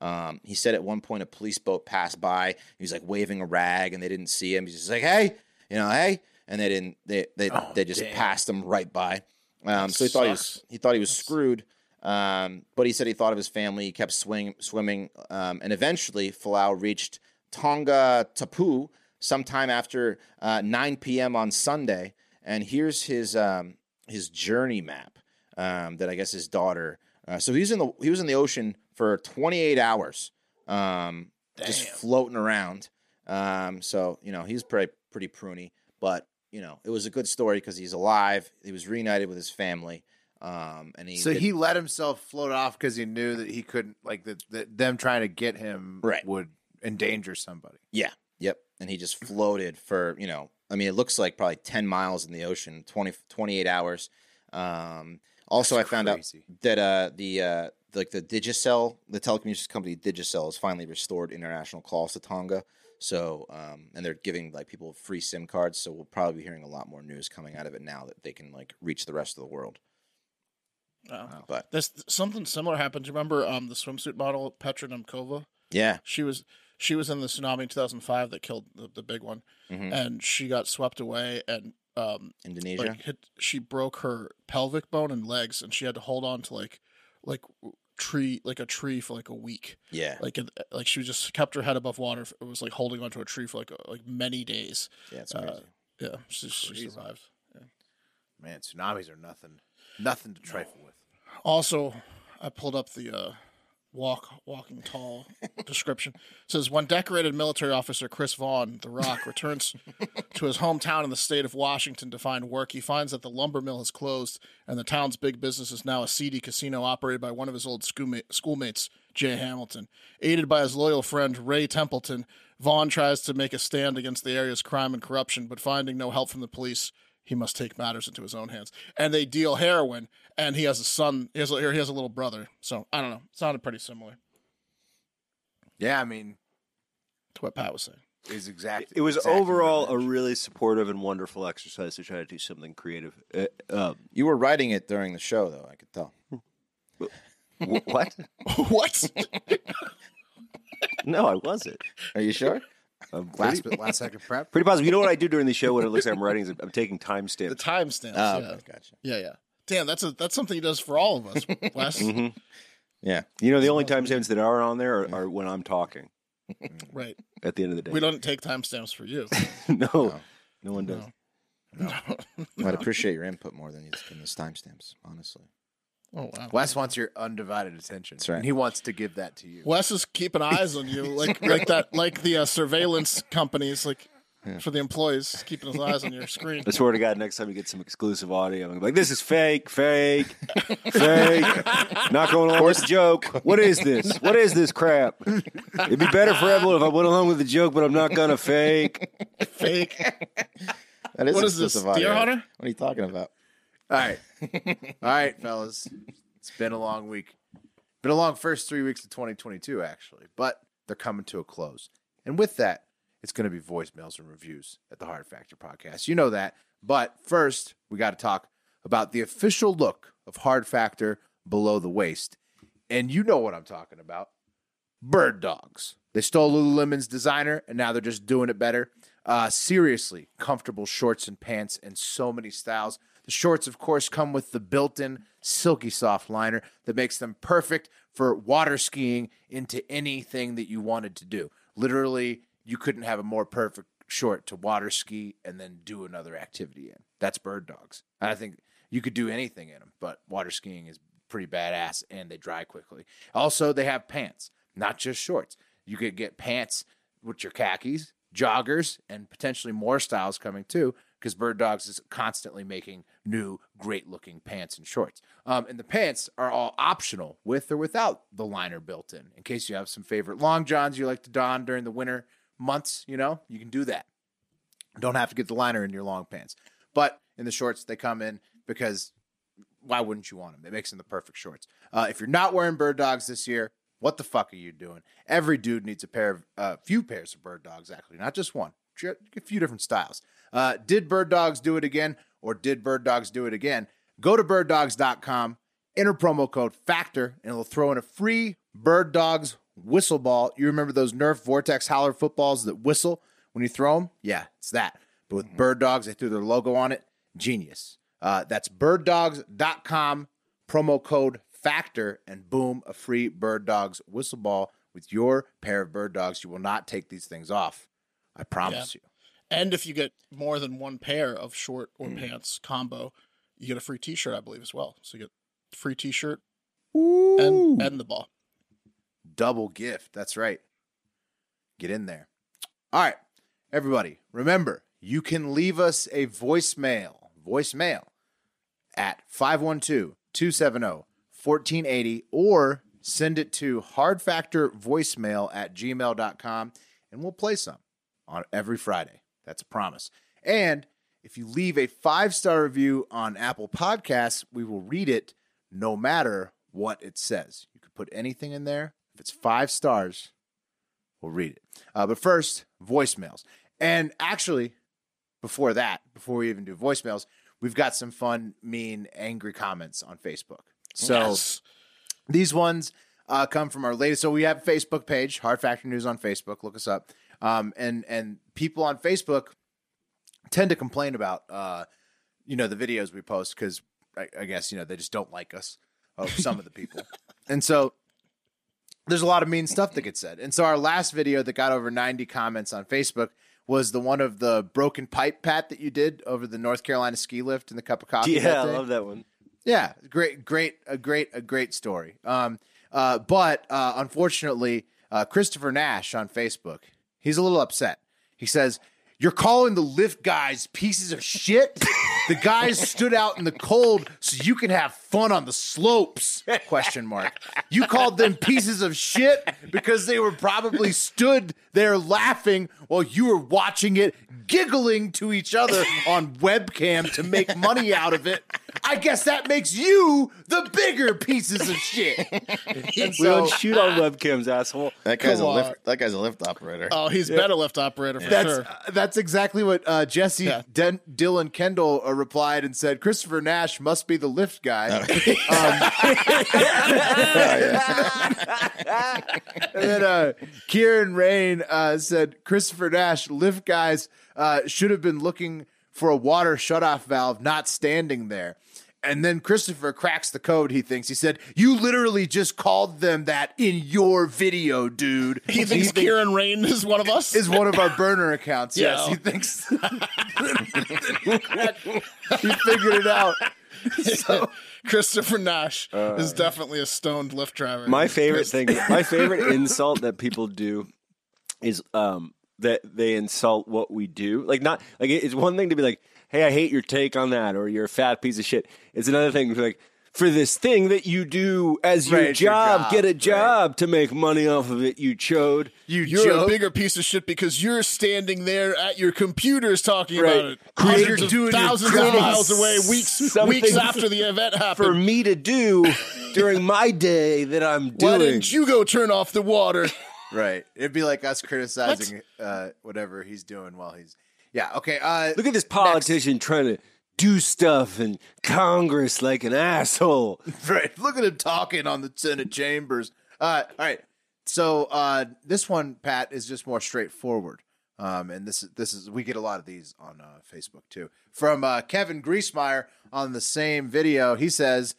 [SPEAKER 3] Um, he said at one point a police boat passed by. He was like waving a rag, and they didn't see him. He's just like, "Hey, you know, hey," and they didn't. They they, they just passed him right by. Um, so he thought he was he thought he was screwed. Um, but he said he thought of his family. He kept swing, swimming, um, and eventually Falau reached Tonga Tapu sometime after uh, 9 p.m. on Sunday. And here's his um, his journey map um, that I guess his daughter. Uh, so he's in the he was in the ocean for 28 hours, um, just floating around. Um, so you know he's pretty pretty pruny, but you know it was a good story because he's alive. He was reunited with his family, um, and he
[SPEAKER 1] So
[SPEAKER 3] did-
[SPEAKER 1] he let himself float off because he knew that he couldn't like that, that them trying to get him
[SPEAKER 3] Right.
[SPEAKER 1] would endanger somebody.
[SPEAKER 3] Yeah. Yep. And he just floated for, you know, I mean, it looks like probably 10 miles in the ocean, 20, 28 hours. Um, also, I found
[SPEAKER 1] crazy.
[SPEAKER 3] out that uh, the uh, like the Digicel, the telecommunications company Digicel, has finally restored international calls to Tonga. So, um, and they're giving like people free SIM cards. So we'll probably be hearing a lot more news coming out of it now that they can like reach the rest of the world.
[SPEAKER 2] Oh.
[SPEAKER 3] But
[SPEAKER 2] This something similar happened. Do you remember um, the swimsuit model Petra Nemkova?
[SPEAKER 3] yeah,
[SPEAKER 2] She was she was in the tsunami in 2005 that killed the, the big one, and she got swept away and um,
[SPEAKER 3] Indonesia.
[SPEAKER 2] like hit, she broke her pelvic bone and legs, and she had to hold on to like like tree like a tree for like a week.
[SPEAKER 3] yeah.
[SPEAKER 2] Like it- uh, like she just kept her head above water. It was like holding onto a tree for like like many days. Uh,
[SPEAKER 3] yeah. It's crazy.
[SPEAKER 2] Yeah, she, she survived.
[SPEAKER 1] Man, tsunamis are nothing, nothing to trifle with.
[SPEAKER 2] Also, I pulled up the uh, walk walking tall description. It says when decorated military officer Chris Vaughn, The Rock, returns to his hometown in the state of Washington to find work, he finds that the lumber mill has closed and the town's big business is now a seedy casino operated by one of his old schoolma- schoolmates, Jay Hamilton. Aided by his loyal friend Ray Templeton, Vaughn tries to make a stand against the area's crime and corruption, but finding no help from the police, he must take matters into his own hands. And they deal heroin, and he has a son. He has a, he has a little brother. So I don't know. Sounded pretty similar
[SPEAKER 1] Yeah, I mean,
[SPEAKER 2] to what Pat was saying.
[SPEAKER 1] is exactly.
[SPEAKER 4] It was
[SPEAKER 1] exactly what I
[SPEAKER 4] overall a
[SPEAKER 1] meant.
[SPEAKER 4] really supportive and wonderful exercise to try to do something creative. Uh, uh,
[SPEAKER 3] You were writing it during the show, though. I could tell.
[SPEAKER 4] Wh- what?
[SPEAKER 2] what?
[SPEAKER 4] No, I wasn't.
[SPEAKER 3] Are you sure?
[SPEAKER 4] I'm pretty,
[SPEAKER 1] Last bit, last second prep.
[SPEAKER 4] pretty positive. You know what I do during the show when it looks like I'm writing? Is I'm taking
[SPEAKER 2] the
[SPEAKER 4] timestamps.
[SPEAKER 2] timestamps.
[SPEAKER 3] Oh,
[SPEAKER 2] yeah.
[SPEAKER 3] okay, gotcha.
[SPEAKER 2] yeah, yeah. Damn, that's a that's something he does for all of us. Wes,
[SPEAKER 3] Yeah,
[SPEAKER 4] You know, the only timestamps that are on there are, are when I'm talking
[SPEAKER 2] right?
[SPEAKER 4] at the end of the day.
[SPEAKER 2] We don't take timestamps for you.
[SPEAKER 4] no, no, one does.
[SPEAKER 3] I'd appreciate your input more than you can this timestamps. Honestly,
[SPEAKER 2] Oh wow.
[SPEAKER 1] Wes wants your undivided attention.
[SPEAKER 3] right.
[SPEAKER 1] And he wants to give that to you.
[SPEAKER 2] Wes is keeping eyes on you, like like that, like the uh, surveillance companies, like for the employees, he's keeping his eyes on your screen.
[SPEAKER 4] I swear to God, next time you get some exclusive audio, I'm gonna be like, "This is fake, fake, fake. Not going along with the joke. What is this? What is this crap? It'd be better for everyone if I went along with the joke, but I'm not gonna fake.
[SPEAKER 2] Fake.
[SPEAKER 3] that is
[SPEAKER 2] What is this,
[SPEAKER 3] exclusive audio.
[SPEAKER 2] Deer Hunter?
[SPEAKER 3] What are you talking about?
[SPEAKER 1] All right. All right, fellas. It's been a long week. Been a long first three weeks of 2022, actually, but they're coming to a close. And with that, it's going to be voicemails and reviews at the Hard Factor podcast. You know that. But first, we got to talk about the official look of Hard Factor below the waist. And you know what I'm talking about bird dogs. They stole Lululemon's designer, and now they're just doing it better. Uh, seriously, comfortable shorts and pants, and so many styles. The shorts, of course, come with the built-in silky soft liner that makes them perfect for water skiing into anything that you wanted to do. Literally, you couldn't have a more perfect short to water ski and then do another activity in. That's bird dogs. And I think you could do anything in them, but water skiing is pretty badass and they dry quickly. Also, they have pants, not just shorts. You could get pants with your khakis, joggers, and potentially more styles coming too, because Bird Dogs is constantly making new, great looking pants and shorts. Um, and the pants are all optional with or without the liner built in, in case you have some favorite long johns you like to don during the winter months, you know, you can do that don't have to get the liner in your long pants. But in the shorts, they come in because why wouldn't you want them? It makes them the perfect shorts. Uh, if you're not wearing bird dogs this year, what the fuck are you doing? Every dude needs a pair of a few pairs of bird dogs, actually, not just one, ju- a few different styles. Uh, did bird dogs do it again, or did bird dogs do it again? Go to birddogs.com, enter promo code FACTOR, and it'll throw in a free bird dogs whistle ball. You remember those Nerf Vortex Howler footballs that whistle? when you throw them, yeah, it's that. But with Bird Dogs, they threw their logo on it. Genius. Uh, that's birddogs.com, promo code FACTOR, and boom, a free Bird Dogs whistle ball with your pair of Bird Dogs. You will not take these things off. I promise you.
[SPEAKER 2] And if you get more than one pair of short or
[SPEAKER 1] Hmm.
[SPEAKER 2] pants combo, you get a free T-shirt, I believe, as well. So you get free T-shirt and and the ball.
[SPEAKER 1] double gift. That's right. Get in there. All right, everybody, remember you can leave us a voicemail, voicemail at 512 270 1480 or send it to hardfactorvoicemail at gmail.com and we'll play some on every Friday. That's a promise. And if you leave a five star review on Apple Podcasts, we will read it no matter what it says. You could put anything in there. If it's five stars, we'll read it. Uh, but first, voicemails. And actually, before that, before we even do voicemails, we've got some fun, mean, angry comments on Facebook. So
[SPEAKER 2] Yes.
[SPEAKER 1] these ones uh, come from our latest. So we have a Facebook page, Hard Factor News on Facebook. Look us up. Um, and and people on Facebook tend to complain about uh, you know the videos we post because I, I guess you know they just don't like us. Oh, some of the people, and so there's a lot of mean stuff that gets said. And so our last video that got over 90 comments on Facebook was the one of the broken pipe pat that you did over the North Carolina ski lift and the cup of coffee.
[SPEAKER 4] Yeah,
[SPEAKER 1] that
[SPEAKER 4] I
[SPEAKER 1] day.
[SPEAKER 4] love that one.
[SPEAKER 1] Yeah, great, great, a great, a great story. Um, uh, but uh, unfortunately, uh, Christopher Nash on Facebook, he's a little upset. He says, "You're calling the lift guys pieces of shit. the guys stood out in the cold so you can have fun on the slopes." Question mark. You called them pieces of shit because they were probably stood there laughing while you were watching it, giggling to each other on webcam to make money out of it. I guess that makes you the bigger pieces of shit.
[SPEAKER 4] we
[SPEAKER 1] And so
[SPEAKER 4] don't shoot on webcams, asshole.
[SPEAKER 3] That guy's
[SPEAKER 2] Come
[SPEAKER 3] a
[SPEAKER 2] on.
[SPEAKER 3] lift. That guy's a lift operator.
[SPEAKER 2] Oh, he's better left operator for
[SPEAKER 1] that's
[SPEAKER 2] sure.
[SPEAKER 1] uh, that's exactly what uh, Jesse
[SPEAKER 2] Yeah.
[SPEAKER 1] Den- Dylan Kendall uh, replied and said. Christopher Nash must be the lift guy. Um, And then uh, Kieran Rain uh, said Christopher Nash lift guys uh, should have been looking for a water shutoff valve, not standing there. And then Christopher cracks the code. He thinks he said, "You literally just called them that in your video, dude."
[SPEAKER 2] He thinks Kieran Rain is one of us.
[SPEAKER 1] is one of our burner accounts.
[SPEAKER 2] Yeah.
[SPEAKER 1] Yes, he thinks he figured it out.
[SPEAKER 2] Christopher Nash
[SPEAKER 1] Uh,
[SPEAKER 2] is definitely a stoned lift driver.
[SPEAKER 4] My favorite thing, my favorite insult that people do is um, that they insult what we do. Like not like it- it's one thing to be like, "Hey, I hate your take on that," or "You're a fat piece of shit." It's another thing to be like, "For this thing that you do as your,
[SPEAKER 1] Right, your
[SPEAKER 4] job,
[SPEAKER 1] job,
[SPEAKER 4] get a
[SPEAKER 1] right.
[SPEAKER 4] job to make money off of it, you chode."
[SPEAKER 1] You
[SPEAKER 2] You're a
[SPEAKER 1] joke.
[SPEAKER 2] bigger piece of shit because you're standing there at your computers talking
[SPEAKER 4] Right.
[SPEAKER 2] about it.
[SPEAKER 4] Creating-
[SPEAKER 2] hundreds of
[SPEAKER 1] doing your
[SPEAKER 2] thousands of
[SPEAKER 1] job.
[SPEAKER 2] miles away, weeks
[SPEAKER 4] Something
[SPEAKER 2] weeks
[SPEAKER 4] for-
[SPEAKER 2] after the event
[SPEAKER 4] for
[SPEAKER 2] happened.
[SPEAKER 4] me to do during my day that I'm doing.
[SPEAKER 2] Why didn't you go turn off the water?
[SPEAKER 1] right. It'd be like us criticizing uh, whatever he's doing while he's. Yeah. Okay. Uh,
[SPEAKER 4] Look at this politician trying to do stuff in Congress like an asshole.
[SPEAKER 1] right. Look at him talking on the Senate chambers. Uh, all right. So uh, this one, Pat, is just more straightforward. Um, and this is this is we get a lot of these on uh, Facebook too. From uh, Kevin Griesmeyer on the same video, he says,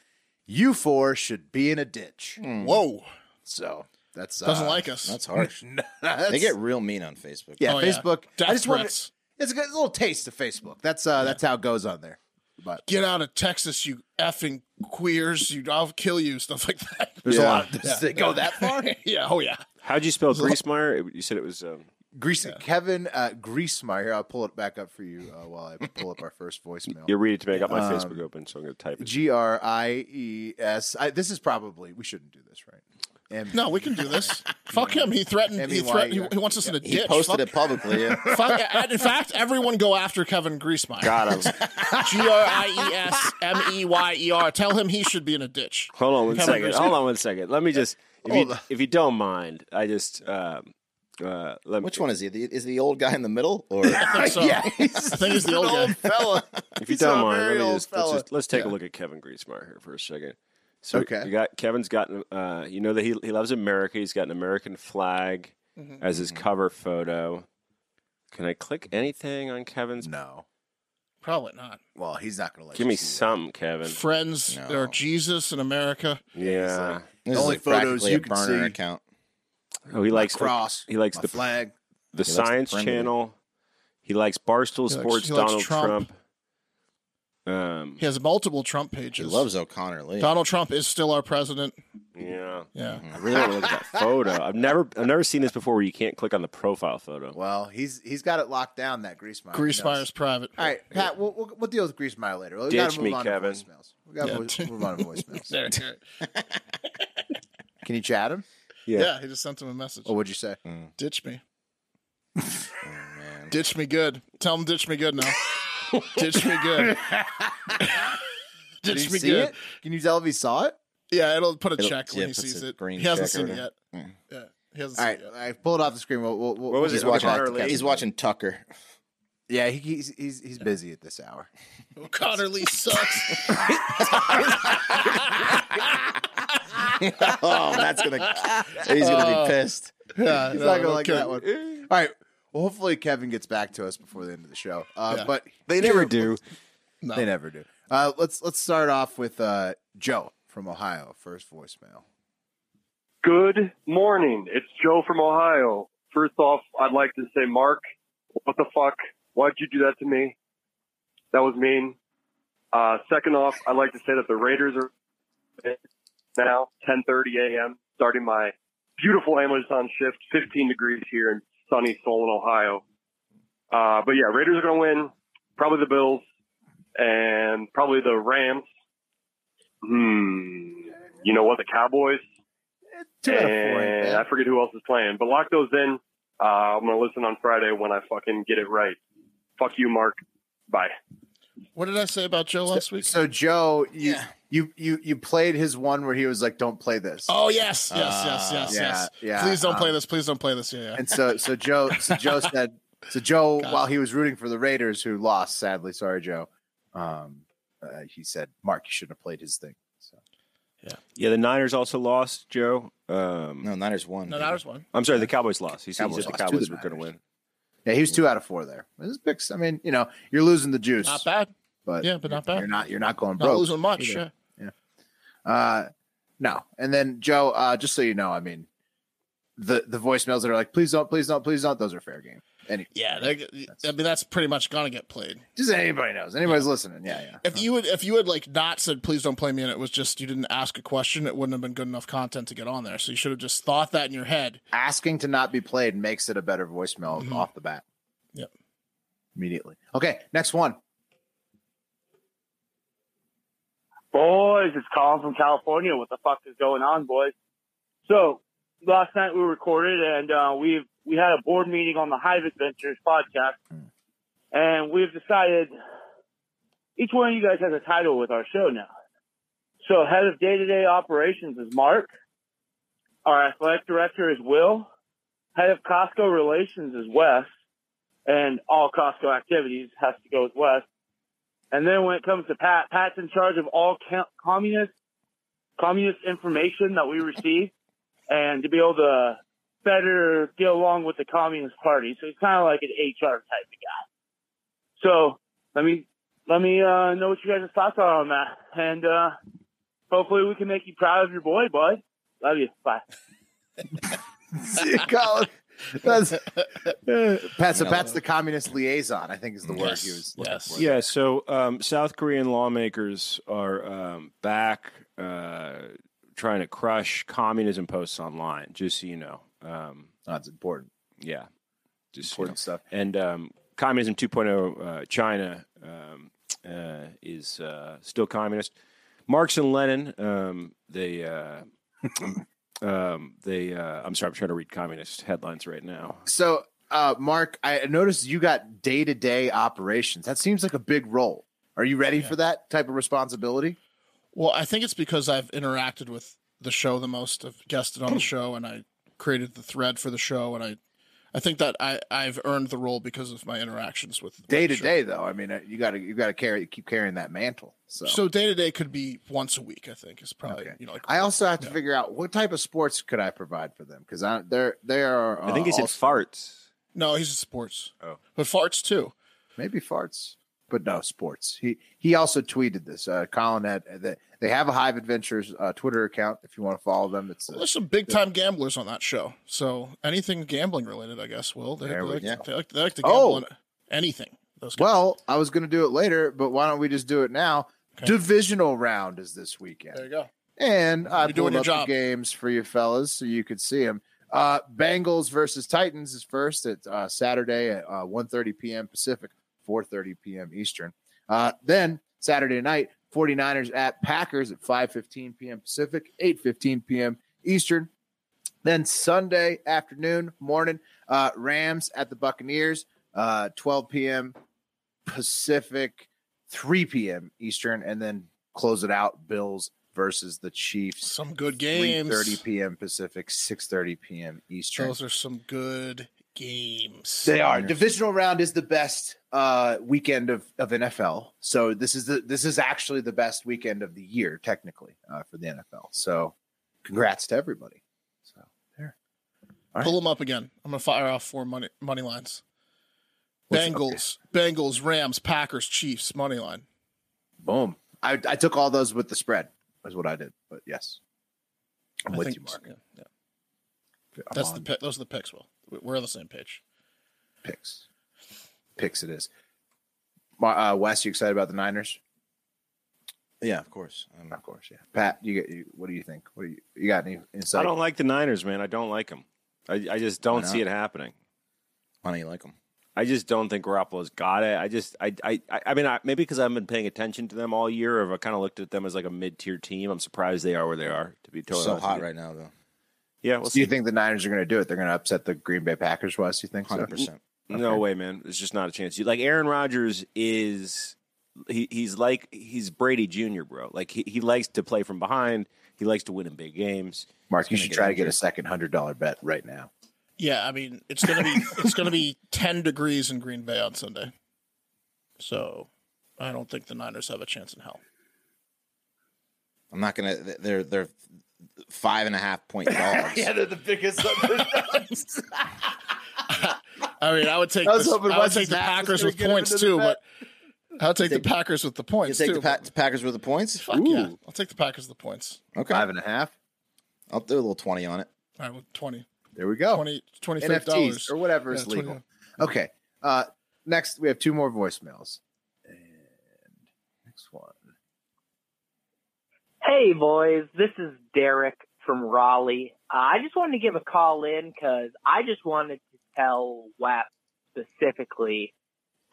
[SPEAKER 1] "You four should be in a ditch."
[SPEAKER 2] Whoa.
[SPEAKER 1] So that's
[SPEAKER 2] Doesn't
[SPEAKER 1] uh,
[SPEAKER 2] like us.
[SPEAKER 3] That's harsh.
[SPEAKER 1] that's,
[SPEAKER 3] they get real mean on Facebook.
[SPEAKER 1] yeah
[SPEAKER 2] Oh, yeah.
[SPEAKER 1] Facebook.
[SPEAKER 2] Death
[SPEAKER 1] I just wanted,
[SPEAKER 2] threats.
[SPEAKER 1] it's a good little taste of Facebook. That's uh, that's how it goes on there. But
[SPEAKER 2] Get out of Texas, you effing queers. You, I'll kill you. Stuff like that.
[SPEAKER 1] there's a lot. Of, does it go that far?
[SPEAKER 2] yeah. Oh, yeah.
[SPEAKER 4] How'd you spell Griesmeyer? You said it was. Um,
[SPEAKER 1] Greasy Kevin uh, Greasemeyer. Here, I'll pull it back up for you uh, while I pull up our first voicemail.
[SPEAKER 4] you read it to me. I got my Facebook open, so I'm going to type it.
[SPEAKER 1] G R I E S. I- This is probably we shouldn't do this, right? M-
[SPEAKER 2] No, we can do this. Fuck him. He threatened. He,
[SPEAKER 1] M.E.Y.
[SPEAKER 2] threatened he, he wants us in a
[SPEAKER 3] He
[SPEAKER 2] ditch.
[SPEAKER 3] posted
[SPEAKER 2] Fuck-
[SPEAKER 3] it publicly. yeah.
[SPEAKER 2] fuck- and in fact, everyone go after Kevin Griesmeyer.
[SPEAKER 4] God, I was,
[SPEAKER 2] G R I E S M E Y E R. Tell him he should be in a ditch.
[SPEAKER 4] hold on one
[SPEAKER 2] Kevin
[SPEAKER 4] second.
[SPEAKER 2] Griesmer.
[SPEAKER 4] Hold on one second. Let me just, if
[SPEAKER 1] Hold
[SPEAKER 4] you,
[SPEAKER 1] on.
[SPEAKER 4] if you don't mind, I just. Um, uh, let me,
[SPEAKER 3] Which one is he? The- Is the old guy in the middle, or
[SPEAKER 2] So,
[SPEAKER 1] yeah, he's,
[SPEAKER 2] I think he's the old guy.
[SPEAKER 1] fella.
[SPEAKER 4] If you
[SPEAKER 1] He's a
[SPEAKER 4] don't mind, let
[SPEAKER 1] very
[SPEAKER 4] me
[SPEAKER 1] old
[SPEAKER 4] just, let's,
[SPEAKER 1] fella.
[SPEAKER 4] just, let's take a look at Kevin Griesmeyer here for a second. So
[SPEAKER 1] Okay.
[SPEAKER 4] you got Kevin's gotten uh, you know that he he loves America. He's got an American flag as his cover photo. Can I click anything on Kevin's?
[SPEAKER 1] No,
[SPEAKER 2] Probably not.
[SPEAKER 1] well, he's not gonna let
[SPEAKER 4] Give
[SPEAKER 1] you
[SPEAKER 4] me
[SPEAKER 1] see that.
[SPEAKER 4] something, Kevin.
[SPEAKER 2] Friends
[SPEAKER 3] No.
[SPEAKER 2] or Jesus in America.
[SPEAKER 4] Yeah.
[SPEAKER 3] This
[SPEAKER 1] The
[SPEAKER 3] is
[SPEAKER 1] only
[SPEAKER 3] like
[SPEAKER 1] photos
[SPEAKER 3] practically
[SPEAKER 1] you
[SPEAKER 3] a
[SPEAKER 1] can
[SPEAKER 3] burner
[SPEAKER 1] see.
[SPEAKER 3] account?
[SPEAKER 4] Oh, he likes the-
[SPEAKER 1] cross.
[SPEAKER 4] he likes
[SPEAKER 1] my
[SPEAKER 4] the
[SPEAKER 1] flag.
[SPEAKER 4] the
[SPEAKER 3] He likes the
[SPEAKER 4] Science
[SPEAKER 3] perimeter.
[SPEAKER 4] Channel. He likes Barstool
[SPEAKER 2] He likes-
[SPEAKER 4] Sports.
[SPEAKER 2] he likes
[SPEAKER 4] Donald Trump.
[SPEAKER 2] Trump.
[SPEAKER 4] Um.
[SPEAKER 2] He has multiple Trump pages.
[SPEAKER 3] He loves O'Connor Lee.
[SPEAKER 2] Donald Trump is still our president.
[SPEAKER 4] Yeah.
[SPEAKER 2] Yeah.
[SPEAKER 1] Mm-hmm.
[SPEAKER 4] I really want to look at that photo. I've never I've never seen this before where you can't click on the profile photo.
[SPEAKER 1] Well, he's he's got it locked down. That Greasemeyer. He knows.
[SPEAKER 2] Greasefire's private.
[SPEAKER 1] All right, Pat, we'll, we'll, we'll deal with Greasemeyer later. We
[SPEAKER 4] Ditch
[SPEAKER 1] gotta move
[SPEAKER 4] me,
[SPEAKER 1] on to
[SPEAKER 4] Kevin.
[SPEAKER 1] voicemails. We gotta
[SPEAKER 2] Yeah.
[SPEAKER 1] vo- move on to voicemails.
[SPEAKER 2] There, there.
[SPEAKER 1] Can you chat him?
[SPEAKER 4] Yeah.
[SPEAKER 2] Yeah. he just sent him a message.
[SPEAKER 1] Or what'd you say?
[SPEAKER 2] Ditch me.
[SPEAKER 1] Oh,
[SPEAKER 2] Ditch me good. Tell him ditch me good now. ditch me good.
[SPEAKER 1] Did you
[SPEAKER 2] ditch me
[SPEAKER 1] see
[SPEAKER 2] good.
[SPEAKER 1] it? Can you tell if he saw it?
[SPEAKER 2] Yeah, it'll put a
[SPEAKER 3] It'll-
[SPEAKER 2] check
[SPEAKER 3] yeah,
[SPEAKER 2] when he
[SPEAKER 3] puts
[SPEAKER 2] sees
[SPEAKER 3] a
[SPEAKER 2] it.
[SPEAKER 3] green
[SPEAKER 2] he hasn't
[SPEAKER 3] check or
[SPEAKER 2] seen it yet.
[SPEAKER 3] whatever.
[SPEAKER 2] Yeah, he hasn't
[SPEAKER 1] Mm. All right,
[SPEAKER 2] seen it.
[SPEAKER 1] all right, pull it off the screen. We'll, we'll, we'll,
[SPEAKER 4] What was it?
[SPEAKER 1] we'll
[SPEAKER 3] He's
[SPEAKER 1] get
[SPEAKER 3] watching.
[SPEAKER 1] back to
[SPEAKER 4] O'Connor
[SPEAKER 1] Kevin.
[SPEAKER 3] He's watching Tucker.
[SPEAKER 1] Yeah, he, he's he's he's busy at this hour.
[SPEAKER 2] yet. O'Connor Lee sucks.
[SPEAKER 3] oh, that's gonna. He's gonna
[SPEAKER 2] Oh.
[SPEAKER 3] be pissed.
[SPEAKER 2] yeah,
[SPEAKER 1] He's
[SPEAKER 2] no,
[SPEAKER 1] not gonna
[SPEAKER 2] no
[SPEAKER 1] like
[SPEAKER 2] kidding.
[SPEAKER 1] that one. All right. Well, hopefully Kevin gets back to us before the end of the show. Uh,
[SPEAKER 2] Yeah.
[SPEAKER 1] But
[SPEAKER 4] They never do.
[SPEAKER 1] they never do. Uh, let's let's start off with uh, Joe from Ohio. First voicemail.
[SPEAKER 8] Good morning. It's Joe from Ohio. First off, I'd like to say, Mark, what the fuck? Why'd you do that to me? That was mean. Uh, second off, I'd like to say that the Raiders are now 10:30 a.m. starting my beautiful Amazon shift. 15 degrees here in sunny Solon, Ohio. Uh, but yeah, Raiders are going to win. Probably the Bills and probably the Rams. Hmm. You know what? The Cowboys
[SPEAKER 1] Two out of four. ain't
[SPEAKER 8] and
[SPEAKER 1] bad.
[SPEAKER 8] I forget who else is playing. But lock those in. Uh, I'm gonna listen on Friday when I fucking get it right. Fuck you, Mark. Bye.
[SPEAKER 2] What did I say about Joe last week?
[SPEAKER 1] So Joe, you,
[SPEAKER 3] Yeah.
[SPEAKER 1] you you you played his one where he was like, "Don't play this."
[SPEAKER 2] Oh yes, yes, yes,
[SPEAKER 3] Uh,
[SPEAKER 2] yes,
[SPEAKER 1] Ah, yeah,
[SPEAKER 2] yes.
[SPEAKER 1] yeah,
[SPEAKER 2] Please don't
[SPEAKER 1] um,
[SPEAKER 2] play this. Please don't play this. Yeah, yeah.
[SPEAKER 1] And so so Joe so Joe said so Joe
[SPEAKER 2] God.
[SPEAKER 1] while he was rooting for the Raiders who lost sadly sorry Joe, um, uh, he said, "Mark, you shouldn't have played his thing." So
[SPEAKER 4] Yeah, the Niners also lost, Joe. Um,
[SPEAKER 3] No, Niners won.
[SPEAKER 2] No,
[SPEAKER 3] baby.
[SPEAKER 2] Niners won.
[SPEAKER 4] I'm sorry, the Cowboys lost. He said he
[SPEAKER 1] Cowboys
[SPEAKER 4] said the
[SPEAKER 1] lost to the
[SPEAKER 4] Cowboys were going to win.
[SPEAKER 1] yeah, he was two out of four there. This picks, I mean, you know, you're losing the juice,
[SPEAKER 2] Not bad.
[SPEAKER 1] but
[SPEAKER 2] Yeah, but not bad.
[SPEAKER 1] You're not you're not going
[SPEAKER 2] Not
[SPEAKER 1] broke.
[SPEAKER 2] losing much.
[SPEAKER 1] either.
[SPEAKER 2] Yeah.
[SPEAKER 1] Uh, no. And then Joe, uh, just so you know, I mean, the the voicemails that are like, "Please don't, please don't, please don't," those are fair game. Any
[SPEAKER 2] Yeah, they- I mean that's pretty much gonna get played.
[SPEAKER 1] just anybody knows, anybody's listening. Yeah, yeah.
[SPEAKER 2] If you would, if you had like not said, please don't play me, and it was just you didn't ask a question, it wouldn't have been good enough content to get on there. So you should have just thought that in your head.
[SPEAKER 1] asking to not be played makes it a better voicemail off the bat.
[SPEAKER 2] Mm-hmm. Yep.
[SPEAKER 1] Immediately. Okay, next one.
[SPEAKER 9] Boys, it's Colin from California. What the fuck is going on, boys? So last night we recorded and uh, we we had a board meeting on the Hive Adventures podcast, and we've decided each one of you guys has a title with our show now. So head of day to day operations is Mark. Our athletic director is Will. Head of Costco relations is Wes, and all Costco activities has to go with Wes. And then when it comes to Pat, Pat's in charge of all ca- communist communist information that we receive, and to be able to better get along with the communist party. So he's kind of like an HR type of guy. So let me let me uh, know what you guys' thoughts are on that, and uh, hopefully we can make you proud of your boy, bud. Love you. Bye.
[SPEAKER 1] See, Colin. That's, Pat, so
[SPEAKER 3] Yeah.
[SPEAKER 1] Pat's the communist liaison, I think is the word
[SPEAKER 2] Yes,
[SPEAKER 1] he was.
[SPEAKER 2] yes.
[SPEAKER 4] Yeah, so um, South Korean lawmakers are um, back uh, trying to crush communism posts online, just so you know. Um,
[SPEAKER 1] Oh, it's important.
[SPEAKER 4] yeah, just so you know.
[SPEAKER 1] Important stuff.
[SPEAKER 4] And um, communism 2.0, uh, China um, uh, is uh, still communist. Marx and Lenin, um, they, uh, um, they. Uh, I'm sorry, I'm trying to read communist headlines right now.
[SPEAKER 1] So uh Mark, I noticed you got day to day operations. That seems like a big role. Are you ready for that type of responsibility?
[SPEAKER 2] Well, I think it's because I've interacted with the show the most. I've guested on the show, and I created the thread for the show, and I, I think that I I've earned the role because of my interactions with with
[SPEAKER 1] Day
[SPEAKER 2] the
[SPEAKER 1] to
[SPEAKER 2] show.
[SPEAKER 1] day, though, I mean, uh, you got to you got to carry keep carrying that mantle.
[SPEAKER 2] So day to day could be once a week. I think is probably
[SPEAKER 1] Okay.
[SPEAKER 2] you know like
[SPEAKER 1] I also have to
[SPEAKER 2] Yeah.
[SPEAKER 1] figure out what type of sports could I provide for them because I they're they are. uh,
[SPEAKER 4] I think he
[SPEAKER 1] it's
[SPEAKER 4] said farts.
[SPEAKER 2] no, he's in sports.
[SPEAKER 4] Oh.
[SPEAKER 2] but farts too.
[SPEAKER 1] maybe farts, but no sports. He he also tweeted this. Uh, Colin had that they have a Hive Adventures uh, Twitter account if you want to follow them. It's uh,
[SPEAKER 2] There's some big time gamblers on that show. So anything gambling related, I guess. Will they,
[SPEAKER 1] There
[SPEAKER 2] they
[SPEAKER 1] we
[SPEAKER 2] like,
[SPEAKER 3] go.
[SPEAKER 2] they like they like to gamble
[SPEAKER 1] Oh.
[SPEAKER 2] on anything. Those guys.
[SPEAKER 1] well, I was gonna do it later, but why don't we just do it now? Divisional round is this weekend.
[SPEAKER 2] there you go.
[SPEAKER 1] And I
[SPEAKER 2] You're doing
[SPEAKER 1] pulled
[SPEAKER 2] your
[SPEAKER 1] up
[SPEAKER 2] job.
[SPEAKER 1] the games for you fellas so you could see them. Uh, Bengals versus Titans is first at uh, Saturday at uh, 1.30 p.m. Pacific, 4.30 p.m. Eastern. Uh, then Saturday night, 49ers at Packers at 5.15 p.m. Pacific, 8.15 p.m. Eastern. Then Sunday afternoon, morning, uh, Rams at the Buccaneers, uh, 12 p.m. Pacific, 3 p.m. Eastern, and then close it out Bills versus the Chiefs.
[SPEAKER 2] Some good
[SPEAKER 1] three
[SPEAKER 2] games.
[SPEAKER 1] thirty p.m. Pacific, six thirty p.m. Eastern.
[SPEAKER 2] Those are some good games.
[SPEAKER 1] They are. Divisional round is the best uh, weekend of, of NFL. So this is the this is actually the best weekend of the year technically uh, for the NFL. So congrats to everybody. So there. All
[SPEAKER 2] Pull them up again. I'm gonna fire off four money money lines.
[SPEAKER 1] What's-
[SPEAKER 2] Bengals, Bengals, Rams, Packers, Chiefs, money line.
[SPEAKER 1] Boom. I, I took all those with the spread. Is what I did. But yes, I'm
[SPEAKER 2] I
[SPEAKER 1] with
[SPEAKER 2] think-
[SPEAKER 1] you, Mark.
[SPEAKER 2] yeah, yeah.
[SPEAKER 1] I'm
[SPEAKER 2] That's the
[SPEAKER 1] on
[SPEAKER 2] pi- those are the picks. Will We- we're on the same page.
[SPEAKER 1] picks. Picks it is. Mar- Uh, Wes, you excited about the Niners?
[SPEAKER 3] Yeah, of course. Um,
[SPEAKER 1] Of course, yeah. Pat, you, get- you what do you think? What do you you got any insight?
[SPEAKER 4] I don't like the Niners, man. I don't like them. I, I just
[SPEAKER 3] Why
[SPEAKER 4] don't
[SPEAKER 3] not?
[SPEAKER 4] see it happening.
[SPEAKER 3] why don't you like them?
[SPEAKER 4] I just don't think Garoppolo's got it. I just, I, I, I I mean, I, maybe because I haven't been paying attention to them all year, or I kind of looked at them as like a mid-tier team. I'm surprised they are where they are. To be totally
[SPEAKER 3] so
[SPEAKER 4] honest
[SPEAKER 3] hot
[SPEAKER 4] with you.
[SPEAKER 3] right now, though.
[SPEAKER 4] Yeah, we'll
[SPEAKER 1] do
[SPEAKER 4] see.
[SPEAKER 1] you think the Niners are going to do it? They're going to upset the Green Bay Packers, Wes? You think so?
[SPEAKER 3] Hundred percent.
[SPEAKER 4] No way, man. There's just not a chance. You, like Aaron Rodgers is he he's like he's Brady Junior, bro. Like he, he likes to play from behind. He likes to win in big games.
[SPEAKER 10] Mark, you
[SPEAKER 4] He's gonna
[SPEAKER 10] should
[SPEAKER 4] get
[SPEAKER 10] try to get a
[SPEAKER 4] injured.
[SPEAKER 10] second hundred dollar bet right now.
[SPEAKER 2] Yeah, I mean it's gonna be it's gonna be ten degrees in Green Bay on Sunday, so I don't think the Niners have a chance in hell.
[SPEAKER 3] I'm not gonna. They're they're five and a half point dogs.
[SPEAKER 1] they're the biggest.
[SPEAKER 2] I mean, I would take
[SPEAKER 1] I was
[SPEAKER 2] this-
[SPEAKER 1] hoping
[SPEAKER 2] I would
[SPEAKER 1] Wesley's
[SPEAKER 2] take the
[SPEAKER 1] math was
[SPEAKER 2] Packers
[SPEAKER 1] gonna
[SPEAKER 2] with
[SPEAKER 1] get him
[SPEAKER 2] points
[SPEAKER 1] into
[SPEAKER 2] too,
[SPEAKER 1] the
[SPEAKER 2] but I'll take the Packers with the
[SPEAKER 3] You
[SPEAKER 2] points
[SPEAKER 3] take
[SPEAKER 2] too.
[SPEAKER 3] the pa- Packers with the points.
[SPEAKER 2] Fuck yeah, I'll take the Packers with the points.
[SPEAKER 3] Okay.
[SPEAKER 10] Five and a half.
[SPEAKER 3] I'll do a little twenty on it.
[SPEAKER 2] All right, with 20
[SPEAKER 10] There we
[SPEAKER 1] Oh,
[SPEAKER 10] go.
[SPEAKER 2] 20 $25
[SPEAKER 10] NFTs or whatever is
[SPEAKER 2] Yeah,
[SPEAKER 10] legal.
[SPEAKER 2] 20.
[SPEAKER 10] Okay. Uh, next, we have two more voicemails. And next one.
[SPEAKER 11] Hey, boys. This is Derek from Raleigh. Uh, I just wanted to give a call in because I just wanted to tell WAP specifically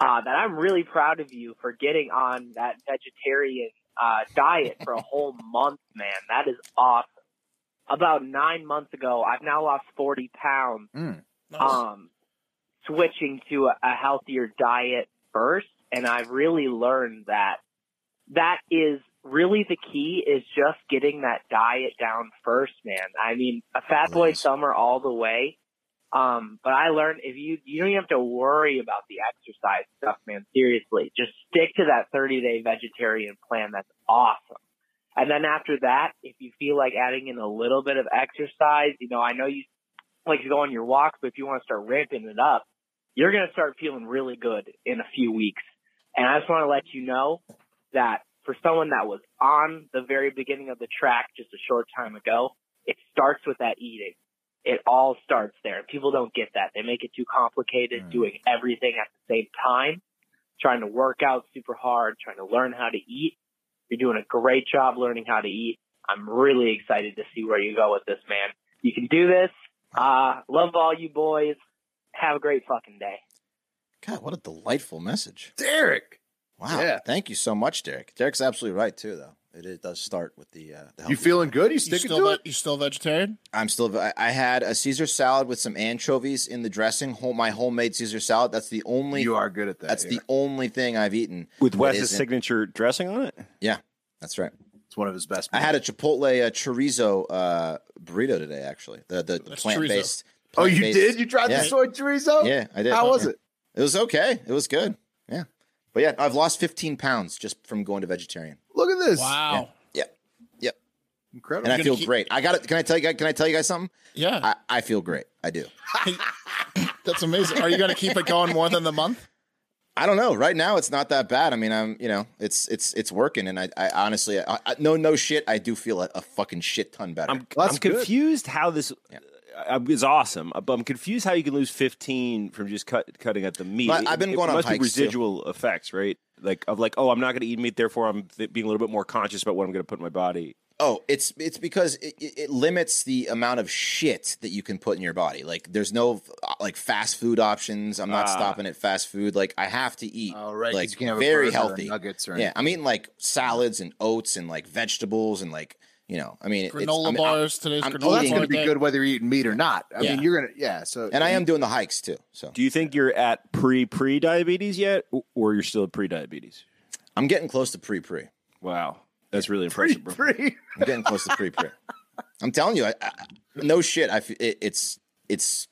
[SPEAKER 11] uh, that I'm really proud of you for getting on that vegetarian uh, diet for a whole month, man. That is awesome. About nine months ago, I've now lost 40 pounds um, switching to a, a healthier diet first. And I really learned that that is really the key is just getting that diet down first, man. I mean, a fat boy summer all the way. Um, but I learned if you, you don't even have to worry about the exercise stuff, man. Seriously, just stick to that 30 day vegetarian plan. That's awesome. And then after that, if you feel like adding in a little bit of exercise, you know, I know you like to go on your walks, but if you want to start ramping it up, you're going to start feeling really good in a few weeks. And I just want to let you know that for someone that was on the very beginning of the track just a short time ago, it starts with that eating. It all starts there. People don't get that. They make it too complicated, doing everything at the same time, trying to work out super hard, trying to learn how to eat. You're doing a great job learning how to eat. I'm really excited to see where you go with this, man. You can do this. Uh, love all you boys. Have a great fucking day.
[SPEAKER 3] God, what a delightful message,
[SPEAKER 10] Derek.
[SPEAKER 3] Wow. Thank you so much, Derek. Derek's absolutely right too, though. It, it does start with the uh, the healthy
[SPEAKER 10] good? You
[SPEAKER 3] sticking
[SPEAKER 2] still
[SPEAKER 3] to
[SPEAKER 2] it? You still vegetarian?
[SPEAKER 3] I'm still. I I had a Caesar salad with some anchovies in the dressing. Home, my homemade Caesar salad. That's the only.
[SPEAKER 10] You are good at that,
[SPEAKER 3] That's
[SPEAKER 10] yeah.
[SPEAKER 3] the only thing I've eaten
[SPEAKER 4] with
[SPEAKER 3] that
[SPEAKER 4] Wes's
[SPEAKER 3] isn't-
[SPEAKER 4] signature dressing on it.
[SPEAKER 3] Yeah, that's right.
[SPEAKER 10] It's one of his best.
[SPEAKER 3] I had a Chipotle uh, chorizo uh, burrito today. Actually, the the, the
[SPEAKER 10] That's
[SPEAKER 3] plant based.
[SPEAKER 10] chorizo. Oh, you did? You tried the soy chorizo?
[SPEAKER 3] Yeah, I did.
[SPEAKER 10] How was
[SPEAKER 3] Yeah.
[SPEAKER 10] it?
[SPEAKER 3] It was okay. It was good. Yeah, but yeah, I've lost 15 pounds just from going to vegetarian.
[SPEAKER 10] Look at this.
[SPEAKER 2] Wow.
[SPEAKER 3] Yeah. Yep.
[SPEAKER 10] Incredible.
[SPEAKER 3] And I feel great. I got it. Can I tell you? guys- Can I tell you guys something?
[SPEAKER 2] Yeah.
[SPEAKER 3] I, I feel great. I do.
[SPEAKER 2] That's amazing. Are you going to keep it going more than the month?
[SPEAKER 3] I don't know. Right now, it's not that bad. I mean, I'm, you know, it's it's it's working, and I, I honestly, I, I, no, no shit, I do feel a, a fucking shit ton better.
[SPEAKER 4] I'm, I'm confused how this uh, is awesome, but I'm confused how you can lose 15 from just cut, cutting at the meat.
[SPEAKER 3] But I've been
[SPEAKER 4] It-
[SPEAKER 3] going
[SPEAKER 4] it
[SPEAKER 3] on
[SPEAKER 4] must be
[SPEAKER 3] hikes, too.
[SPEAKER 4] residual effects, right? Like of like, oh, I'm not going to eat meat, therefore I'm th- being a little bit more conscious about what I'm going to put in my body.
[SPEAKER 3] Oh, it's it's because it, it it limits the amount of shit that you can put in your body. Like, there's no uh, like fast food options. I'm not
[SPEAKER 10] Ah.
[SPEAKER 3] stopping at fast food. Like, I have to eat
[SPEAKER 10] Oh, right, 'cause
[SPEAKER 3] like
[SPEAKER 10] you can't have a
[SPEAKER 3] very
[SPEAKER 10] burger or
[SPEAKER 3] healthy
[SPEAKER 10] nuggets or
[SPEAKER 3] yeah,
[SPEAKER 10] anything.
[SPEAKER 3] I'm eating like salads and oats and like vegetables and like you know, I mean, it's-
[SPEAKER 2] Granola
[SPEAKER 3] I mean, I'm-
[SPEAKER 2] bars. Today's
[SPEAKER 3] I'm
[SPEAKER 2] granola.
[SPEAKER 3] eating-
[SPEAKER 10] Well, that's going to be
[SPEAKER 2] day.
[SPEAKER 10] good whether you're eating meat or not. I
[SPEAKER 3] Yeah.
[SPEAKER 10] mean, you're going to, yeah. So,
[SPEAKER 3] and I am doing the hikes too. So
[SPEAKER 4] Do you think you're at pre pre diabetes yet, o- or you're still at pre diabetes?
[SPEAKER 3] I'm getting close to pre pre.
[SPEAKER 4] Wow, that's really impressive, bro.
[SPEAKER 3] I'm getting close to pre pre. I'm telling you, I, I, no shit. I f- it, it's it's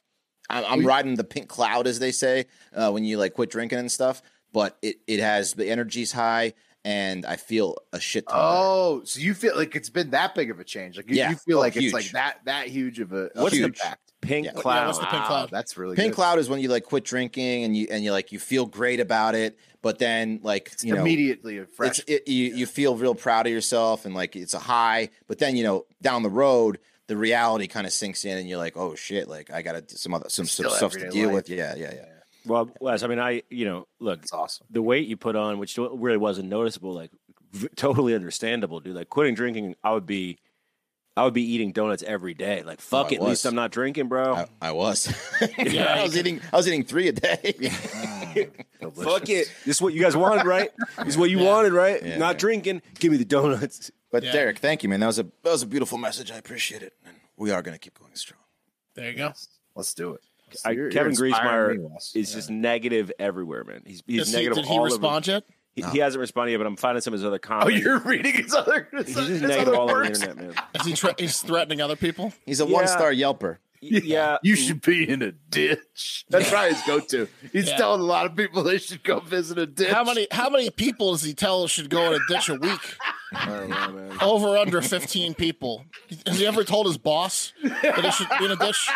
[SPEAKER 3] I, I'm riding the pink cloud, as they say, uh, when you like quit drinking and stuff. But it it has the energy's high, and I feel a shit ton. better.
[SPEAKER 10] Oh, so you feel like it's been that big of a change? Like you,
[SPEAKER 3] Yeah.
[SPEAKER 10] you feel
[SPEAKER 3] Oh,
[SPEAKER 10] like
[SPEAKER 3] huge.
[SPEAKER 10] it's like that that huge of a
[SPEAKER 3] What's the
[SPEAKER 4] pink
[SPEAKER 3] Yeah.
[SPEAKER 4] cloud?
[SPEAKER 10] Wow, That's really
[SPEAKER 3] Pink
[SPEAKER 10] good.
[SPEAKER 3] cloud is when you like quit drinking and you and you like you feel great about it, but then like you know
[SPEAKER 10] immediately a fresh.
[SPEAKER 3] it's, it, you, you feel real proud of yourself and like it's a high but then you know down the road the reality kind of sinks in and you're like oh shit like i gotta do some other some, some
[SPEAKER 4] Still
[SPEAKER 3] stuff to
[SPEAKER 4] everyday
[SPEAKER 3] deal
[SPEAKER 4] life.
[SPEAKER 3] with yeah yeah yeah
[SPEAKER 4] Well, Wes, I mean, I you know, look, it's
[SPEAKER 10] awesome.
[SPEAKER 4] The weight you put on, which really wasn't noticeable, like v- totally understandable, dude. Like quitting drinking, I would be, I would be eating donuts every day. Like
[SPEAKER 3] Oh,
[SPEAKER 4] fuck,
[SPEAKER 3] I
[SPEAKER 4] it, at least
[SPEAKER 3] was.
[SPEAKER 4] I'm not drinking, bro. I,
[SPEAKER 3] I was.
[SPEAKER 4] yeah,
[SPEAKER 3] i was eating i was eating three a day
[SPEAKER 4] fuck it. This is what you guys wanted, right? This is what you wanted, right?
[SPEAKER 3] Yeah,
[SPEAKER 4] not drinking. Give me the donuts.
[SPEAKER 3] but
[SPEAKER 4] Yeah.
[SPEAKER 3] derek thank you man that was a that was a beautiful message i appreciate it and we are gonna keep going strong
[SPEAKER 2] There you go.
[SPEAKER 10] Let's do it.
[SPEAKER 4] I,
[SPEAKER 10] You're-
[SPEAKER 4] Kevin
[SPEAKER 10] you're inspiring
[SPEAKER 4] Griesmeyer
[SPEAKER 10] me, Wes.
[SPEAKER 4] is just negative everywhere, man. He's he's
[SPEAKER 2] Is he-
[SPEAKER 4] negative
[SPEAKER 2] did he
[SPEAKER 4] all over.
[SPEAKER 2] respond yet?
[SPEAKER 4] He, he hasn't responded yet, but I'm finding some of his other
[SPEAKER 1] Oh,
[SPEAKER 4] comments.
[SPEAKER 1] you're reading his other. His,
[SPEAKER 4] He's
[SPEAKER 1] his
[SPEAKER 4] just
[SPEAKER 1] other
[SPEAKER 4] negative all over the
[SPEAKER 1] works.
[SPEAKER 4] internet, man.
[SPEAKER 2] Is he tra- he's threatening other people?
[SPEAKER 3] He's a
[SPEAKER 4] Yeah.
[SPEAKER 3] one-star Yelper.
[SPEAKER 4] Yeah,
[SPEAKER 1] You should be in a ditch. That's probably his go-to. He's
[SPEAKER 2] Yeah.
[SPEAKER 1] telling a lot of people they should go visit a ditch.
[SPEAKER 2] How many how many people does he tell should go in a ditch a week? Over under fifteen people. Has he ever told his boss that he should be in a ditch?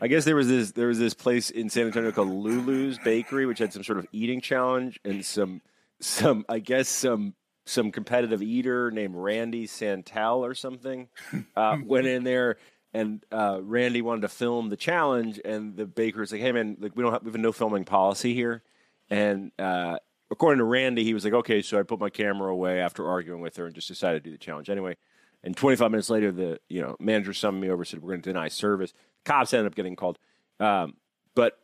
[SPEAKER 4] I guess there was this there was this place in San Antonio called Lulu's Bakery, which had some sort of eating challenge and some some I guess some some competitive eater named Randy Santal or something uh, went in there and uh, Randy wanted to film the challenge and the baker was like, "Hey man, like we don't have we have a no filming policy here," and uh, according to Randy, he was like, "Okay, so I put my camera away after arguing with her and just decided to do the challenge anyway." And 25 minutes later, the you know manager summoned me over said we're going to deny service. Cops ended up getting called, um, but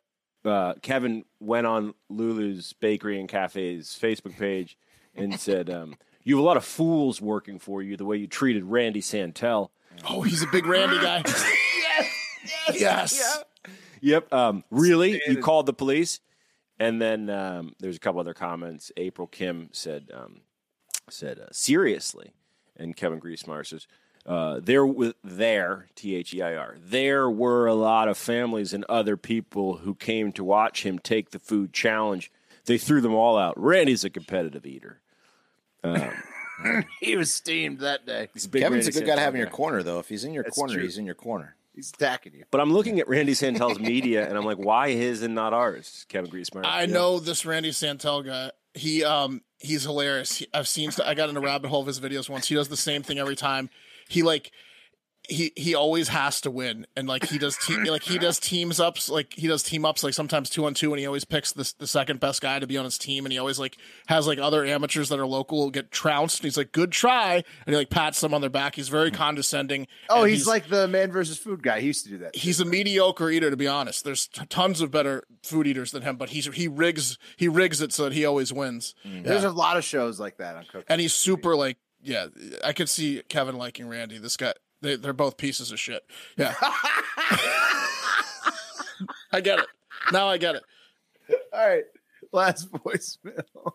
[SPEAKER 4] uh, Kevin went on Lulu's Bakery and Cafe's Facebook page and said, um, "You have a lot of fools working for you. The way you treated Randy Santel."
[SPEAKER 2] Oh, he's a big Randy guy. yes.
[SPEAKER 4] Yep. Um, really, you called the police, and then um, there's a couple other comments. April Kim said, um, "said uh, seriously," and Kevin Griesmeyer says, uh, "There with there T H E I R. There were a lot of families and other people who came to watch him take the food challenge. They threw them all out. Randy's a competitive eater. Um,
[SPEAKER 1] He was steamed that day.
[SPEAKER 4] he's a big
[SPEAKER 3] Kevin's a
[SPEAKER 4] Randy
[SPEAKER 3] good guy to
[SPEAKER 4] Santel
[SPEAKER 3] have in your
[SPEAKER 4] guy.
[SPEAKER 3] corner, though. If he's in your
[SPEAKER 1] That's
[SPEAKER 3] corner,
[SPEAKER 1] true.
[SPEAKER 3] he's in your corner.
[SPEAKER 1] He's attacking you.
[SPEAKER 4] But I'm looking at Randy Santel's media, and I'm like, why his and not ours? Kevin Griesmeyer.
[SPEAKER 2] I
[SPEAKER 4] Yeah.
[SPEAKER 2] know this Randy Santel guy. He um he's hilarious. He, I've seen st- I got in a rabbit hole of his videos once. He does the same thing every time. He like he he always has to win and like he does te- like he does teams ups like he does team ups like sometimes two on two and he always picks the, the second best guy to be on his team and he always like has like other amateurs that are local get trounced and he's like good try and he like pats them on their back he's very condescending
[SPEAKER 1] Oh,
[SPEAKER 2] and
[SPEAKER 1] he's, like the man versus food guy. He used to do that.
[SPEAKER 2] he's a mediocre eater to be honest there's t- tons of better food eaters than him but he's he rigs he rigs it so that he always wins
[SPEAKER 1] There's a lot of shows like that on Cook.
[SPEAKER 2] and he's super like yeah i could see kevin liking randy this guy they, they're both pieces of shit yeah i get it now i get it
[SPEAKER 1] All right, last voicemail.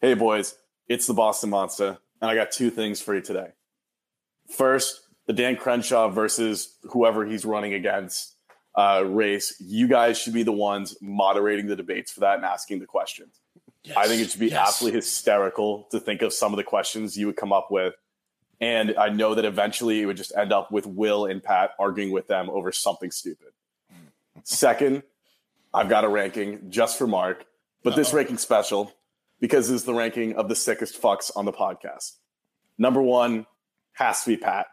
[SPEAKER 12] Hey, boys, it's the Boston Monster, and I got two things for you today. First, the Dan Crenshaw versus whoever he's running against uh, race. You guys should be the ones moderating the debates for that and asking the questions. I think it should be
[SPEAKER 2] Yes.
[SPEAKER 12] absolutely hysterical to think of some of the questions you would come up with. And I know that eventually it would just end up with Will and Pat arguing with them over something stupid. Second, I've got a ranking just for Mark, but this ranking special because it's the ranking of the sickest fucks on the podcast. Number one has to be Pat.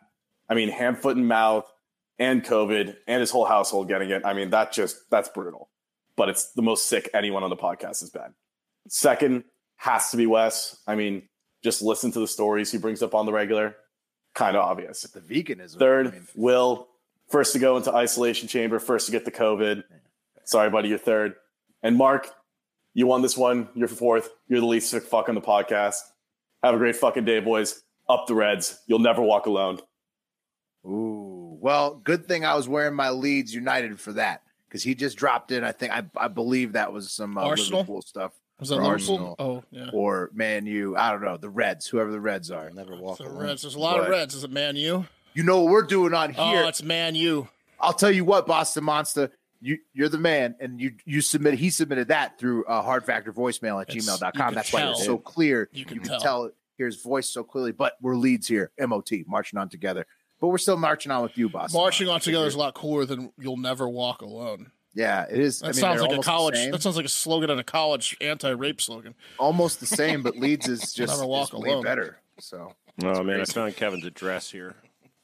[SPEAKER 12] I mean, hand, foot, and mouth, and COVID, and his whole household getting it. I mean, that just that's brutal. But it's the most sick anyone on the podcast has been. Second has to be Wes. I mean, just listen to the stories he brings up on the regular. Kind of obvious.
[SPEAKER 1] The veganism.
[SPEAKER 12] Third, Will, first to go into isolation chamber, first to get the COVID. Sorry, buddy, you're third. And Mark, you won this one. You're fourth. You're the least sick fuck on the podcast. Have a great fucking day, boys. Up the Reds. You'll never walk alone.
[SPEAKER 1] Ooh, well, good thing I was wearing my Leeds United for that because he just dropped in. I think I, I believe that was some uh,
[SPEAKER 2] Arsenal?
[SPEAKER 1] Liverpool stuff.
[SPEAKER 2] was that
[SPEAKER 1] for
[SPEAKER 2] Liverpool? oh yeah
[SPEAKER 1] or Man U. I don't know the Reds, whoever the Reds are.
[SPEAKER 3] Never walk
[SPEAKER 2] so
[SPEAKER 3] alone.
[SPEAKER 2] reds there's a lot of
[SPEAKER 1] But-
[SPEAKER 2] reds is it man u
[SPEAKER 1] You know what we're doing on
[SPEAKER 2] oh
[SPEAKER 1] here?
[SPEAKER 2] it's man u
[SPEAKER 1] I'll tell you what, Boston Monster. You, you're the man, and you you submit. He submitted that through uh, hardfactorvoicemail at
[SPEAKER 2] It's- you
[SPEAKER 1] gmail.com.
[SPEAKER 2] can
[SPEAKER 1] That's why you're
[SPEAKER 2] tell.
[SPEAKER 1] so clear.
[SPEAKER 2] You can tell.
[SPEAKER 1] hear his voice so clearly. But we're Leeds here, MOT, marching on together. But we're still marching on with you, Boston.
[SPEAKER 2] marching on
[SPEAKER 1] Monster.
[SPEAKER 2] together is a lot cooler than you'll never walk alone
[SPEAKER 1] Yeah, it is.
[SPEAKER 2] That
[SPEAKER 1] I mean,
[SPEAKER 2] sounds
[SPEAKER 1] they're
[SPEAKER 2] like a
[SPEAKER 1] almost the
[SPEAKER 2] college.
[SPEAKER 1] same.
[SPEAKER 2] That sounds like a slogan at a college anti-rape slogan.
[SPEAKER 1] almost the same, but Leeds is just,
[SPEAKER 2] Never walk
[SPEAKER 1] is way
[SPEAKER 2] alone.
[SPEAKER 1] better. So,
[SPEAKER 4] Oh man, I found Kevin's address here.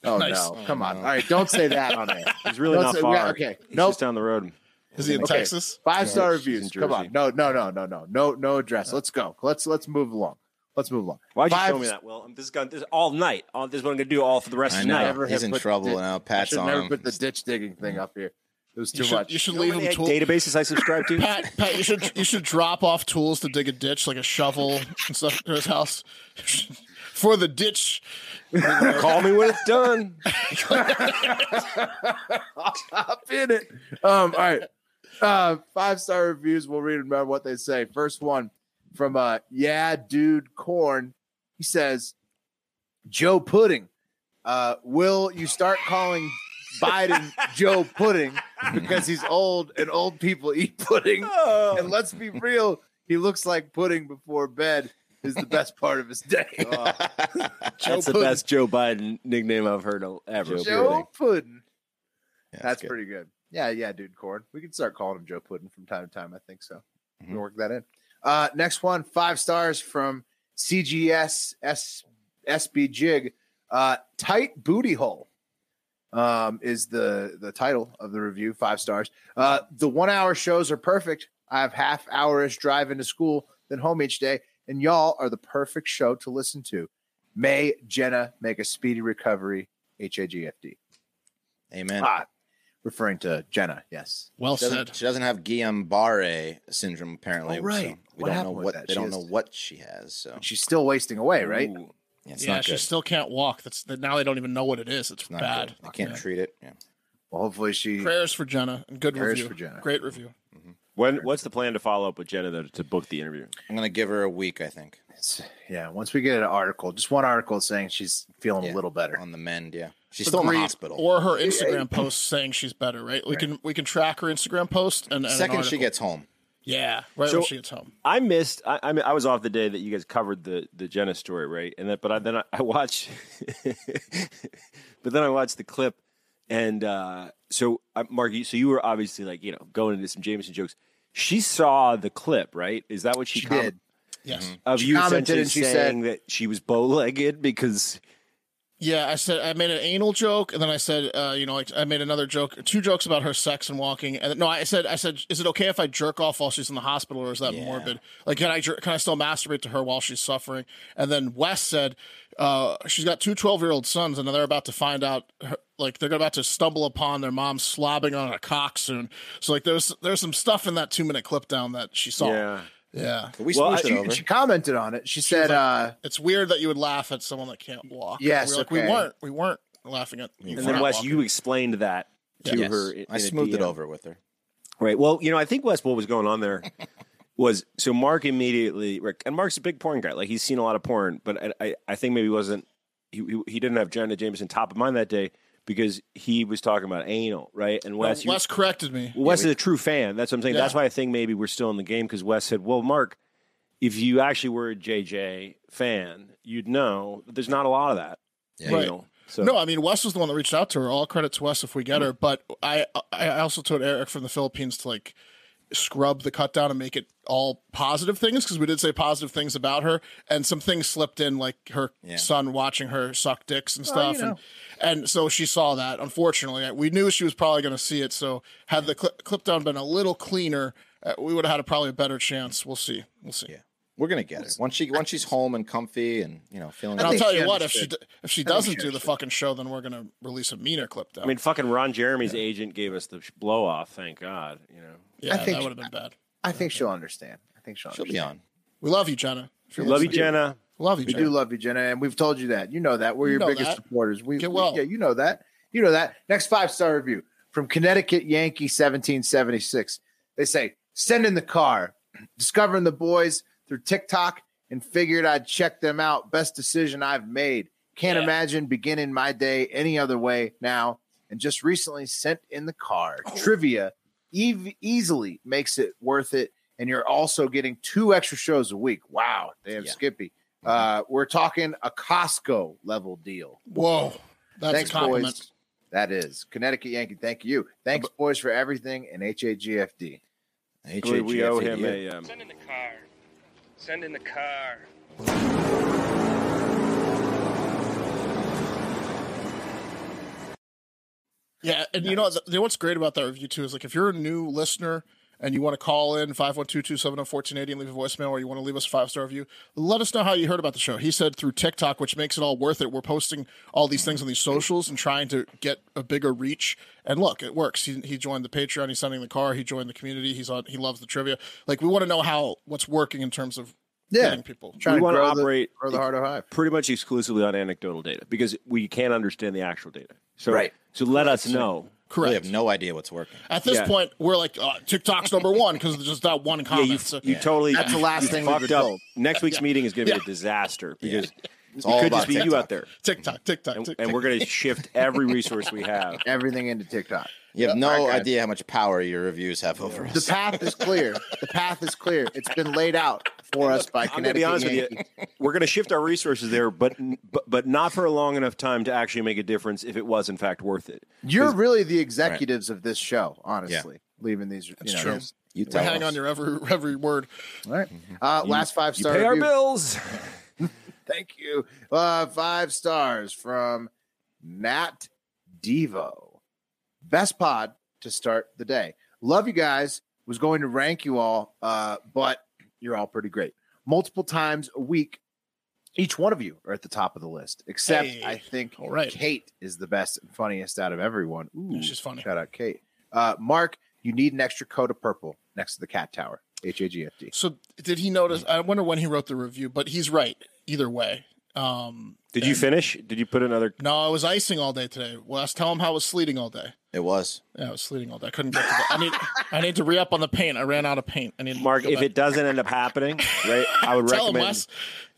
[SPEAKER 1] oh
[SPEAKER 2] Nice.
[SPEAKER 1] no, come on! All right, don't say that on air.
[SPEAKER 4] He's really
[SPEAKER 1] Don't
[SPEAKER 4] not
[SPEAKER 1] say-
[SPEAKER 4] far.
[SPEAKER 1] we got- okay,
[SPEAKER 4] he's
[SPEAKER 1] nope.
[SPEAKER 4] just down the road.
[SPEAKER 2] Is he in
[SPEAKER 1] Okay.
[SPEAKER 2] Texas?
[SPEAKER 1] Five star
[SPEAKER 4] Yeah, she's
[SPEAKER 1] reviews.
[SPEAKER 4] in
[SPEAKER 1] Come on,
[SPEAKER 4] Jersey.
[SPEAKER 1] no, no, no, no, no, no, no address. Let's go. Let's let's move along. Let's move along.
[SPEAKER 4] Why'd you
[SPEAKER 1] Five-
[SPEAKER 4] show me that? Well, I'm, this is going this is all night. All, this is what I'm gonna do all for the rest
[SPEAKER 3] I
[SPEAKER 4] of the
[SPEAKER 3] know.
[SPEAKER 4] night.
[SPEAKER 1] Never
[SPEAKER 3] He's
[SPEAKER 1] have
[SPEAKER 3] in
[SPEAKER 1] put
[SPEAKER 3] trouble
[SPEAKER 1] the-
[SPEAKER 3] now.
[SPEAKER 1] I
[SPEAKER 3] Pat's
[SPEAKER 1] should
[SPEAKER 3] on
[SPEAKER 1] never
[SPEAKER 3] him.
[SPEAKER 1] put the ditch digging thing up here. It was
[SPEAKER 2] You
[SPEAKER 1] too
[SPEAKER 2] should,
[SPEAKER 1] much.
[SPEAKER 2] you should
[SPEAKER 4] You know how
[SPEAKER 2] leave
[SPEAKER 4] many
[SPEAKER 2] him tool-
[SPEAKER 4] databases I subscribe to.
[SPEAKER 2] Pat, Pat, you should you should drop off tools to dig a ditch, like a shovel and stuff, to his house for the ditch.
[SPEAKER 4] Call me when it's done.
[SPEAKER 1] Hop in it. Um, all right. Uh, five star reviews. We'll read them no matter what they say. First one from uh, yeah, dude, corn. He says, Joe Pudding. Uh, will you start calling Biden Joe Pudding because he's old and old people eat pudding? And let's be real, he looks like pudding before bed is the best part of his day.
[SPEAKER 4] That's the
[SPEAKER 1] Pudding.
[SPEAKER 4] best Joe Biden nickname I've heard of- ever.
[SPEAKER 1] Joe,
[SPEAKER 4] Pudding.
[SPEAKER 1] Pudding.
[SPEAKER 3] Yeah,
[SPEAKER 1] that's
[SPEAKER 3] good.
[SPEAKER 1] pretty good. Yeah, yeah, dude, corn. We can start calling him Joe Puddin from time to time. I think so. We can work that in. Uh, next one, five stars from CGS S, SB Jig. Uh, tight booty hole um, is the the title of the review. Five stars. Uh, the one hour shows are perfect. I have half hourish drive into school, then home each day, and y'all are the perfect show to listen to. May Jenna make a speedy recovery. H A G F D.
[SPEAKER 3] Amen.
[SPEAKER 1] Ah, referring to Jenna. Yes.
[SPEAKER 2] Well
[SPEAKER 3] she doesn't,
[SPEAKER 2] said.
[SPEAKER 3] she doesn't have Guillain-Barré syndrome apparently.
[SPEAKER 1] Oh, right.
[SPEAKER 3] so we don't
[SPEAKER 1] What
[SPEAKER 3] know
[SPEAKER 1] happened with
[SPEAKER 3] what
[SPEAKER 1] that?
[SPEAKER 3] they
[SPEAKER 1] She
[SPEAKER 3] don't
[SPEAKER 1] has-
[SPEAKER 3] know what she has. So
[SPEAKER 1] She's still wasting away, right?
[SPEAKER 3] Ooh. Yeah, it's
[SPEAKER 2] yeah,
[SPEAKER 3] not
[SPEAKER 2] she
[SPEAKER 3] good.
[SPEAKER 2] still can't walk. That's that now they don't even know what it is. It's
[SPEAKER 3] Not
[SPEAKER 2] bad.
[SPEAKER 3] good. They can't treat it. Yeah.
[SPEAKER 1] Well, hopefully she.
[SPEAKER 2] Prayers for Jenna and good
[SPEAKER 1] Prayers
[SPEAKER 2] review.
[SPEAKER 1] for Jenna.
[SPEAKER 2] Great review.
[SPEAKER 4] When, what's the plan to follow up with Jenna though, to book the interview?
[SPEAKER 3] I'm gonna give her a week. I think.
[SPEAKER 1] It's- yeah, once we get an article, just one article saying she's feeling
[SPEAKER 3] Yeah.
[SPEAKER 1] a little better.
[SPEAKER 3] On the mend. Yeah. She's still in the
[SPEAKER 2] Agreed.
[SPEAKER 3] hospital.
[SPEAKER 2] Or her Instagram post saying she's better, right? We can we can track her Instagram post and, and an
[SPEAKER 3] Second, she
[SPEAKER 2] article.
[SPEAKER 3] gets home.
[SPEAKER 2] yeah, right
[SPEAKER 4] So-
[SPEAKER 2] when she gets home.
[SPEAKER 4] I missed. I, I mean, I was off the day that you guys covered the the Jenna story, right? And that, but I, then I, I watched, but then I watched the clip, and uh, so uh, Mark, you, so you were obviously like you know going into some Jameson jokes. She saw the clip, right? Is that what she,
[SPEAKER 1] She
[SPEAKER 4] com-
[SPEAKER 1] did.
[SPEAKER 2] Yes.
[SPEAKER 4] Of
[SPEAKER 1] She
[SPEAKER 4] you
[SPEAKER 1] commented
[SPEAKER 4] essentially
[SPEAKER 1] and she said-
[SPEAKER 4] saying that she was bow legged because
[SPEAKER 2] Yeah, I said I made an anal joke, and then I said, uh, you know, like I made another joke, two jokes about her sex and walking. And no, I said, I said, is it okay if I jerk off while she's in the hospital, or is that morbid? Like, can I jer- can I still masturbate to her while she's suffering? And then Wes said, uh, she's got two 12 year old sons, and they're about to find out, her, like they're about to stumble upon their mom slobbing on a cock soon. So like, there's there's some stuff in that two minute clip down that she saw. yeah.
[SPEAKER 3] But we
[SPEAKER 4] Well,
[SPEAKER 3] smooshed
[SPEAKER 4] I-
[SPEAKER 3] it
[SPEAKER 1] She,
[SPEAKER 3] over.
[SPEAKER 1] she commented on it. She, said, uh,
[SPEAKER 2] It's weird that you would laugh at someone that can't walk.
[SPEAKER 1] Yes,
[SPEAKER 2] we were like
[SPEAKER 1] okay.
[SPEAKER 2] we weren't we weren't laughing at. you
[SPEAKER 4] and
[SPEAKER 2] for
[SPEAKER 4] then
[SPEAKER 2] not
[SPEAKER 4] Wes,
[SPEAKER 2] walking.
[SPEAKER 4] you explained that to
[SPEAKER 3] Yes.
[SPEAKER 4] her. in-
[SPEAKER 3] I
[SPEAKER 4] in a
[SPEAKER 3] smoothed it
[SPEAKER 4] DM.
[SPEAKER 3] over with her.
[SPEAKER 4] Right. Well, you know, I think Wes, what was going on there was so Mark immediately, Rick, and Mark's a big porn guy. Like he's seen a lot of porn, but I, I, I think maybe he wasn't he, he he didn't have Jenna Jameson top of mind that day because he was talking about anal, right? And
[SPEAKER 2] Well,
[SPEAKER 4] Wes, you-
[SPEAKER 2] Oh, Wes corrected me.
[SPEAKER 4] Wes is a true fan. That's what I'm saying.
[SPEAKER 2] Yeah.
[SPEAKER 4] That's why I think maybe we're still in the game because Wes said, "Well, Mark, if you actually were a JJ fan, you'd know that there's not a lot of that."
[SPEAKER 2] Right.
[SPEAKER 4] anal. So
[SPEAKER 2] No, I mean Wes was the one that reached out to her. All credit to Wes if we get her. But I I also told Eric from the Philippines to like scrub the cut down and make it all positive things because we did say positive things about her and some things slipped in like her son watching her suck dicks and stuff and, and so she saw that unfortunately we knew she was probably going to see it so had the cli clip down been a little cleaner uh, we would have had a, probably a better chance we'll see we'll see
[SPEAKER 3] Yeah. We're gonna get her once she once she's home and comfy and you know feeling.
[SPEAKER 2] And I'll
[SPEAKER 3] good.
[SPEAKER 2] tell you what, if she d- if she doesn't do the fucking show, then we're gonna release a meaner clip. Though
[SPEAKER 4] I mean, fucking Ron Jeremy's agent gave us the sh- blow off. Thank God, you know.
[SPEAKER 2] yeah,
[SPEAKER 1] think-
[SPEAKER 2] that would have been bad.
[SPEAKER 1] I think she'll understand. I think she'll,
[SPEAKER 3] she'll be
[SPEAKER 1] understand.
[SPEAKER 3] on.
[SPEAKER 2] We love you, Jenna. If you're
[SPEAKER 4] Love you,
[SPEAKER 2] listening.
[SPEAKER 4] Jenna.
[SPEAKER 2] Love you,
[SPEAKER 1] We
[SPEAKER 2] Jenna.
[SPEAKER 1] do love you, Jenna, and we've told you that. You know that. We're
[SPEAKER 2] You
[SPEAKER 1] your
[SPEAKER 2] know
[SPEAKER 1] biggest
[SPEAKER 2] that.
[SPEAKER 1] supporters. We,
[SPEAKER 2] Get
[SPEAKER 1] we-
[SPEAKER 2] well.
[SPEAKER 1] yeah, you know that. You know that. Next five star review from Connecticut Yankee 1776. They say, send in the car, discovering the boys through TikTok and figured I'd check them out. Best decision I've made. Can't imagine beginning my day any other way now. And just recently sent in the car.
[SPEAKER 2] Oh.
[SPEAKER 1] Trivia ev- easily makes it worth it. And you're also getting two extra shows a week. Wow. Damn,
[SPEAKER 3] Yeah.
[SPEAKER 1] Skippy.
[SPEAKER 2] Mm-hmm.
[SPEAKER 1] Uh, we're talking a Costco level deal.
[SPEAKER 2] Whoa, that's
[SPEAKER 1] Thanks,
[SPEAKER 2] a compliment.
[SPEAKER 1] boys. That is Connecticut Yankee. Thank you. Thanks, boys, for everything and HAGFD.
[SPEAKER 4] We, we owe him
[SPEAKER 3] HHGFAU.
[SPEAKER 4] a. Um,
[SPEAKER 13] Send in the car. Send in the car.
[SPEAKER 2] Yeah, and you know th- you know what's great about that review too is like if you're a new listener and you want to call in 512-270-1480 and leave a voicemail or you want to leave us a five-star review, let us know how you heard about the show. He said through TikTok, which makes it all worth it. We're posting all these things on these socials and trying to get a bigger reach. And look, it works. He, he joined the Patreon, he's sending the car, he joined the community, he's on he loves the trivia. Like we want to know how what's working in terms of getting people.
[SPEAKER 1] trying
[SPEAKER 4] We
[SPEAKER 1] to
[SPEAKER 4] wanna
[SPEAKER 1] grow the-
[SPEAKER 4] operate-
[SPEAKER 1] grow the heart of hive.
[SPEAKER 4] pretty much exclusively on anecdotal data because we can't understand the actual data. So,
[SPEAKER 1] Right.
[SPEAKER 4] So let us know
[SPEAKER 2] Correct.
[SPEAKER 3] We have no idea what's working.
[SPEAKER 2] At this
[SPEAKER 3] Yeah.
[SPEAKER 2] point, we're like uh, TikTok's number one because just that one comment.
[SPEAKER 4] you-
[SPEAKER 2] so-
[SPEAKER 4] you totally- That's the last you thing we fucked were up. told. Next week's
[SPEAKER 2] Yeah.
[SPEAKER 4] meeting is gonna be a
[SPEAKER 2] Yeah.
[SPEAKER 4] disaster because
[SPEAKER 2] It's
[SPEAKER 4] it
[SPEAKER 2] all
[SPEAKER 4] could
[SPEAKER 2] about
[SPEAKER 4] just be you
[SPEAKER 2] TikTok.
[SPEAKER 4] out there.
[SPEAKER 2] TikTok, TikTok, TikTok.
[SPEAKER 4] And we're going to shift every resource we have.
[SPEAKER 1] Everything into TikTok.
[SPEAKER 3] You
[SPEAKER 2] Uh,
[SPEAKER 3] have no
[SPEAKER 1] Alright, guys.
[SPEAKER 3] idea how much power your reviews have over
[SPEAKER 1] The
[SPEAKER 3] us.
[SPEAKER 1] path is clear. The path is clear. It's been laid out for us by
[SPEAKER 4] I'm going to be
[SPEAKER 1] Connecticut.
[SPEAKER 4] honest with
[SPEAKER 1] Yankees.
[SPEAKER 4] you. We're going to shift our resources there, but, but but not for a long enough time to actually make a difference if it was in fact worth it.
[SPEAKER 1] You're really the executives of this show, honestly. Leaving these, you know,
[SPEAKER 2] true.
[SPEAKER 1] these-
[SPEAKER 3] You
[SPEAKER 2] We're hanging on your every every word.
[SPEAKER 1] All right. Uh, last five
[SPEAKER 4] Mm-hmm. you
[SPEAKER 1] star.
[SPEAKER 4] pay our
[SPEAKER 1] review.
[SPEAKER 4] bills.
[SPEAKER 1] Thank you. Uh, five stars from Nat Devo. Best pod to start the day. Love you guys. Was going to rank you all, uh, but you're all pretty great. Multiple times a week, each one of you are at the top of the list. Except
[SPEAKER 2] Hey.
[SPEAKER 1] I think
[SPEAKER 2] All right.
[SPEAKER 1] Kate is the best and funniest out of everyone. Ooh,
[SPEAKER 2] She's funny.
[SPEAKER 1] Shout out Kate. Uh, Mark, you need an extra coat of purple next to the cat tower. H A G F D.
[SPEAKER 2] So did he notice? I wonder when he wrote the review, but he's right either way. Um,
[SPEAKER 4] Did you finish? Did you put another?
[SPEAKER 2] no, I was icing all day today. Wes, tell him how it was sleeting all day.
[SPEAKER 3] It was.
[SPEAKER 2] Yeah, I was sleeting all day. I couldn't get to the. I need. I need to re up on the paint. I ran out of paint. I need. to
[SPEAKER 4] Mark,
[SPEAKER 2] go
[SPEAKER 4] if
[SPEAKER 2] back.
[SPEAKER 4] it doesn't end up happening, right, I would
[SPEAKER 2] tell him
[SPEAKER 4] recommend.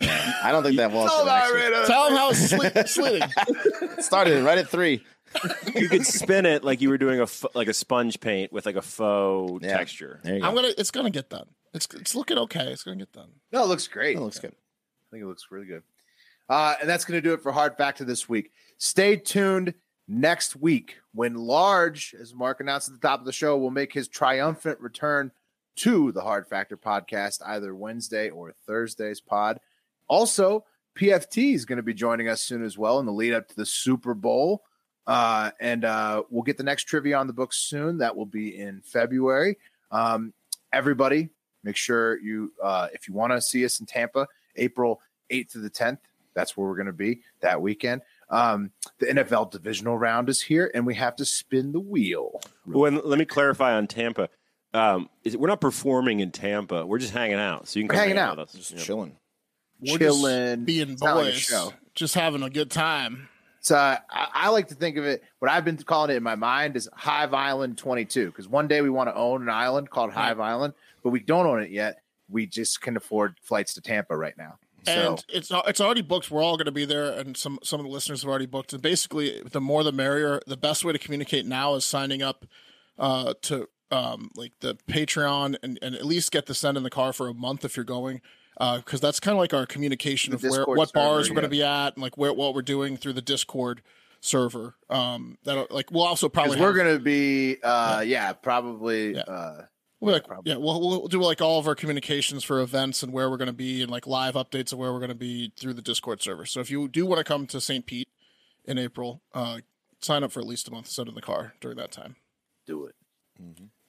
[SPEAKER 2] Wes,
[SPEAKER 3] I don't think that was. till next week.
[SPEAKER 2] tell him how it's sle- sleeting.
[SPEAKER 3] Started it right at three.
[SPEAKER 4] you could spin it like you were doing a f- like a sponge paint with like a faux
[SPEAKER 3] Yeah.
[SPEAKER 4] texture.
[SPEAKER 3] There you go.
[SPEAKER 2] I'm gonna. It's gonna get done. It's it's looking okay. It's gonna get done.
[SPEAKER 1] No, it looks great.
[SPEAKER 3] That looks good.
[SPEAKER 1] I think it looks really good. Uh, and that's going to do it for Hard Factor this week. Stay tuned next week when Large, as Mark announced at the top of the show, will make his triumphant return to the Hard Factor podcast, either Wednesday or Thursday's pod. Also, PFT is going to be joining us soon as well in the lead up to the Super Bowl. Uh, and uh, we'll get the next trivia on the books soon. That will be in February. Um, everybody, make sure you, uh, if you want to see us in Tampa, April 8th to the 10th, that's where we're going to be that weekend. Um, the NFL divisional round is here, and we have to spin the wheel.
[SPEAKER 4] Well, and let me clarify on Tampa. Um, is we're not performing in Tampa. We're just hanging out. So you can
[SPEAKER 1] We're
[SPEAKER 4] come
[SPEAKER 1] hanging
[SPEAKER 4] hang
[SPEAKER 1] out.
[SPEAKER 4] with us.
[SPEAKER 3] Just
[SPEAKER 4] Yeah.
[SPEAKER 3] chilling.
[SPEAKER 2] We're just
[SPEAKER 1] Chilling,
[SPEAKER 2] being
[SPEAKER 1] It's not like a
[SPEAKER 2] boys, just having a good time.
[SPEAKER 1] So uh, I, I like to think of it. What I've been calling it in my mind is Hive Island 22, because one day we want to own an island called Hive Island, but we don't own it yet. We just can afford flights to Tampa right now. So
[SPEAKER 2] And it's al- it's already booked. We're all going to be there, and some some of the listeners have already booked. And basically, the more the merrier. The best way to communicate now is signing up uh, to um, like the Patreon, and, and at least get the send in the car for a month if you're going, because that's kind of like our communication
[SPEAKER 1] The
[SPEAKER 2] of where
[SPEAKER 1] Discord
[SPEAKER 2] what bars
[SPEAKER 1] server,
[SPEAKER 2] we're going
[SPEAKER 1] yeah.
[SPEAKER 2] to be at, and like where what we're doing through the Discord server. Um, that like we'll also probably
[SPEAKER 1] because we're
[SPEAKER 2] have-
[SPEAKER 1] gonna be, uh, yeah, probably.
[SPEAKER 2] Yeah.
[SPEAKER 1] Uh,
[SPEAKER 2] We'll like,
[SPEAKER 1] probably.
[SPEAKER 2] yeah, we'll, we'll do like all of our communications for events and where we're going to be and like live updates of where we're going to be through the Discord server. So if you do want to come to St. Pete in April, uh, sign up for at least a month set in the car during that time.
[SPEAKER 1] do it.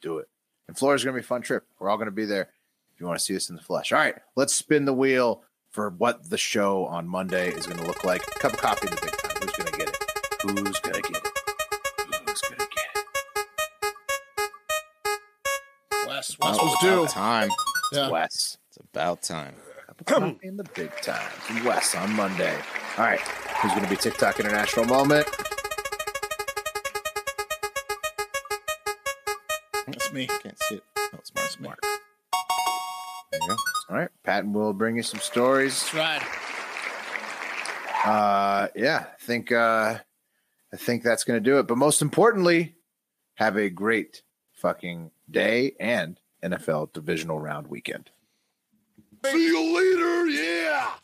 [SPEAKER 1] Do it. Mm-hmm. And Florida's going to be a fun trip. We're all going to be there if you want to see us in the flesh. All right, let's spin the wheel for what the show on Monday is going to look like. Cup of coffee in the big time. Who's going to get it? Who's going to get it? Who's going to get it?
[SPEAKER 2] Wes, Wes
[SPEAKER 3] Oh,
[SPEAKER 2] was
[SPEAKER 3] it's
[SPEAKER 2] due.
[SPEAKER 3] about time.
[SPEAKER 2] Yeah.
[SPEAKER 1] Wes.
[SPEAKER 3] It's about time.
[SPEAKER 1] Cup of coffee in the big time. From Wes on Monday. All right, who's going to be TikTok International Moment?
[SPEAKER 2] That's me.
[SPEAKER 3] Can't see it. Oh, it's Mark.
[SPEAKER 2] That's me.
[SPEAKER 3] There you go.
[SPEAKER 1] All right, Patton will bring you some stories.
[SPEAKER 2] That's right.
[SPEAKER 1] uh yeah i think uh i think that's gonna do it but most importantly have a great fucking day and nfl divisional round weekend
[SPEAKER 5] See you later, yeah!